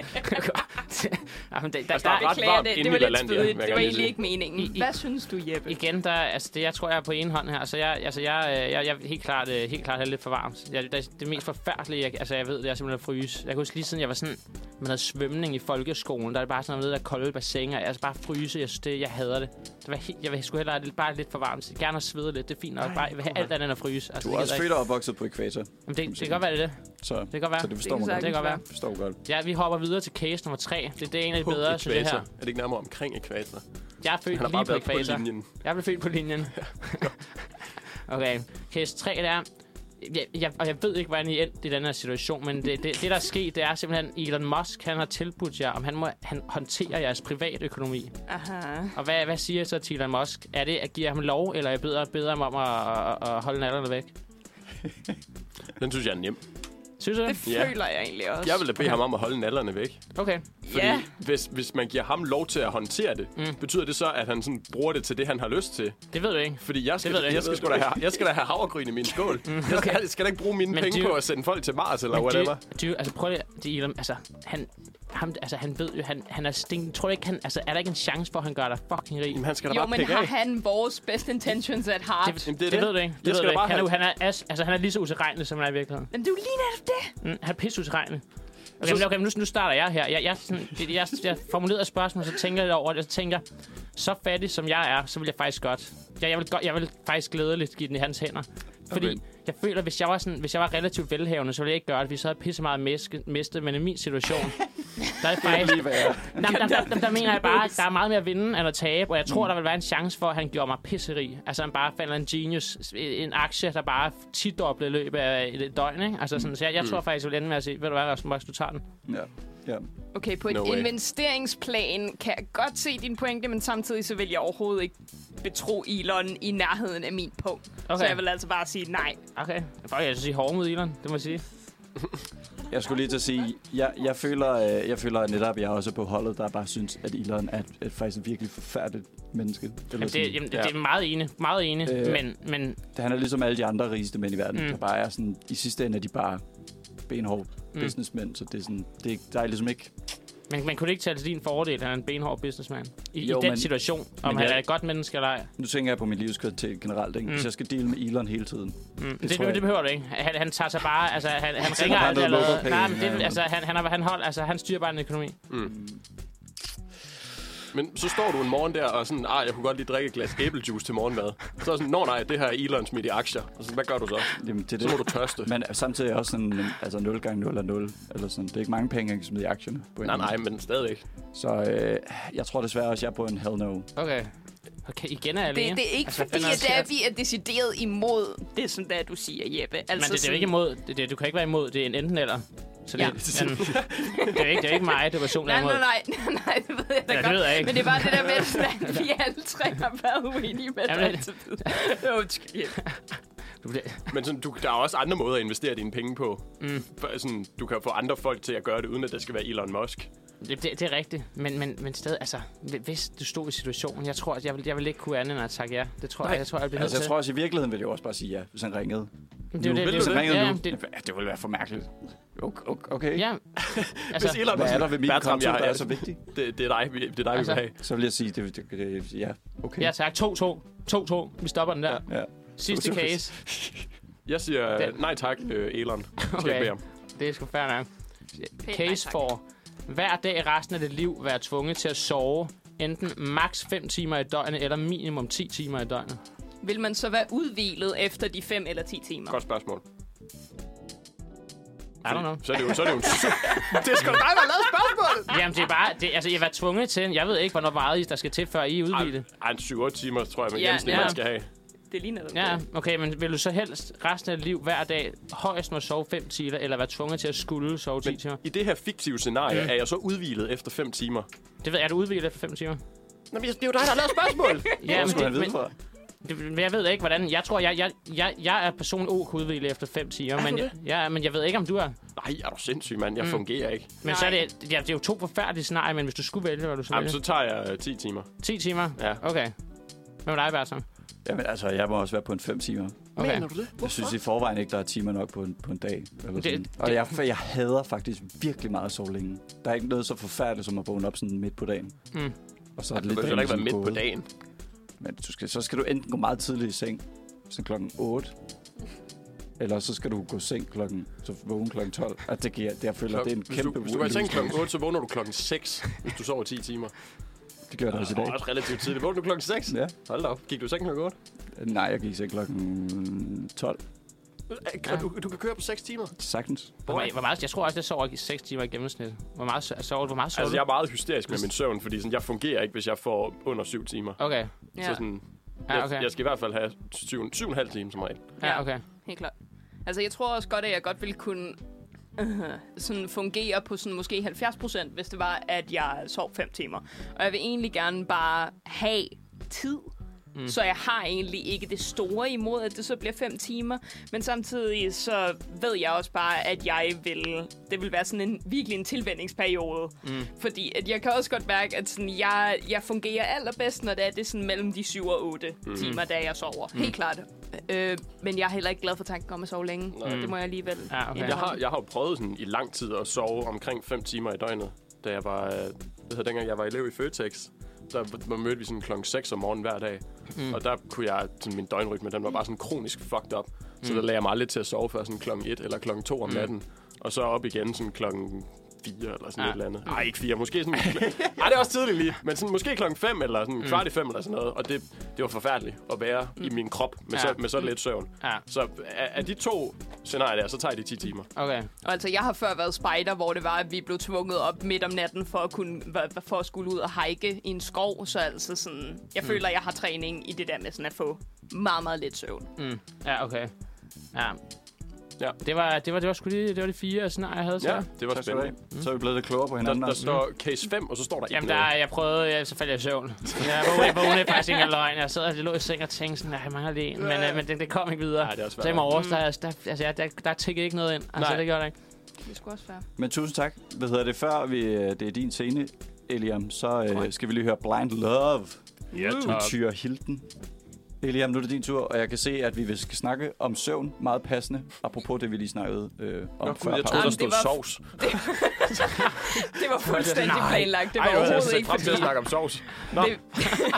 Speaker 4: Jamen, det, der,
Speaker 3: Altså, der er
Speaker 4: der,
Speaker 3: ret
Speaker 1: Beklager
Speaker 3: varmt
Speaker 1: det.
Speaker 3: inde
Speaker 1: Det var
Speaker 3: i
Speaker 1: lidt
Speaker 3: Lalandia, vil
Speaker 1: svedigt.
Speaker 3: jeg
Speaker 1: Det var
Speaker 3: gerne
Speaker 1: egentlig
Speaker 3: lige
Speaker 1: ikke meningen.
Speaker 4: I- I-
Speaker 1: Hvad synes du, Jeppe?
Speaker 4: igen, der, altså, det, jeg tror, jeg er på en hånd her. Så jeg, altså, jeg, øh, jeg, jeg er helt klart, øh, helt klart er lidt for varmt. Jeg, det, det mest forfærdelige, jeg, altså, jeg ved, det er simpelthen at fryse. Jeg kan huske lige siden, jeg var sådan, man havde svømning i folkeskolen, der er det bare sådan noget, der kolde bassiner. Jeg altså bare fryse, jeg synes det, jeg hader det. det var helt, jeg vil sgu hellere have det bare lidt for varmt. Jeg gerne at svede lidt, det er fint nok. Bare, jeg vil have alt andet end at fryse. Altså,
Speaker 2: Du er
Speaker 4: det gider
Speaker 2: også
Speaker 4: jeg
Speaker 2: født og opvokset på ækvator.
Speaker 4: ikke. Jamen, det, det kan godt være, det er det.
Speaker 2: Så,
Speaker 4: Det kan godt være.
Speaker 2: så det forstår
Speaker 1: Det
Speaker 2: man
Speaker 1: kan
Speaker 2: godt.
Speaker 4: Det kan godt være.
Speaker 2: Det forstår man godt.
Speaker 4: Ja, vi hopper videre til case nummer 3. Det, det er en af de
Speaker 3: På
Speaker 4: bedre, synes jeg
Speaker 3: ækvator.
Speaker 4: her.
Speaker 3: Er det ikke nærmere omkring ekvator?
Speaker 4: Jeg er født
Speaker 3: Han har
Speaker 4: lige
Speaker 3: bare
Speaker 4: på
Speaker 3: været på
Speaker 4: ekvator.
Speaker 3: linjen.
Speaker 4: Jeg blev født på linjen. okay. Case 3, det er... Jeg, jeg, og jeg ved ikke, hvordan I endte i den her situation, men det, det, det, der er sket, det er simpelthen, Elon Musk, han har tilbudt jer, om han må han håndtere jeres privatøkonomi.
Speaker 1: Aha.
Speaker 4: Og hvad, hvad siger jeg så til Elon Musk? Er det, at give ham lov, eller jeg beder, beder ham om at, at, at holde natterne væk?
Speaker 3: Den synes jeg er nem.
Speaker 4: Synes du
Speaker 1: Det
Speaker 4: det?
Speaker 3: Ja.
Speaker 1: føler jeg egentlig også.
Speaker 3: Jeg ville da bede ham om at holde nallerne væk.
Speaker 4: Okay.
Speaker 3: Fordi
Speaker 1: Ja.
Speaker 3: hvis, hvis man giver ham lov til at håndtere det,
Speaker 4: Mm.
Speaker 3: mm. betyder det så, at han sådan bruger det til det, han har lyst til?
Speaker 4: Det ved du ikke.
Speaker 3: Fordi jeg skal,
Speaker 4: Det ved jeg
Speaker 3: jeg, jeg, skal
Speaker 4: ikke. Mm.
Speaker 3: sgu da have, jeg skal da have havregryn i min skål. Jeg skal, jeg skal da ikke bruge mine
Speaker 4: Men
Speaker 3: penge
Speaker 4: det-
Speaker 3: på at sende folk til Mars eller
Speaker 4: Men
Speaker 3: whatever.
Speaker 4: Det, det, er jo- altså prøv lige, det, er Elon, altså, han, ham, altså, han ved jo, han, han er sting. Tror du ikke, han, altså, er der ikke en chance for, at han gør dig fucking rig?
Speaker 3: Jamen, han skal da
Speaker 1: Jo,
Speaker 3: bare
Speaker 1: men
Speaker 3: pikke
Speaker 1: har
Speaker 3: af.
Speaker 1: han vores best intentions at heart?
Speaker 4: Det,
Speaker 3: Jamen,
Speaker 4: det,
Speaker 3: det
Speaker 4: det,
Speaker 3: er det.
Speaker 4: det ved du ikke. Det
Speaker 3: Jeg
Speaker 4: ved
Speaker 3: skal
Speaker 4: du
Speaker 3: da
Speaker 4: ikke.
Speaker 3: bare
Speaker 4: Han, er, jo-
Speaker 3: have-
Speaker 4: han, er, as, altså, han er lige så utilregnelig, som han er i virkeligheden.
Speaker 1: Men det er jo lige netop det.
Speaker 4: Mm, han er pisseutilregnelig. Okay, men, okay, men nu, nu starter jeg her. Jeg, jeg, sådan, det- jeg, jeg formulerer et spørgsmål, så tænker jeg lidt over det, og så tænker jeg, så fattig som jeg er, så vil jeg faktisk godt. Jeg, jeg, vil, godt, jeg vil faktisk glædeligt give den i hans hænder. Fordi okay.
Speaker 2: Okay.
Speaker 4: jeg føler, hvis jeg, var sådan, hvis jeg var relativt velhavende, så ville jeg ikke gøre det, fordi så havde jeg pisse meget mæske, mistet, men i min situation, der er det faktisk...
Speaker 2: Lige hvad jeg er.
Speaker 4: Nej, men der, der, der, der mener jeg bare, at der er meget mere at vinde end at tabe, og jeg
Speaker 2: Mm.
Speaker 4: tror, der vil være en chance for, at han gjorde mig pisseri. Altså, han bare fandt en genius, en aktie, der bare tidoblede i løbet af et et døgn, ikke? Altså, sådan, så
Speaker 2: Mm.
Speaker 4: jeg, jeg tror faktisk, jeg vil ende med at sige, ved du hvad, Rasmus, Max, du tager den.
Speaker 2: Ja. ja.
Speaker 1: Okay, på et
Speaker 3: No
Speaker 1: no
Speaker 3: way.
Speaker 1: investeringsplan kan jeg godt se din pointe, men samtidig så vil jeg overhovedet ikke betro Elon i nærheden af min punkt. Okay. Så
Speaker 4: Okay.
Speaker 1: jeg vil altså bare sige nej.
Speaker 4: Okay. Fuck, jeg skal sige hårdmod, Elon, det må jeg sige.
Speaker 2: Jeg skulle lige til at sige, jeg, jeg, føler, øh, jeg føler netop, at jeg er også på holdet, der bare synes, at Elon er, et- er faktisk et virkelig forfærdeligt menneske. Eller
Speaker 4: Jamen, det,
Speaker 2: sådan.
Speaker 4: jamen, det, det er meget enig, meget enig,
Speaker 2: Øh.
Speaker 4: men, men
Speaker 2: Han er ligesom alle de andre rigeste mænd i verden,
Speaker 4: Mm.
Speaker 2: mm. der bare er sådan, i sidste ende er de bare benhårde
Speaker 4: Mm.
Speaker 2: mm. businessmænd, så det er sådan, det er, ikke- der er ligesom ikke
Speaker 4: Men man kunne det ikke tale til din fordel, at han er en benhård businessman. I,
Speaker 2: Jo,
Speaker 4: i den
Speaker 2: men-
Speaker 4: situation, om
Speaker 2: men
Speaker 4: han
Speaker 2: jeg-
Speaker 4: er et godt menneske eller ej.
Speaker 2: Nu tænker jeg på min livskvalitet generelt. Ikke? Mm.
Speaker 4: Mm.
Speaker 2: Hvis jeg skal dele med Elon hele tiden.
Speaker 4: Mm, det, det,
Speaker 2: tror jeg
Speaker 4: det,
Speaker 2: ikke.
Speaker 4: behøver du ikke. Han, han tager sig bare... Altså, han, han
Speaker 2: tænker
Speaker 4: ringer
Speaker 2: bare
Speaker 4: aldrig
Speaker 2: noget
Speaker 4: eller...
Speaker 2: lukkerpenge,
Speaker 4: Nej, men det,
Speaker 2: ja.
Speaker 4: altså, han, han, har, han, hold, altså, han styrer bare en økonomi.
Speaker 3: Mm. Men så står du en morgen der og sådan, ah, jeg kunne godt lige drikke et glas æblejuice til morgenmad. Så er jeg sådan, nå nej, det her er Elon smidt i aktier. Og sådan, hvad gør du så?
Speaker 2: Jamen, det er
Speaker 3: Så må du
Speaker 2: det.
Speaker 3: tørste.
Speaker 2: Men samtidig er jeg også sådan, altså 0 gange 0 er 0. Eller sådan. Det er ikke mange penge, jeg kan smide i aktierne. På en
Speaker 3: Nej,
Speaker 2: gang.
Speaker 3: nej, men stadigvæk.
Speaker 2: Så øh, jeg tror desværre også, jeg er på en hell no.
Speaker 4: Okay. Okay, igen er jeg
Speaker 1: Det,
Speaker 4: alene.
Speaker 1: det er ikke altså, fordi,
Speaker 4: finder-
Speaker 1: at det er, vi er decideret imod det, som det er, du siger, Jeppe. Altså,
Speaker 4: Men det, det er jo
Speaker 1: sådan-
Speaker 4: ikke imod. Det, det, du kan ikke være imod. Det er en enten eller. Så det,
Speaker 1: Ja.
Speaker 4: ja. jamen, det, er jo ikke, det er jo ikke mig, det er personen, der er
Speaker 1: Nej,
Speaker 4: imod.
Speaker 1: nej, nej, nej, nej, det ved jeg da
Speaker 4: Ja, det
Speaker 1: godt.
Speaker 4: ved jeg ikke.
Speaker 1: Men det er bare det der med, sådan, at vi alle tre har været uenige med dig
Speaker 4: Jamen,
Speaker 1: altid. Undskyld, Jeppe.
Speaker 4: Du bliver-
Speaker 3: Men sådan, du, der er også andre måder at investere dine penge på.
Speaker 4: Mm.
Speaker 3: For, sådan, du kan få andre folk til at gøre det, uden at det skal være Elon Musk.
Speaker 4: Det, det, det er rigtigt, men, men, men stadig, altså, hvis du stod i situationen, jeg tror, at jeg ville, jeg ville ikke kunne andet end at takke ja. Det tror jeg, jeg tror, jeg bliver
Speaker 2: Altså, jeg
Speaker 4: nødt
Speaker 2: tror også, i virkeligheden ville jeg også bare sige ja, hvis han ringede.
Speaker 4: til. Men det er jo
Speaker 3: Nu
Speaker 4: det,
Speaker 3: vil
Speaker 4: det,
Speaker 3: du
Speaker 4: er jo-
Speaker 2: ringede
Speaker 4: ja,
Speaker 2: nu.
Speaker 4: Det,
Speaker 2: Det, det ville være for mærkeligt. Okay. okay.
Speaker 4: ja, altså,
Speaker 3: Hvis Elon
Speaker 2: Hvad
Speaker 3: Musk
Speaker 2: er der ved min
Speaker 3: Bertram,
Speaker 2: konto,
Speaker 3: jeg har-
Speaker 2: der er
Speaker 3: jeg-
Speaker 2: så vigtigt?
Speaker 3: Det, det er dig, vi- det er dig
Speaker 4: Altså.
Speaker 3: vi vil have.
Speaker 2: Så vil jeg sige, det, det, det ja, okay.
Speaker 4: ja tak. 2-2. 2-2. Vi stopper den der.
Speaker 2: Ja.
Speaker 4: Sidste
Speaker 2: To-to.
Speaker 4: case.
Speaker 3: Jeg siger,
Speaker 4: Den.
Speaker 3: den. nej tak, øh, Elon. Skal jeg
Speaker 4: Okay.
Speaker 3: bede om.
Speaker 4: Det er sgu fair nok. Case
Speaker 1: tak.
Speaker 4: for hver dag i resten af dit liv være tvunget til at sove enten maks 5 timer i døgnet eller minimum 10 timer i døgnet.
Speaker 1: Vil man så være udvilet efter de 5 eller 10 timer?
Speaker 3: Godt spørgsmål.
Speaker 4: I don't know.
Speaker 3: Så er det jo, så er det jo en... det skal dig, der har lavet spørgsmålet!
Speaker 4: Jamen, det er bare... Det, altså, jeg var tvunget til... Jeg ved ikke, hvornår meget I- der skal til, før I er udvildet.
Speaker 3: Ej, en 7-8 timer, tror jeg, man
Speaker 1: Ja,
Speaker 3: gennemsnit,
Speaker 4: ja.
Speaker 3: man skal have.
Speaker 1: Det ligner det.
Speaker 4: Ja, okay, men vil du så helst resten af dit liv hver dag højst må sove 5 timer, eller være tvunget til at skulle sove 10 timer?
Speaker 3: I det her fiktive scenarie er jeg så udvilet efter 5 timer.
Speaker 4: Det ved jeg, er du udvildet efter 5 timer?
Speaker 3: Nå, men det er jo dig, der har lavet spørgsmål!
Speaker 4: Ja,
Speaker 2: Hvor skulle han
Speaker 4: det,
Speaker 2: vide
Speaker 4: men,
Speaker 2: fra?
Speaker 4: det, men jeg ved ikke, hvordan... Jeg tror, jeg, jeg, jeg, jeg er person OK udvildet efter 5 timer, men,
Speaker 3: du
Speaker 4: jeg, ja, men jeg ved ikke, om du er.
Speaker 3: Nej, er du sindssyg, mand? Jeg fungerer ikke.
Speaker 4: Men Mm. så er
Speaker 1: Nej.
Speaker 4: det, ja, det er jo to forfærdelige scenarier, men hvis du skulle vælge, hvad du så
Speaker 3: Jamen,
Speaker 4: vælge.
Speaker 3: så tager jeg øh, 10 timer.
Speaker 4: 10 timer?
Speaker 3: Ja.
Speaker 4: Okay. Hvad med dig, Bertram?
Speaker 2: Jamen, altså, jeg må også være på en fem timer.
Speaker 4: Okay.
Speaker 3: du det?
Speaker 2: Jeg synes i forvejen ikke, der er timer nok på en, på en dag. Eller
Speaker 4: Det-
Speaker 2: sådan. Og
Speaker 4: det-
Speaker 2: jeg, jeg hader faktisk virkelig meget at sove længe. Der er ikke noget så forfærdeligt, som at vågne op sådan midt på dagen.
Speaker 4: Mm.
Speaker 2: Og så er
Speaker 3: Du
Speaker 2: det
Speaker 3: behøver
Speaker 2: lidt
Speaker 3: heller ikke være
Speaker 2: dagen
Speaker 3: midt
Speaker 2: sådan
Speaker 3: på
Speaker 2: gået.
Speaker 3: dagen.
Speaker 2: Men du skal, så skal du enten gå meget tidligt i seng, sådan klokken 8, eller så skal du gå i seng klokken, så vågne klokken 12. Og det giver, det, jeg føler,
Speaker 3: Så
Speaker 2: det er en
Speaker 3: hvis, du,
Speaker 2: kæmpe
Speaker 3: hvis du går i seng
Speaker 2: livsgang.
Speaker 3: klokken 8, så vågner du klokken 6, hvis du sover 10 timer.
Speaker 2: Det gør jeg da også i
Speaker 3: Det
Speaker 2: dag.
Speaker 3: er også relativt tidligt. Vågner du klokken 6?
Speaker 2: Ja.
Speaker 3: Hold da op. Gik du i seng klokken 8?
Speaker 2: Nej, jeg gik i seng klokken 12.
Speaker 4: Ja.
Speaker 3: Ja. Du, du Øh, kan køre på 6 timer.
Speaker 2: Sagtens.
Speaker 4: Hvor, meget- hvor meget, jeg tror også, jeg sover i 6 timer i gennemsnit. Hvor meget so- sover du? Hvor meget sover
Speaker 3: Altså, jeg
Speaker 4: du?
Speaker 3: er meget hysterisk med min søvn, fordi sådan, jeg fungerer ikke, hvis jeg får under 7 timer.
Speaker 4: Okay.
Speaker 3: Ja. Så sådan,
Speaker 4: Ja,
Speaker 3: jeg,
Speaker 4: okay.
Speaker 3: jeg skal i hvert fald have 7, 7,5 timer som regel.
Speaker 4: Ja, okay.
Speaker 1: Helt klart. Altså, jeg tror også godt, at jeg godt ville kunne øh, sådan fungere på sådan måske 70 procent, hvis det var, at jeg sov 5 timer. Og jeg vil egentlig gerne bare have tid, mm. så jeg har egentlig ikke det store imod, at det så bliver 5 timer. Men samtidig så ved jeg også bare, at jeg vil, det vil være sådan en virkelig en tilvændingsperiode. Mm. Fordi at jeg kan også godt mærke, at sådan, jeg, jeg fungerer allerbedst, når det er, det er sådan mellem de 7 og 8 mm. timer, da jeg sover. Mm. Helt klart. Øh, men jeg er heller ikke glad for tanken om at sove længe. Mm. Det må jeg alligevel.
Speaker 4: Ja, okay.
Speaker 3: Jeg har, jeg har jo prøvet sådan i lang tid at sove omkring 5 timer i døgnet, da jeg var, øh, altså, dengang jeg var elev i Føtex. Der b- der mødte vi sådan klokken 6 om morgenen hver dag. Mm. Og der kunne jeg, sådan min døgnrytme, den var bare sådan kronisk fucked up. Så der lagde jeg mig aldrig til at sove før sådan klokken 1 eller klokken 2 om natten. Og så op igen sådan klokken 4 eller sådan
Speaker 4: Ja.
Speaker 3: ja. et eller andet. Nej, ikke 4, måske sådan... Ej, det er også tidligt lige. Men sådan, måske klokken 5 eller sådan kvart i 5 eller sådan noget. Og det, det var forfærdeligt at være i min krop med,
Speaker 4: Ja.
Speaker 3: så, med så lidt søvn.
Speaker 4: Ja,
Speaker 3: Så af, af de to scenarier der, så tager de 10 timer.
Speaker 4: okay.
Speaker 1: Og altså, jeg har før været spejder, hvor det var, at vi blev tvunget op midt om natten for at, kunne, for at skulle ud og hike i en skov. Så altså sådan,
Speaker 4: Mm.
Speaker 1: jeg føler, at jeg har træning i det der med sådan at få meget, meget lidt søvn.
Speaker 4: Mm. Ja, okay. Ja.
Speaker 3: Ja.
Speaker 4: Det var, det var, det var sgu lige, det var de fire scenarier, jeg havde så.
Speaker 3: Ja,
Speaker 4: Ja.
Speaker 3: det var
Speaker 2: Tak skal du
Speaker 3: spændende.
Speaker 2: have. Så er vi blevet lidt klogere på
Speaker 3: Der,
Speaker 2: hinanden.
Speaker 3: der
Speaker 2: altså.
Speaker 3: står case 5, og så står der
Speaker 4: Jamen,
Speaker 3: ikke
Speaker 4: der,
Speaker 3: noget.
Speaker 4: jeg prøvede, jeg, så faldt jeg i søvn. Jeg vågnede, vågnede faktisk ikke af løgn. Jeg sad og lå i seng og tænkte sådan, nej, jeg mangler lige en, men, øh, men det, det kom ikke videre.
Speaker 3: Nej, det er også
Speaker 4: så i
Speaker 3: svært. Mm.
Speaker 4: morges, der, der, altså, jeg- der, der tikkede ikke noget ind. Altså,
Speaker 3: Nej.
Speaker 4: det gjorde der ikke.
Speaker 1: Det skulle også være.
Speaker 2: Men tusind tak. Hvad hedder det? Før vi, øh, det er din scene, Eliam, så øh, skal vi lige høre Blind Love
Speaker 3: Ja,
Speaker 2: med Tyre Hilden. Eliam, nu er det din tur, og jeg kan se, at vi skal snakke om søvn meget passende, apropos det, vi lige snakkede øh, om
Speaker 3: Nå,
Speaker 2: før.
Speaker 3: gud,
Speaker 2: pausen.
Speaker 3: jeg troede, der
Speaker 1: Jamen,
Speaker 3: stod
Speaker 1: det var-
Speaker 3: sovs.
Speaker 1: Det var fuldstændig
Speaker 3: Nej.
Speaker 1: planlagt. Det var
Speaker 3: Ej, jeg havde
Speaker 1: overhovedet
Speaker 3: set
Speaker 1: ikke
Speaker 3: frem til
Speaker 1: fordi...
Speaker 3: at snakke om sovs. Nå,
Speaker 1: Det-
Speaker 3: Ej,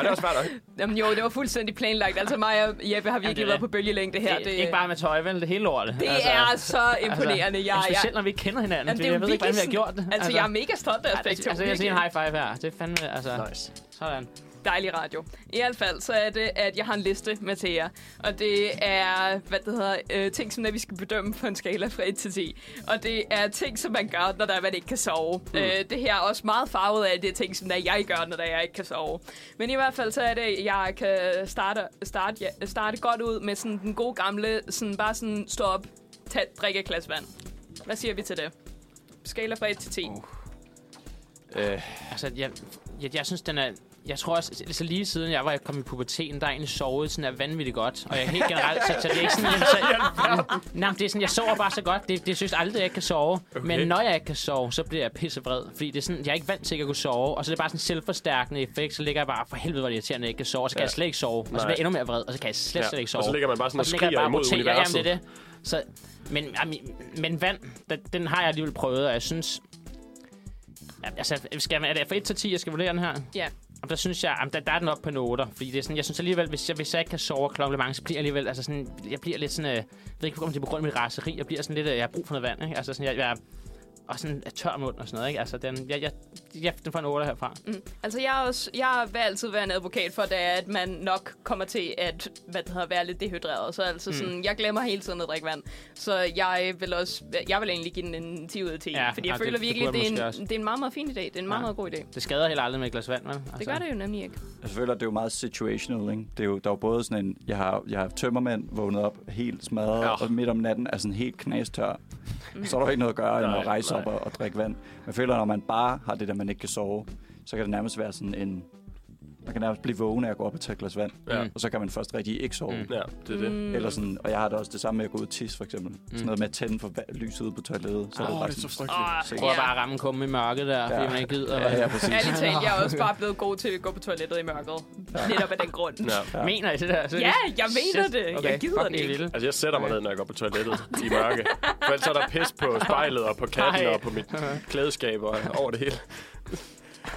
Speaker 3: det er også svært nok.
Speaker 1: Jamen jo, det var fuldstændig planlagt. Altså mig og Jeppe har
Speaker 4: det er
Speaker 1: virkelig været
Speaker 4: det.
Speaker 1: på bølgelængde her.
Speaker 4: det, ikke bare med tøj, vel? Det hele lortet. Altså,
Speaker 1: det er så imponerende. Jeg, jeg,
Speaker 4: specielt, når vi ikke kender
Speaker 1: Jamen,
Speaker 4: hinanden. Jamen,
Speaker 1: det er
Speaker 4: det
Speaker 1: jo
Speaker 4: jeg ved ikke, hvordan vi har
Speaker 1: virkelig
Speaker 4: gjort det.
Speaker 1: altså, jeg er mega stolt af os begge
Speaker 4: altså,
Speaker 1: to.
Speaker 4: altså, jeg
Speaker 1: Virkelig.
Speaker 4: siger en high five her. Det er fandme, altså,
Speaker 3: Nice.
Speaker 4: sådan.
Speaker 1: dejlig radio. I hvert fald så er det, at jeg har en liste med til jer. Og det er, hvad det hedder, øh, ting, som vi skal bedømme på en skala fra 1 til 10. Og det er ting, som man gør, når der er, man ikke kan sove. Mm. Øh, det her er også meget farvet af, det er ting, som der jeg gør, når der jeg ikke kan sove. Men i hvert fald så er det, at jeg kan starte, starte, ja, starte godt ud med sådan den gode gamle, sådan bare sådan stå op, tag, drikke et glas vand. Hvad siger vi til det? Skala fra 1 til 10.
Speaker 3: Øh,
Speaker 4: Altså, jeg, jeg, jeg synes, den er... Jeg tror også, altså lige siden jeg var kommet i puberteten, der er egentlig sovet sådan er vanvittigt godt. Og jeg er helt generelt, så, så det er ikke sådan, jeg, så, nej, men det er sådan, jeg sover bare så godt. Det, det synes aldrig, jeg kan sove. Okay. Men når jeg ikke kan sove, så bliver jeg pissevred. Fordi det er sådan, jeg er ikke vant til ikke at kunne sove. Og så er det bare sådan en selvforstærkende effekt. Så ligger jeg bare, for helvede, hvor er det irriterende, at jeg ikke kan sove. Og så kan
Speaker 3: Ja.
Speaker 4: jeg slet ikke sove. Og så
Speaker 3: Nej.
Speaker 4: bliver jeg endnu mere vred, og så kan jeg slet,
Speaker 3: Ja,
Speaker 4: slet ikke sove.
Speaker 3: og så ligger man bare sådan og
Speaker 4: ligger jeg
Speaker 3: skriger imod
Speaker 4: roterer.
Speaker 3: universet.
Speaker 4: Jamen, det er det. Så, men, jamen, men vand, den, den har jeg alligevel prøvet, og jeg synes, Ja, altså, skal man, er det fra 1 til 10, jeg skal vurdere den her?
Speaker 1: Ja.
Speaker 4: Jamen, der synes jeg, jamen, der, der er den op på noter, fordi det er sådan, jeg synes alligevel, hvis jeg, hvis jeg ikke kan sove klokken er mange, så bliver jeg alligevel, altså sådan, jeg bliver lidt sådan, øh, jeg ved ikke, om det er på grund af mit raseri, jeg bliver sådan lidt, øh, jeg har brug for noget vand, ikke? Altså sådan, jeg, jeg og sådan er tør mund og sådan noget, ikke? Altså, den, jeg, jeg, jeg, den får en 8 herfra.
Speaker 1: Mm. Altså, jeg, er også, jeg vil altid være en advokat for, det er, at man nok kommer til at hvad det hedder, være lidt dehydreret. Så altså,
Speaker 4: Mm.
Speaker 1: sådan, jeg glemmer hele tiden at drikke vand. Så jeg vil, også, jeg vil egentlig give den en 10 ud af 10.
Speaker 4: Ja,
Speaker 1: fordi jeg
Speaker 4: ja,
Speaker 1: føler
Speaker 4: det- det
Speaker 1: virkelig,
Speaker 4: burde
Speaker 1: det,
Speaker 4: måske
Speaker 1: er
Speaker 4: også.
Speaker 1: en, det er en meget, meget fin idé. Det er en meget,
Speaker 4: Ja.
Speaker 1: meget god idé. Det
Speaker 4: Det skader heller aldrig med et glas vand, vel? Altså,
Speaker 1: gør det jo nemlig ikke.
Speaker 2: Jeg føler, at det er jo meget situational, ikke? Det er jo, der er jo både sådan en... Jeg har, jeg har haft tømmermænd vågnet op helt smadret,
Speaker 3: Ja.
Speaker 2: ja. og midt om natten er sådan helt knastør. Så er der jo ikke noget at gøre, end
Speaker 3: Nej,
Speaker 2: at rejse op
Speaker 3: nej.
Speaker 2: og, og drikke vand. Men jeg føler, når man bare har det der, man ikke kan sove, så kan det nærmest være sådan en... Man kan nærmest blive vågen af at gå op og tage et glas vand,
Speaker 3: ja,
Speaker 4: Mm.
Speaker 2: og så kan man først rigtig ikke sove.
Speaker 4: Mm.
Speaker 2: Mm.
Speaker 3: ja, det er det.
Speaker 1: Mm.
Speaker 2: Eller sådan, og jeg har da også det samme med at gå ud og tisse, for eksempel. Mm. Sådan noget med at tænde for va- lyset ude på toilettet. Så
Speaker 3: Åh,
Speaker 2: er det bare
Speaker 3: det er så
Speaker 2: sådan,
Speaker 3: frygteligt.
Speaker 1: Åh,
Speaker 4: Prøv
Speaker 1: ja.
Speaker 4: at bare at ramme en kumme i mørket der, fordi
Speaker 2: Ja.
Speaker 4: man ikke gider.
Speaker 2: ja,
Speaker 4: vel?
Speaker 2: ja, præcis.
Speaker 1: Ærligt talt, jeg er også bare blevet god til at gå på toilettet i mørket. Netop af den grund.
Speaker 3: Ja.
Speaker 2: Ja.
Speaker 4: Mener I det der? Så
Speaker 1: Ja, jeg mener det. Jeg gider
Speaker 4: fuck,
Speaker 1: det
Speaker 4: I er
Speaker 1: ikke.
Speaker 4: vilde.
Speaker 3: Altså, jeg sætter mig ned, når jeg går på toilettet i mørke. For ellers er der pis på spejlet og på katten
Speaker 4: Nej.
Speaker 3: og på mit klædeskab og over det hele.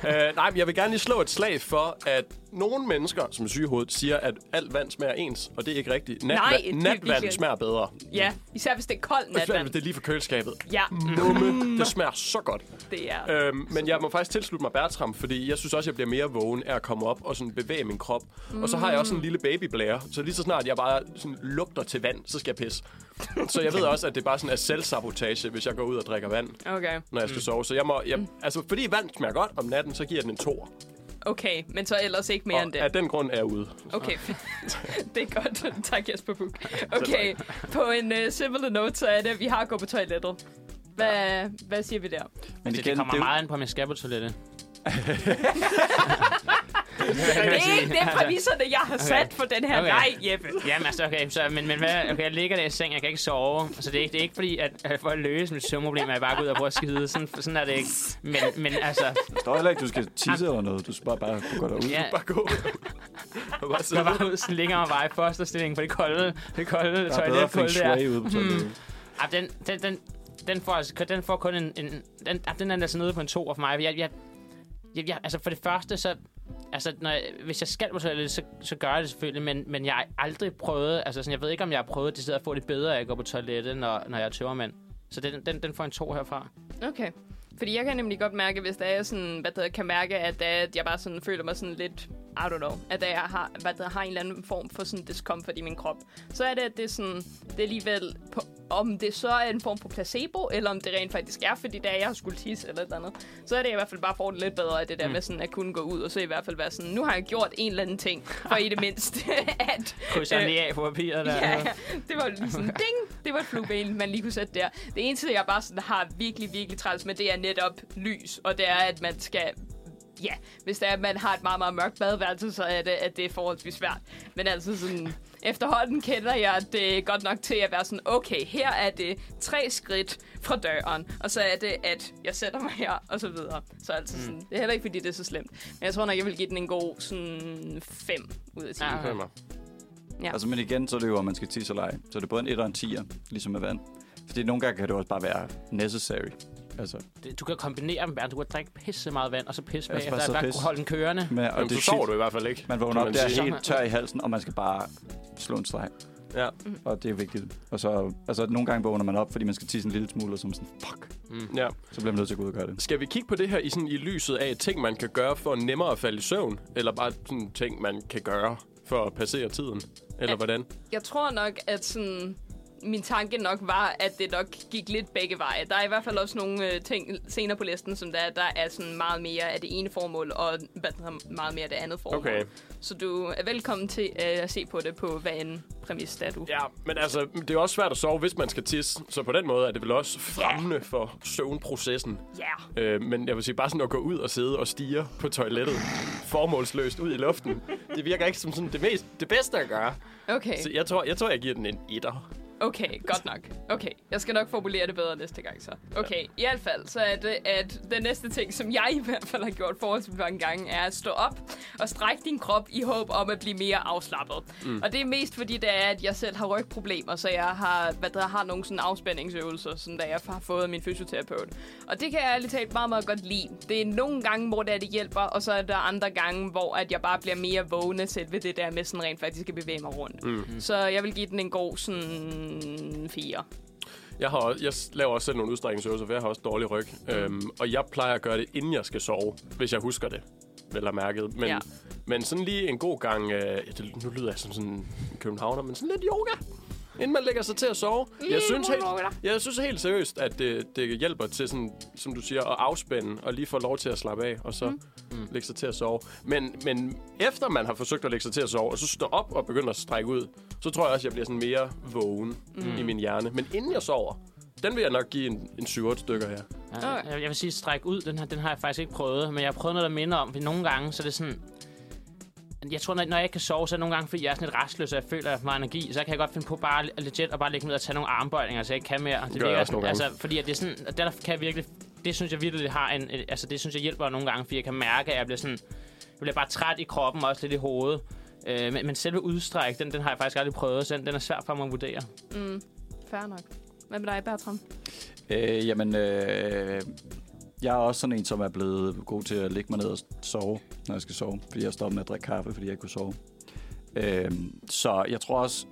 Speaker 3: Uh, nej, men jeg vil gerne lige slå et slag for, at nogle mennesker, som er syge i hovedet, siger, at alt vand smager ens, og det er ikke rigtigt. Nat,
Speaker 1: Nej, det er
Speaker 3: natvand
Speaker 1: virkelig-
Speaker 3: smager bedre.
Speaker 1: Ja, især hvis det er koldt natvand.
Speaker 3: Det Mm. er lige for køleskabet.
Speaker 1: Ja,
Speaker 3: Mumme, det smager så godt.
Speaker 1: det er.
Speaker 3: Øhm, men jeg må faktisk tilslutte mig Bertram, fordi jeg synes også, jeg bliver mere vågen af at komme op og sådan bevæge min krop. Mm. Og så har jeg også en lille babyblære, så lige så snart jeg bare sådan lugter til vand, så skal jeg pisse. så jeg ved også, at det bare sådan er selvsabotage, hvis jeg går ud og drikker vand,
Speaker 1: Okay.
Speaker 3: når jeg skal sove. Så jeg må,
Speaker 1: Mm.
Speaker 3: jeg, altså, fordi vand smager godt om natten, så giver jeg den en tor.
Speaker 1: okay, men så ellers ikke mere end
Speaker 3: Og
Speaker 1: det.
Speaker 3: af den grund er jeg ude.
Speaker 1: Okay, det er godt. tak Jesper Buk. Okay, på en uh, simple note, så er det, at vi har gået på toilettet. Hvad, hvad siger vi der?
Speaker 2: Men
Speaker 4: Altså, det kommer meget an på, om jeg skal på toilettet.
Speaker 1: Det er ikke det er
Speaker 4: Altså,
Speaker 1: præmisserne, jeg har sat for den her.
Speaker 4: Okay.
Speaker 1: Nej, Jeppe.
Speaker 4: Jamen altså, okay, så, men, men hvad, okay, jeg ligger der i seng, jeg kan ikke sove. Altså, det er ikke, det er ikke fordi, at, at for at løse mit søvnproblem, at jeg bare går ud og prøver at skide. Sådan, sådan er det ikke. Men, men altså,
Speaker 2: Det står heller ikke, du skal tisse eller noget. Du skal bare, bare kunne gå derud.
Speaker 4: ja,
Speaker 3: Bare gå. og bare
Speaker 4: der
Speaker 3: sidde.
Speaker 4: var ud sådan længere vej i fosterstillingen på det kolde, det kolde
Speaker 2: Der er bedre feng
Speaker 4: toiletkulde der.
Speaker 2: shui ude på toilettet.
Speaker 4: Ah, den, den, den, den, får, altså, den får kun en... en den, ah, den er altså nede på en to for mig. Jeg, jeg, jeg, jeg, altså for det første, så... Altså, når jeg, hvis jeg skal på toilettet, så, så gør jeg det selvfølgelig, men, men jeg har aldrig prøvet... Altså, sådan, jeg ved ikke, om jeg har prøvet det at få det bedre, at jeg går på toilettet, når, når jeg er tømmermand. Så den, den, den får en to herfra.
Speaker 1: Okay. Fordi jeg kan nemlig godt mærke, hvis der er sådan, hvad der kan mærke, at, øh, at jeg bare sådan føler mig sådan lidt, I don't know, at jeg har, hvad der har en eller anden form for sådan discomfort i min krop, så er det, at det er sådan, det er alligevel, på, om det så er en form for placebo, eller om det rent faktisk er, fordi da jeg har skulle tisse eller et eller andet, så er det i hvert fald bare for det lidt bedre, at det der mm. med sådan at kunne gå ud, og så i hvert fald være sådan, nu har jeg gjort en eller anden ting, for i det mindste, at
Speaker 4: Krydser
Speaker 1: Øh,
Speaker 4: øh, lige af på papiret der.
Speaker 1: Ja, det var lige sådan, ding, det var et flueben, man lige kunne sætte der. Det eneste, jeg bare sådan har virkelig, virkelig træls med, det er netop lys, og det er, at man skal... Ja, hvis det er, at man har et meget, meget mørkt badeværelse, så er det, at det er forholdsvis svært. Men altså sådan, efterhånden kender jeg det godt nok til at være sådan, okay, her er det tre skridt fra døren, og så er det, at jeg sætter mig her, og så videre. Så
Speaker 4: Mm.
Speaker 1: altså sådan, det er heller ikke, fordi det er så slemt. Men jeg tror nok, jeg vil give den en god sådan 5 ud af 10.
Speaker 4: Ja.
Speaker 3: Fem.
Speaker 1: Ja.
Speaker 2: Ja. Altså, men igen, så er det jo, om man skal tisse eller ej. Så det er både en 1 og en 10'er, ligesom med vand. Fordi nogle gange kan det også bare være necessary. Altså,
Speaker 4: Det- Du kan kombinere dem, Bernd. Du kan drikke pisse meget vand, og så pisse
Speaker 2: Ja, så
Speaker 4: bag,
Speaker 2: bare
Speaker 4: og
Speaker 2: så
Speaker 4: bare
Speaker 2: pisse.
Speaker 4: kunne holde den kørende.
Speaker 2: men, og
Speaker 3: Jamen,
Speaker 2: det er
Speaker 3: så sover
Speaker 2: shit.
Speaker 3: du i hvert fald ikke.
Speaker 2: Man vågner
Speaker 3: kan
Speaker 2: op
Speaker 3: man
Speaker 2: der
Speaker 3: sige.
Speaker 2: helt tør i halsen, og man skal bare slå en streg.
Speaker 3: Ja.
Speaker 2: Og det er vigtigt. Og så, altså, nogle gange vågner man op, fordi man skal tisse en lille smule, og så er man sådan, fuck,
Speaker 4: Mm.
Speaker 3: Ja.
Speaker 2: så bliver man nødt til at gå ud og gøre det.
Speaker 3: Skal vi kigge på det her i, sådan, i lyset af ting, man kan gøre for nemmere at falde i søvn? Eller bare sådan ting, man kan gøre for at passere tiden? Eller
Speaker 1: Ja.
Speaker 3: hvordan?
Speaker 1: Jeg tror nok, at sådan, min tanke nok var, at det nok gik lidt begge veje. Der er i hvert fald også nogle øh, ting senere på listen, som der, er- der er sådan meget mere af det ene formål, og hvad den hedder, meget mere af det andet formål.
Speaker 3: Okay.
Speaker 1: Så du er velkommen til øh, at se på det på, hvad en præmis der er du.
Speaker 3: Ja, men altså, det er også svært at sove, hvis man skal tisse. Så på den måde er det vel også fremmende for søvnprocessen.
Speaker 1: Yeah.
Speaker 3: Øh, men jeg vil sige, bare sådan at gå ud og sidde og stige på toilettet formålsløst ud i luften. Det virker ikke som sådan det, mest, det bedste at gøre.
Speaker 1: Okay,
Speaker 3: Så jeg tror, jeg, tror, jeg giver den en etter.
Speaker 1: okay, godt nok. Okay, jeg skal nok formulere det bedre næste gang så. Okay, i hvert fald så er det, at den næste ting, som jeg i hvert fald har gjort forholdsvis mange gange, er at stå op og strække din krop i håb om at blive mere afslappet. Mm. Og det er mest fordi, det er, at jeg selv har rygproblemer, så jeg har, hvad der, har nogle sådan afspændingsøvelser, som der jeg har fået af min fysioterapeut. Og det kan jeg ærligt talt meget, meget godt lide. Det er nogle gange, hvor det, er, det hjælper, og så er der andre gange, hvor at jeg bare bliver mere vågne selv ved det der med sådan rent faktisk at bevæge mig rundt. Mm. Så jeg vil give den en god sådan 4.
Speaker 3: Jeg, har, også- jeg s- laver også selv nogle udstrækningsøvelser, for jeg har også dårlig ryg. Øhm, og jeg plejer at gøre det, inden jeg skal sove, hvis jeg husker det. Vel har mærket. Men,
Speaker 1: Ja.
Speaker 3: ja. men sådan lige en god gang... Øh, ja, det, nu lyder jeg som sådan en københavner, men sådan lidt yoga. Inden man lægger sig til at sove. Jeg synes, helt, jeg synes helt seriøst, at det, det hjælper til, sådan, som du siger, at afspænde og lige få lov til at slappe af, og så mm. lægge sig til at sove. Men, men efter man har forsøgt at lægge sig til at sove, og så står op og begynder at strække ud, så tror jeg også, at jeg bliver sådan mere vågen mm. i min hjerne. Men inden jeg sover, den vil jeg nok give en, en 7-8 stykker her.
Speaker 4: Ja,
Speaker 1: Okay.
Speaker 4: Jeg, jeg vil sige, stræk ud, den, her, den har jeg faktisk ikke prøvet, men jeg har prøvet noget, der minder om, for nogle gange, så er det sådan... Jeg tror, når, når jeg ikke kan sove, så er det nogle gange, fordi jeg er sådan lidt restløs, og jeg føler, at jeg har for meget energi, så kan jeg godt finde på bare le- legit og bare ligge ned og tage nogle armbøjninger, så jeg ikke kan mere. Det,
Speaker 3: jeg
Speaker 4: ligger
Speaker 3: også nogle gange.
Speaker 4: Altså, fordi at det er sådan, og der kan jeg virkelig, det synes jeg virkelig har en, en- altså det synes jeg hjælper nogle gange, fordi jeg kan mærke, at jeg bliver sådan, jeg bliver bare træt i kroppen og også lidt i hovedet. Øh, men, men selve udstræk, den, den har jeg faktisk aldrig prøvet, så den, den er svær for mig at vurdere.
Speaker 1: Mm, fair nok. Hvad med dig, Bertram?
Speaker 2: Øh, jamen, øh, jeg er også sådan en, som er blevet god til at ligge mig ned og sove, når jeg skal sove. Fordi jeg stoppede med at drikke kaffe, fordi jeg ikke kunne sove. Øh, så jeg tror også,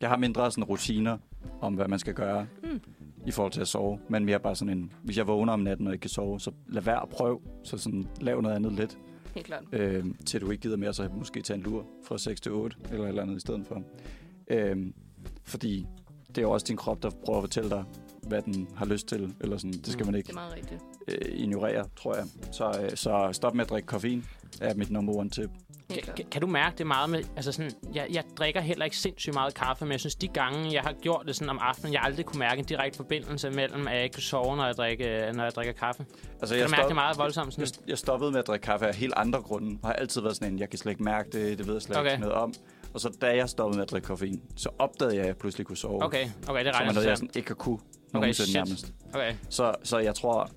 Speaker 2: jeg har mindre sådan rutiner om, hvad man skal gøre
Speaker 1: Mm.
Speaker 2: mm. i forhold til at sove. Men mere bare sådan en, hvis jeg vågner om natten og ikke kan sove, så lad være at prøve. Så sådan, lav noget andet lidt,
Speaker 1: Helt klart.
Speaker 2: øh, til du ikke gider mere, så måske tage en lur fra 6 til 8, eller et eller andet i stedet for. Øh, fordi det er jo også din krop, der prøver at fortælle dig, hvad den har lyst til, eller sådan. Det
Speaker 4: Mm,
Speaker 2: skal man
Speaker 1: Det
Speaker 2: ikke
Speaker 1: er meget rigtigt.
Speaker 2: øh, ignorere, tror jeg. Så, øh, så stop med at drikke koffein, er mit number one tip.
Speaker 1: Helt
Speaker 4: Kan,
Speaker 1: klart.
Speaker 4: kan- kan du mærke det meget med, altså sådan, jeg, jeg drikker heller ikke sindssygt meget kaffe, men jeg synes, de gange, jeg har gjort det sådan om aftenen, jeg aldrig kunne mærke en direkte forbindelse mellem, at jeg ikke kunne sove, når jeg drikker, når jeg drikker kaffe. Kan
Speaker 2: Altså,
Speaker 4: du mærke
Speaker 2: stop-
Speaker 4: det meget voldsomt? Sådan?
Speaker 2: Jeg, jeg stoppede med at drikke kaffe af helt andre grunde. Jeg har altid været sådan en, jeg kan slet ikke mærke det, det ved jeg slet okay.
Speaker 4: Okay.
Speaker 2: ikke noget om. Og så da jeg stoppede med at drikke koffein, så opdagede jeg, at jeg pludselig kunne sove.
Speaker 4: Okay, okay, det
Speaker 2: Som er
Speaker 4: regner
Speaker 2: noget,
Speaker 4: sig
Speaker 2: jeg
Speaker 4: selv.
Speaker 2: sådan ikke har kunne nogensinde
Speaker 4: shit.
Speaker 2: nærmest.
Speaker 4: Okay,
Speaker 2: Så, så jeg tror,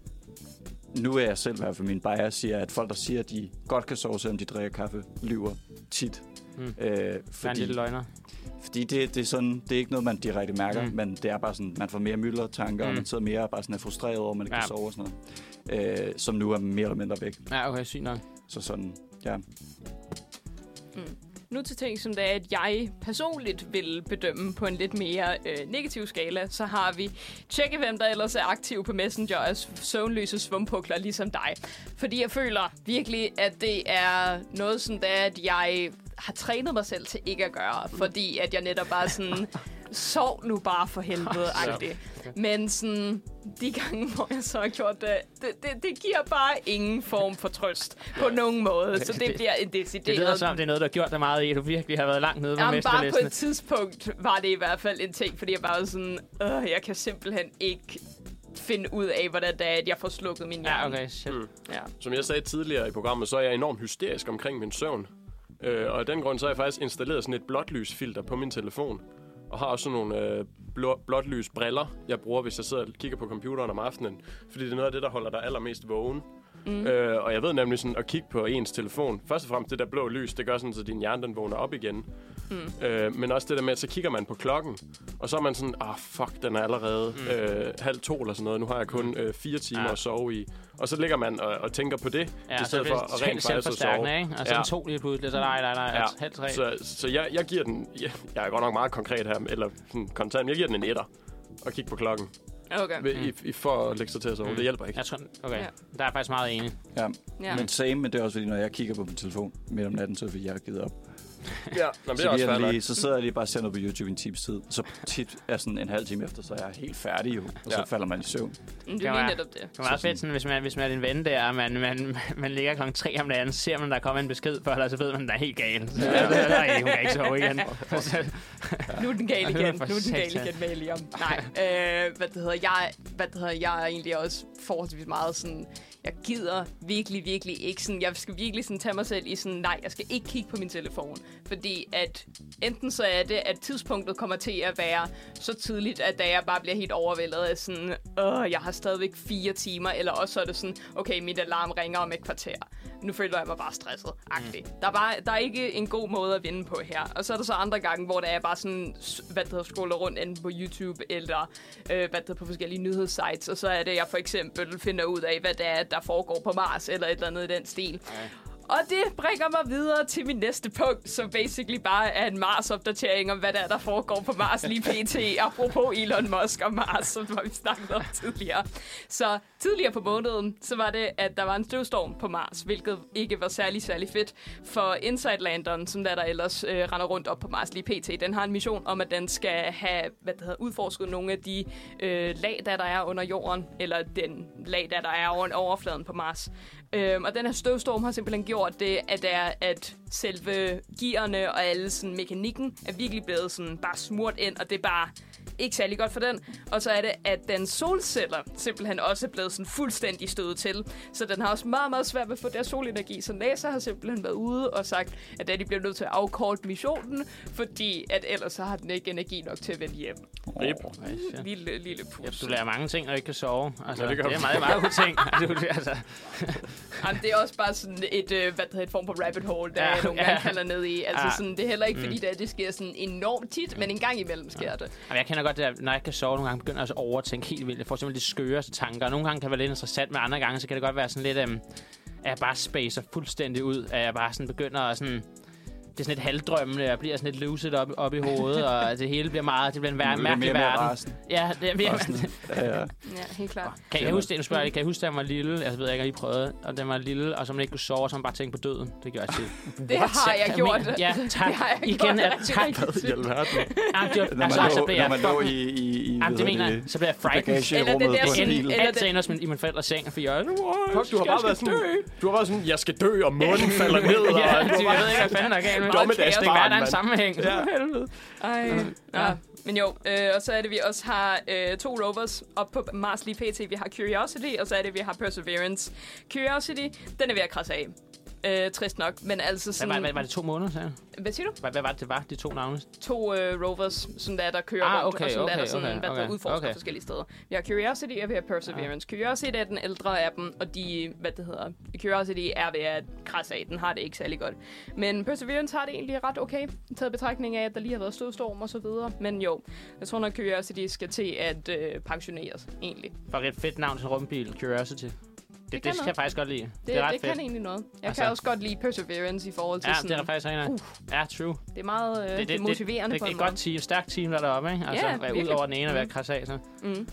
Speaker 2: nu er jeg selv i hvert fald min bias, siger, at folk, der siger, at de godt kan sove, selvom de drikker kaffe, lyver tit.
Speaker 4: Mm.
Speaker 2: Øh,
Speaker 4: jeg er en
Speaker 2: fordi
Speaker 4: lille løgner.
Speaker 2: fordi det, det, er sådan, det er ikke noget, man direkte mærker,
Speaker 4: Mm.
Speaker 2: mm. men det er bare sådan, man får mere mylder tanker, mm. og
Speaker 4: Mm.
Speaker 2: man sidder mere og bare sådan er frustreret over, at man ikke
Speaker 4: Ja.
Speaker 2: ja. kan sove og sådan noget. Øh, som nu er mere eller mindre væk.
Speaker 4: Ja, okay, sygt nok.
Speaker 2: Så sådan, ja.
Speaker 1: Nu til ting, som det er, at jeg personligt vil bedømme på en lidt mere øh, negativ skala, så har vi tjekke, hvem der ellers er aktiv på Messenger og s- søvnløse svumpukler, ligesom dig. Fordi jeg føler virkelig, at det er noget, som det er, at jeg har trænet mig selv til ikke at gøre, fordi at jeg netop bare sådan, sov nu bare for helvede, agtigt. Men sådan, de gange, hvor jeg så har gjort det, det, det, det giver bare ingen form for trøst på nogen måde, så det
Speaker 4: Det-
Speaker 1: bliver en
Speaker 4: Det, det
Speaker 1: decideret
Speaker 4: lyder som om, det er noget, du har gjort dig meget i, at du virkelig har været langt nede på
Speaker 1: Jamen, bare på
Speaker 4: mesterlisten.
Speaker 1: et tidspunkt var det i hvert fald en ting, fordi jeg bare var sådan, øh, jeg kan simpelthen ikke finde ud af, hvordan det er, at jeg får slukket min hjerne.
Speaker 4: Ja, okay, shit.
Speaker 3: Mm.
Speaker 1: Ja.
Speaker 3: Som jeg sagde tidligere i programmet, så er jeg enormt hysterisk omkring min søvn. Øh, og af den grund, så har jeg faktisk installeret sådan et blåtlysfilter på min telefon. Og har også sådan nogle øh, blå, blåtlysbriller, jeg bruger, hvis jeg sidder og kigger på computeren om aftenen. Fordi det er noget af det, der holder dig allermest vågen.
Speaker 1: Mm.
Speaker 3: Øh, og jeg ved nemlig sådan, at kigge på ens telefon. Først og fremmest det der blå lys, det gør sådan, at din hjerne den vågner op igen. Mm. Øh, men også det der med, at så kigger man på klokken, og så er man sådan, ah oh, fuck, den er allerede mm. øh, halv to eller sådan noget. Nu har jeg kun øh, fire timer
Speaker 4: Mm. Ja.
Speaker 3: ja. at sove i. Og så ligger man og, og tænker på det,
Speaker 4: Ja,
Speaker 3: i
Speaker 4: så
Speaker 3: stedet
Speaker 4: bliver
Speaker 3: for
Speaker 4: det
Speaker 3: at rent faktisk at sove.
Speaker 4: selvforstærkende, ikke? Og så
Speaker 3: Ja.
Speaker 4: en to lige pludselig, så nej, nej, nej, ja. halv tre.
Speaker 3: Så, så jeg, jeg giver den... Jeg, jeg er godt nok meget konkret her, eller sådan, kontant, men jeg giver den en etter. Og kigge på klokken.
Speaker 1: Okay.
Speaker 3: Ved- I, I får at lægge sig til at sove.
Speaker 4: Mm.
Speaker 3: Det hjælper ikke.
Speaker 4: Jeg tror, okay,
Speaker 1: Ja.
Speaker 4: der er jeg faktisk meget enig.
Speaker 2: Ja.
Speaker 1: Ja.
Speaker 2: Men same, men det er også fordi, når jeg kigger på min telefon midt om natten, så er det, fordi, jeg har givet op.
Speaker 3: Ja, Nå, men det
Speaker 2: Så,
Speaker 3: er også
Speaker 2: bliver
Speaker 3: fair
Speaker 2: den
Speaker 3: nok.
Speaker 2: lige, så sidder jeg lige bare og ser noget på YouTube i en times tid. Så tit er sådan en halv time efter, så er jeg helt færdig jo. Og så
Speaker 3: Ja.
Speaker 2: falder man i søvn.
Speaker 1: Men det
Speaker 4: Kan
Speaker 1: er
Speaker 4: være.
Speaker 1: lige netop det.
Speaker 4: Det er meget fedt, sådan, hvis, man, hvis man er din ven der, og man, man, man ligger klokken 3 om dagen, så ser man, der kommer en besked for dig, så ved man, at der er helt galt. Så ja. nej, hun kan ikke sove igen. Så-
Speaker 1: Nu er den gal
Speaker 4: Ja,
Speaker 1: igen.
Speaker 4: det
Speaker 1: Nu
Speaker 4: er
Speaker 1: er
Speaker 4: for
Speaker 1: den gal
Speaker 4: satan.
Speaker 1: igen med Eliam. Nej, øh, hvad det hedder, jeg, hvad det hedder, jeg er egentlig også forholdsvis meget sådan, jeg gider virkelig, virkelig ikke sådan, jeg skal virkelig sådan tage mig selv i sådan, nej, jeg skal ikke kigge på min telefon. Fordi at enten så er det, at tidspunktet kommer til at være så tidligt, at da jeg bare bliver helt overvældet af sådan, åh, jeg har stadigvæk fire timer, eller også så er det sådan, okay, mit alarm ringer om et kvarter. Nu føler jeg mig bare stresset. Mm. Der, er bare, der er ikke en god måde at vinde på her. Og så er der så andre gange, hvor der er bare sådan, s- hvad det hedder, scroller rundt enten på YouTube, eller øh, hvad det hedder, på forskellige nyhedssites, og så er det, jeg for eksempel finder ud af, hvad det er, der foregår på Mars, eller et eller andet i den stil. Og det bringer mig videre til min næste punkt, som basically bare er en Mars-opdatering om, hvad der er, der foregår på Mars lige pt. Apropos Elon Musk og Mars, som vi snakkede om tidligere. Så tidligere på måneden, så var det, at der var en støvstorm på Mars, hvilket ikke var særlig, særlig fedt for Insight Landeren, som der, der ellers øh, render rundt op på Mars lige pt. Den har en mission om, at den skal have hvad det hedder, udforsket nogle af de øh, lag, der, der er under jorden, eller den lag, der, der er over overfladen på Mars. Øhm, og den her støvstorm har simpelthen gjort det, at, det er, at selve gearne og alle sådan, mekanikken er virkelig blevet sådan, bare smurt ind, og det er bare ikke særlig godt for den. Og så er det, at den solceller simpelthen også er blevet sådan fuldstændig stødet til. Så den har også meget, meget svært ved at få deres solenergi. Så NASA har simpelthen været ude og sagt, at da de bliver nødt til at afkorte missionen, fordi at ellers så har den ikke energi nok til at vende hjem.
Speaker 3: Rip.
Speaker 4: Ej, shit.
Speaker 1: Lille, lille pus.
Speaker 4: Du lærer mange ting, når du ikke kan sove. Altså,
Speaker 3: Ja,
Speaker 4: det,
Speaker 3: det gør
Speaker 4: det er
Speaker 3: du.
Speaker 4: meget, meget god ting. Du- altså,
Speaker 1: Jamen, det er også bare sådan et, øh, hvad det hedder, et form for rabbit hole, der
Speaker 4: Ja,
Speaker 1: ja, nogle
Speaker 4: ja.
Speaker 1: gange falder ned i. Altså,
Speaker 4: Ja.
Speaker 1: ja. sådan, det er heller ikke, fordi mm. det, er- det sker sådan enormt tit, men en gang imellem sker ja. det.
Speaker 4: Jamen, jeg kender godt det, at når jeg ikke kan sove, nogle gange begynder jeg også at overtænke helt vildt. Jeg får simpelthen de skøreste tanker. Nogle gange kan det være lidt interessant, men andre gange, så kan det godt være sådan lidt, øhm, at jeg bare spacer fuldstændig ud. At jeg bare sådan begynder at sådan... Det er sådan lidt halvdrømmende, jeg bliver sådan lidt lucid op, op i hovedet, og det hele bliver meget, det bliver en vær-
Speaker 2: Det er
Speaker 4: mærkelig
Speaker 2: mere og mere
Speaker 4: verden.
Speaker 2: rasende.
Speaker 4: Ja, det er virkelig.
Speaker 2: Rasende. Ja, ja.
Speaker 1: Ja, helt klart.
Speaker 4: Kan jeg huske det? Nu spørger jeg lige, kan jeg huske, da jeg var lille? Altså, ved jeg ikke, om I prøvede. Og da jeg var lille, og så man ikke kunne sove, og så man bare tænkte på døden. Det gør jeg tit.
Speaker 1: Det har jeg gjort.
Speaker 4: Ja, tak.
Speaker 1: Det har jeg
Speaker 4: Igen,
Speaker 1: gjort
Speaker 4: ja,
Speaker 1: rigtig,
Speaker 4: tak.
Speaker 1: rigtig
Speaker 3: I
Speaker 1: tit.
Speaker 3: alverden.
Speaker 4: Jamen, det var-
Speaker 2: Når man,
Speaker 4: altså, så
Speaker 2: lå,
Speaker 4: blev
Speaker 2: når
Speaker 4: jeg
Speaker 2: man lå
Speaker 4: fucking-
Speaker 2: i, i, i
Speaker 4: Jamen, det
Speaker 2: hvad hedder
Speaker 4: mener jeg. Så bliver jeg frightened.
Speaker 2: bagagerummet
Speaker 1: Eller det
Speaker 2: på
Speaker 1: der
Speaker 2: en
Speaker 1: sådan-
Speaker 2: bil.
Speaker 1: eller-
Speaker 4: Alt ender hos min, i min forældres seng, for jeg er nu.
Speaker 3: Fuck, du har bare været sådan, du har været sådan, jeg skal dø, og månen falder ned. Og,
Speaker 4: Ja, det- jeg ved ikke, hvad fanden der er galt med.
Speaker 3: Dommedagsbarn,
Speaker 4: Okay, jeg skal være, der er en
Speaker 3: mand.
Speaker 4: sammenhæng.
Speaker 3: Ja.
Speaker 1: Ej. Ja.
Speaker 4: Mm. Ja.
Speaker 1: Men jo, øh, og så er det, vi også har øh, to rovers op på Mars lige pt. Vi har Curiosity, og så er det, vi har Perseverance. Curiosity, den er ved at krasse af. Øh, trist nok, men altså
Speaker 4: Hvad var,
Speaker 1: sådan...
Speaker 4: hvad, var det to måneder, sagde jeg?
Speaker 1: Hvad siger du?
Speaker 4: hvad, hvad var det, det var, de to navne?
Speaker 1: to øh, rovers, sådan der, der kører
Speaker 4: Ah,
Speaker 1: rundt,
Speaker 4: okay,
Speaker 1: og sådan der,
Speaker 4: okay,
Speaker 1: der sådan,
Speaker 4: okay,
Speaker 1: hvad der
Speaker 4: okay,
Speaker 1: udforsker
Speaker 4: okay. Ah.
Speaker 1: forskellige steder. Vi har Curiosity, og vi har Perseverance. Curiosity er den ældre af dem, og de, hvad det hedder, Curiosity er ved at krasse af, den har det ikke særlig godt. Men Perseverance har det egentlig ret okay, taget i betragtning af, at der lige har været stødstorm og så videre. Men jo, jeg tror nok, Curiosity skal til at øh, pensioneres, egentlig.
Speaker 4: Fuck, et fedt navn til en rumbil, Curiosity. Det, det,
Speaker 1: kan
Speaker 4: det skal
Speaker 1: noget.
Speaker 4: jeg faktisk godt lide.
Speaker 1: Det,
Speaker 4: det er ret
Speaker 1: det
Speaker 4: fedt.
Speaker 1: kan egentlig noget. Jeg
Speaker 4: Altså-
Speaker 1: altså, kan også godt lide Perseverance i forhold til
Speaker 4: Ja, det er
Speaker 1: sådan,
Speaker 4: der faktisk rent. Ja, true.
Speaker 1: det er meget øh, det, det, det, motiverende
Speaker 4: det,
Speaker 1: på
Speaker 4: det,
Speaker 1: en
Speaker 4: det,
Speaker 1: måde.
Speaker 4: godt team, stærkt team, der er deroppe, ikke? Altså,
Speaker 1: Ja,
Speaker 4: ja, ud
Speaker 1: virkelig.
Speaker 4: over den ene og være krasse af, så.
Speaker 1: Mm.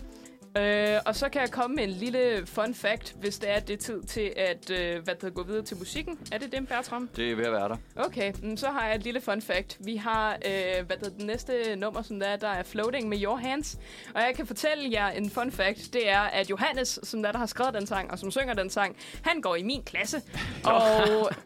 Speaker 1: Øh, og så kan jeg komme med en lille fun fact, hvis det er, at det er tid til at øh, hvad der gå videre til musikken. Er det dem, Bertram?
Speaker 2: Det er ved at være der.
Speaker 1: Okay, mm, så har jeg et lille fun fact. Vi har øh, hvad der, den næste nummer, som der er, der er Floating med Your Hands. Og jeg kan fortælle jer en fun fact, det er, at Johannes, som der, der har skrevet den sang, og som synger den sang, han går i min klasse. og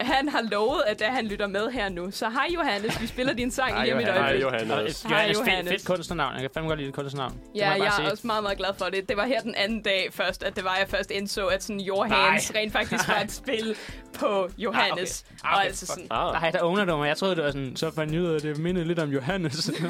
Speaker 1: han har lovet, at da han lytter med her nu. Så hej Johannes, vi spiller din sang lige om et
Speaker 4: Johannes.
Speaker 1: øjeblik.
Speaker 3: Nej, altså,
Speaker 4: Og
Speaker 3: Johannes.
Speaker 4: et- Johannes, fedt,
Speaker 1: Johannes.
Speaker 4: fedt kunstnernavn. Jeg kan fandme godt lide det kunstnernavn. Det må
Speaker 1: Ja, jeg,
Speaker 4: jeg bare
Speaker 1: jeg
Speaker 4: sige.
Speaker 1: er også meget, meget glad for det. Det var her den anden dag først, at det var, jeg først indså, at sådan Your
Speaker 4: Nej.
Speaker 1: Hands rent faktisk var et spil på Johannes.
Speaker 4: Ah,
Speaker 1: okay.
Speaker 4: Ah,
Speaker 1: Og
Speaker 4: okay,
Speaker 1: altså
Speaker 4: fuck.
Speaker 1: sådan,
Speaker 6: Ah,
Speaker 4: Nej, der owner du mig. Jeg troede, det var sådan, så fandt jeg ud af, at det mindede lidt om Johannes. altså-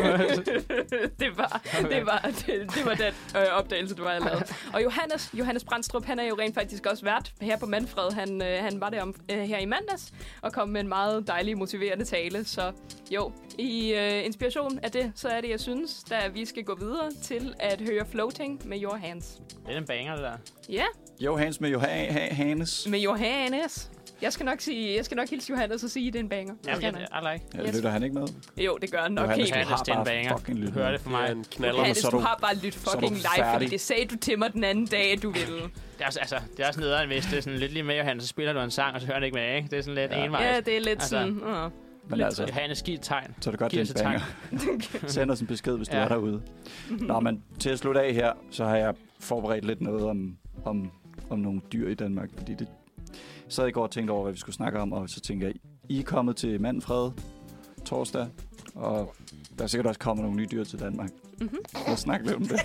Speaker 1: det var, det var, det, det var den øh, opdagelse, du var lavet. Og Johannes, Johannes Brandstrup, han er jo rent faktisk også vært her på Manfred. Han, øh, han var der om, øh, her i mandags og kom med en meget dejlig, motiverende tale. Så jo, i øh, inspiration af det, så er det, jeg synes, da vi skal gå videre til at høre Floating med Your Hands.
Speaker 4: det er en banger, det der.
Speaker 1: Ja, yeah,
Speaker 2: Jo, Hans med Johan, ha, Hannes.
Speaker 1: med Johannes. Jeg skal nok sige, jeg skal nok hilse Johannes og sige, at det er en banger.
Speaker 4: Jamen,
Speaker 1: Skal
Speaker 4: jeg,
Speaker 1: nok.
Speaker 4: jeg, I like.
Speaker 2: Ja,
Speaker 1: Yes.
Speaker 2: lytter han ikke med?
Speaker 1: Jo, det gør han nok
Speaker 2: Johannes,
Speaker 1: helt
Speaker 2: du har
Speaker 4: Johannes, det er en
Speaker 2: bare
Speaker 4: banger.
Speaker 2: fucking lyttet.
Speaker 4: Hør det for mig.
Speaker 3: en knaller.
Speaker 1: Johannes,
Speaker 2: så er
Speaker 1: du
Speaker 2: du-
Speaker 1: har bare lyttet
Speaker 2: er du
Speaker 1: fucking live, fordi
Speaker 2: færdig.
Speaker 1: det sagde du til mig den anden dag, at du ville.
Speaker 4: Det er, også, altså, det er også nederen, hvis det er sådan lidt lige med Johannes, så spiller du en sang, og så hører han ikke med, ikke? Det er sådan lidt ja.
Speaker 2: Ja.
Speaker 4: envejs.
Speaker 1: ja, det er lidt
Speaker 4: Altså-
Speaker 1: sådan... Uh.
Speaker 2: Men altså,
Speaker 4: Johannes, giv et tegn.
Speaker 2: så er det godt,
Speaker 4: Giv
Speaker 2: det
Speaker 4: os
Speaker 2: er
Speaker 4: et
Speaker 2: en banger. Send os en besked, hvis du
Speaker 4: Ja.
Speaker 2: er derude. Nå, men til at slutte af her, så har jeg forberedt lidt noget om, om, om nogle dyr i Danmark, fordi det jeg sad i går og tænkte over, hvad vi skulle snakke om, og så tænker jeg, I er kommet til Manfred torsdag, og der er sikkert også kommet nogle nye dyr til Danmark.
Speaker 1: Mhm.
Speaker 2: Lad os snakke lidt om det.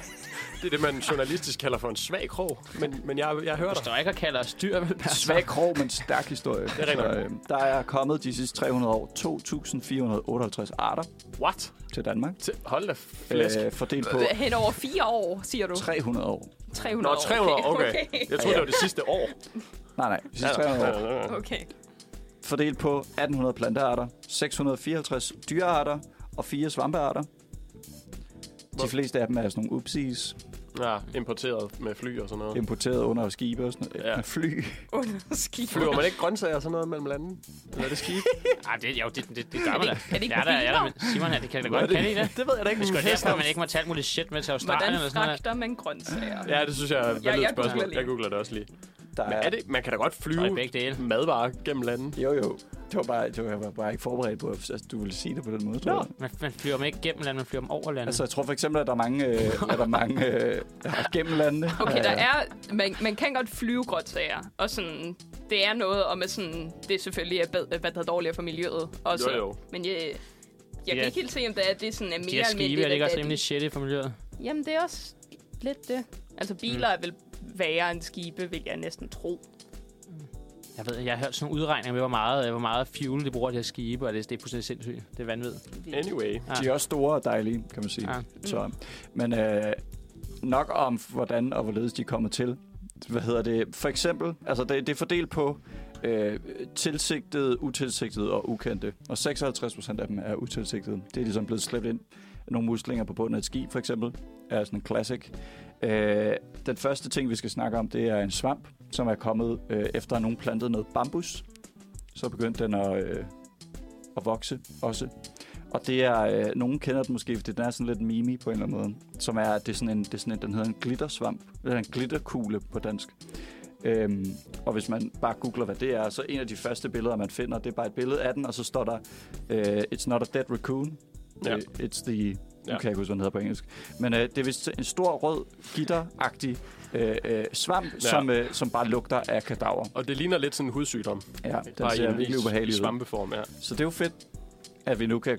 Speaker 3: Det er det, man journalistisk kalder for en svag krog. Men, men jeg, jeg hører
Speaker 4: Du
Speaker 3: dig.
Speaker 4: står ikke og kalder os dyr, vel?
Speaker 2: Svag krog, men stærk historie. Det
Speaker 3: er rigtigt.
Speaker 2: der er kommet de sidste 300 år 2.458 arter
Speaker 3: What?
Speaker 2: til Danmark,
Speaker 3: Til- Hold da flæsk.
Speaker 2: øh, fordelt på
Speaker 1: Hen over fire år, siger du?
Speaker 2: 300 år.
Speaker 1: 300
Speaker 3: Nå, 300 år, okay. Jeg troede,
Speaker 2: Ja, ja.
Speaker 3: det var det sidste år.
Speaker 2: Nej, nej, de sidste 300 år.
Speaker 1: okay. okay.
Speaker 2: fordelt på 1800 plantearter, 654 dyrearter og fire svampearter.
Speaker 3: Hvor-
Speaker 2: De fleste af dem er sådan nogle upsis,
Speaker 3: Ja, importeret med fly og sådan noget.
Speaker 2: importeret under skibe og sådan noget.
Speaker 3: Ja.
Speaker 2: Ja. Fly.
Speaker 1: Under skib.
Speaker 3: Flyver man ikke grøntsager og sådan noget mellem landene? Eller er det skib?
Speaker 4: Ej, det, jo, det, det, det gør man da.
Speaker 1: er det ikke
Speaker 4: ja, der, ja, der,
Speaker 1: biler?
Speaker 4: Simon, ja, det kan da godt. Kan I det?
Speaker 3: Det ved jeg da ikke.
Speaker 4: Det er sgu da
Speaker 3: men
Speaker 4: derfor,
Speaker 3: hester-
Speaker 4: man ikke må tage alt muligt shit med til Australien eller
Speaker 1: Hvordan
Speaker 4: sådan noget.
Speaker 1: fragter man grøntsager?
Speaker 3: Ja, det synes jeg er et
Speaker 1: jeg
Speaker 3: valid
Speaker 1: googler
Speaker 3: spørgsmål.
Speaker 1: lige.
Speaker 3: Jeg googler det også lige.
Speaker 2: Der
Speaker 3: Men er det, man kan da godt
Speaker 4: Så er det
Speaker 3: flyve
Speaker 4: begge dele.
Speaker 3: madvarer gennem landet.
Speaker 2: Jo, jo. Det var bare, det var, jeg var bare ikke forberedt på, at altså, du ville sige det på den måde, tror jeg.
Speaker 4: Man, man flyver dem ikke gennem landet, man flyver dem over landet.
Speaker 2: Altså, jeg tror for eksempel, at der er mange, øh, at der er mange øh, gennem landene.
Speaker 1: Okay, der er, man, man kan godt flyve grøntsager, og sådan, det er noget om, at sådan, det selvfølgelig er bedre, hvad der er dårligere for miljøet. Også.
Speaker 3: Jo, jo.
Speaker 1: Men jeg, jeg
Speaker 4: Ja.
Speaker 1: kan ikke helt se, om det er, det sådan er mere
Speaker 4: de her skibe,
Speaker 1: almindeligt.
Speaker 4: er det ikke
Speaker 1: at
Speaker 4: også
Speaker 1: det-
Speaker 4: rimelig shitty for miljøet?
Speaker 1: Jamen, det er også lidt det. Altså, biler er vel værre end skibe, vil jeg næsten tro.
Speaker 4: Jeg ved, jeg har hørt sådan nogle udregninger med, hvor meget, hvor meget fuel de bruger de her skibe, og det, det er fuldstændig sindssygt. Det er vanvittigt.
Speaker 3: Anyway.
Speaker 2: De er også store og dejlige, kan man sige.
Speaker 4: Ja.
Speaker 2: Ja. Så, men øh, nok om, hvordan og hvorledes de kommer til. Hvad hedder det? For eksempel, altså det, det er fordelt på øh, tilsigtede, utilsigtede og ukendte. Og 56 procent af dem er utilsigtede. Det er ligesom blevet slæbt ind. Nogle muslinger på bunden af et ski, for eksempel, er sådan en classic. Øh, den første ting, vi skal snakke om, det er en svamp, som er kommet øh, efter, at nogen plantede noget bambus. Så begyndte den at, øh, at vokse også. Og det er, øh, nogen kender den måske, fordi den er sådan lidt mimi på en eller anden måde. Som er, det er sådan en, det er sådan en den hedder en glittersvamp, eller en glitterkugle på dansk. Øhm, og hvis man bare googler, hvad det er, så en af de første billeder, man finder, det er bare et billede af den, og så står der, øh, it's not a dead raccoon,
Speaker 3: Ja.
Speaker 2: ja. it's the...
Speaker 3: Ja.
Speaker 2: Nu kan jeg ikke huske, hvad den hedder på engelsk. Men øh, det er vist en stor, rød, gitteragtig øh, øh, svamp, ja. som, øh, som bare lugter af kadaver.
Speaker 3: Og det ligner lidt sådan en hudsygdom.
Speaker 2: Ja, den
Speaker 3: Bare i
Speaker 2: ser
Speaker 3: en-
Speaker 2: virkelig
Speaker 3: i
Speaker 2: ubehagelig ud.
Speaker 3: Svampeform, ja.
Speaker 2: Så det er jo fedt, at vi nu kan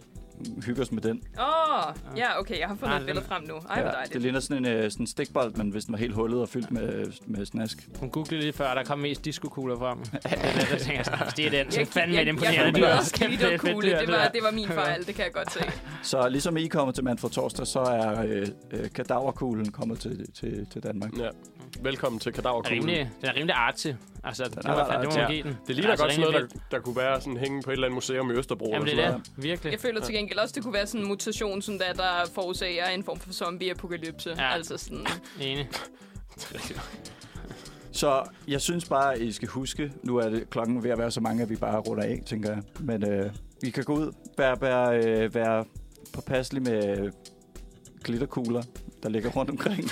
Speaker 2: hygge os med den.
Speaker 1: Åh, oh, ja, okay, jeg har
Speaker 4: Nej,
Speaker 1: fundet
Speaker 4: den-
Speaker 1: et billede frem nu. Ej, hvor dejligt.
Speaker 2: det ligner sådan en øh, sådan en stikbold, men hvis den var helt hullet og fyldt med, med snask.
Speaker 4: Hun googlede lige før, der kom mest diskokugler frem. det er der, der tænker jeg sådan, "Hvis det er den, så
Speaker 1: Jeg-
Speaker 4: fandme
Speaker 1: jeg-
Speaker 4: et imponerende
Speaker 1: Jeg
Speaker 4: dyr.
Speaker 1: gik også
Speaker 4: Kæft, det er et fedt
Speaker 1: glitterkugle.
Speaker 4: dyr,
Speaker 1: Det
Speaker 4: der.
Speaker 1: var, det var min fejl, det kan jeg godt se.
Speaker 2: Så ligesom I kommer til Manfred Torsdag, så er øh, øh, kadaverkuglen kommet til, til, til Danmark.
Speaker 3: ja. Velkommen til
Speaker 4: Den er
Speaker 3: kadaverkuglen.
Speaker 4: rimelig, den er rimelig artsy. Altså, det
Speaker 2: ret
Speaker 4: var fandme, det må man
Speaker 3: artsy.
Speaker 4: give den.
Speaker 3: Det ligner
Speaker 4: altså,
Speaker 3: godt sådan noget,
Speaker 4: der...
Speaker 3: der, der kunne være sådan hænge på et eller andet museum i Østerbro.
Speaker 4: Jamen,
Speaker 3: eller
Speaker 4: det er
Speaker 2: sådan
Speaker 4: det. Virkelig.
Speaker 1: Jeg føler til gengæld også, det kunne være sådan en mutation, sådan der, der forårsager en form for zombie-apokalypse.
Speaker 4: Ja.
Speaker 1: Ja. Altså sådan,
Speaker 4: Enig.
Speaker 2: Så jeg synes bare, at I skal huske, nu er det klokken ved at være så mange, at vi bare runder af, tænker jeg. Men øh, I kan gå ud, være, være, øh, være påpasselig med øh, glitterkugler, der ligger rundt omkring.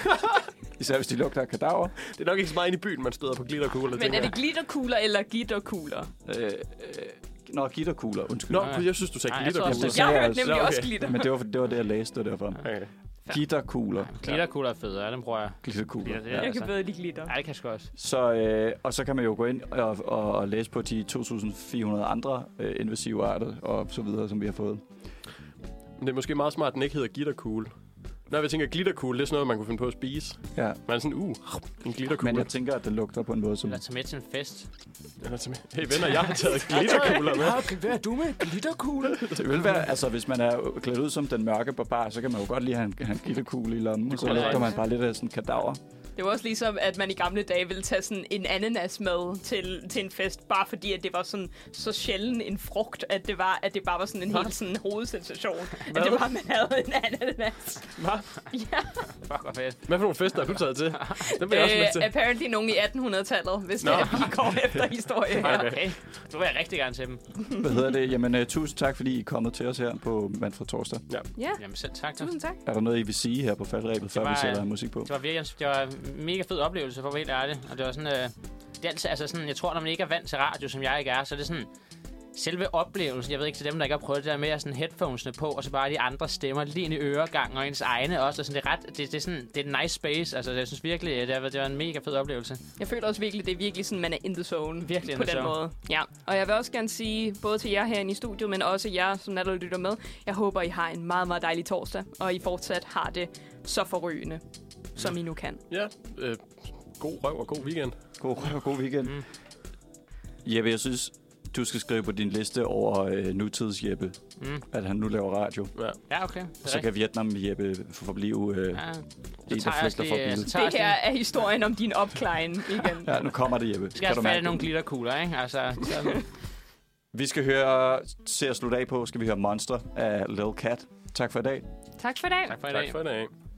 Speaker 2: Især hvis de lugter af kadaver.
Speaker 3: noget. Det er nok ikke så meget inde i byen, man støder på glitterkugler.
Speaker 1: men
Speaker 3: tænker
Speaker 1: er
Speaker 3: jeg.
Speaker 1: det glitterkugler eller gitterkugler?
Speaker 2: Øh, øh, nå, gitterkugler, undskyld.
Speaker 3: Nå,
Speaker 4: Nej.
Speaker 3: for jeg synes, du sagde
Speaker 4: Nej, jeg tror også,
Speaker 3: glitterkugler.
Speaker 2: det-
Speaker 1: Jeg
Speaker 2: sagde jeg
Speaker 1: hørte
Speaker 2: altså.
Speaker 1: nemlig
Speaker 3: Ja, okay.
Speaker 1: også glitter.
Speaker 2: Men det var, det var det, jeg læste, det var derfor.
Speaker 3: Okay.
Speaker 2: Gitterkugler.
Speaker 4: Glitterkugler er federe, den bruger jeg.
Speaker 2: Glitterkugler.
Speaker 4: Glitter, det
Speaker 2: Ja.
Speaker 4: er
Speaker 1: Jeg
Speaker 4: altså.
Speaker 1: kan bedre lide glitter.
Speaker 4: Ej, det kan jeg sgu også.
Speaker 2: Så, øh, og så kan man jo gå ind og, og, og læse på de 2.400 andre øh, invasive arter og så videre, som vi har fået.
Speaker 3: Men det er måske meget smart, at den ikke hedder gitterkugle. Når jeg tænker glitterkugle, det er sådan noget, man kunne finde på at spise.
Speaker 2: Ja.
Speaker 3: Man er sådan, uh, en glitterkugle.
Speaker 2: Men jeg tænker, at det lugter på en måde, som...
Speaker 4: Eller tage med til en fest.
Speaker 3: Den er simpelthen- Hey venner, jeg har taget glitterkugler med.
Speaker 4: Hvad er du med? Glitterkugle?
Speaker 2: Det vil være, altså hvis man er klædt ud som den mørke barbar, så kan man jo godt lige have en, have en gitterkugle i lommen, og så
Speaker 4: kunne
Speaker 2: lugter
Speaker 4: være.
Speaker 2: man bare lidt af sådan en kadaver.
Speaker 1: Det var også ligesom, at man i gamle dage ville tage sådan en ananas med til, til en fest, bare fordi at det var sådan så sjældent en frugt, at det var, at det bare var sådan en helt sådan hovedsensation. At det var, at man havde en ananas.
Speaker 3: Hvad?
Speaker 1: Ja.
Speaker 4: Fuck, hvor fedt.
Speaker 3: Hvad for nogle fester har du taget til? Den bliver jeg også med til.
Speaker 1: Øh, apparently nogen i 1800-tallet, hvis
Speaker 3: Nå.
Speaker 1: det er, vi går efter historien.
Speaker 4: Okay. okay. Nu vil jeg rigtig gerne til dem.
Speaker 2: Hvad hedder det? Jamen, uh, tusind tak, fordi I er kommet til os her på Manfred Torsdag.
Speaker 1: Ja,
Speaker 4: Jamen selv tak. da.
Speaker 1: tusind tak.
Speaker 2: Er der noget, I vil sige her på faldrebet, før
Speaker 4: var,
Speaker 2: vi sætter
Speaker 4: øh,
Speaker 2: musik på?
Speaker 4: Det var virkelig det var en mega fed oplevelse, for at være helt ærlig. Og det var sådan, øh, det er altid, altså sådan, jeg tror, når man ikke er vant til radio, som jeg ikke er, så er det sådan, selve oplevelsen, jeg ved ikke til dem, der ikke har prøvet det der med, at sådan headphonesene på, og så bare de andre stemmer lige ind i øregangen, og ens egne også, og sådan, det er ret, det, det er sådan, det er en nice space, altså jeg synes virkelig, øh, det har været- det var en mega fed oplevelse.
Speaker 1: Jeg føler også virkelig, det er virkelig sådan, man er in the zone.
Speaker 4: Virkelig in
Speaker 1: På
Speaker 4: the
Speaker 1: den
Speaker 4: zone.
Speaker 1: måde. Ja, og jeg vil også gerne sige, både til jer herinde i studiet, men også jer, som er der lytter med, jeg håber, I har en meget, meget dejlig torsdag, og I fortsat har det så forrygende, som
Speaker 4: Mm.
Speaker 1: I nu kan.
Speaker 3: Ja, øh, god røv og god weekend.
Speaker 2: God, god weekend.
Speaker 4: Mm.
Speaker 2: Mm. Jeppe, jeg synes, du skal skrive på din liste over øh, nutids Jeppe,
Speaker 4: Mm.
Speaker 2: at han nu laver radio.
Speaker 3: Ja.
Speaker 4: Ja, okay. Det er
Speaker 2: Så
Speaker 4: rigtigt.
Speaker 2: kan Vietnam Jeppe forblive øh, ja,
Speaker 4: Ja,
Speaker 2: en,
Speaker 4: så
Speaker 2: der
Speaker 4: tager jeg også
Speaker 2: flygter ligesom. fra
Speaker 4: lige, øh,
Speaker 2: bilen.
Speaker 4: så tager jeg
Speaker 1: Det her
Speaker 4: sådan,
Speaker 1: er historien om din opklaring igen.
Speaker 2: Ja, nu kommer det, Jeppe.
Speaker 4: skal jeg
Speaker 2: Kan du
Speaker 4: have fat i
Speaker 2: mærke
Speaker 4: nogle
Speaker 2: det?
Speaker 4: glitterkugler, ikke? Altså, så,
Speaker 2: Vi skal høre, til at slutte af på, skal vi høre Monster af Lil Cat. Tak for i dag.
Speaker 1: Tak for i dag.
Speaker 4: tak for i dag.
Speaker 3: Tak for i dag.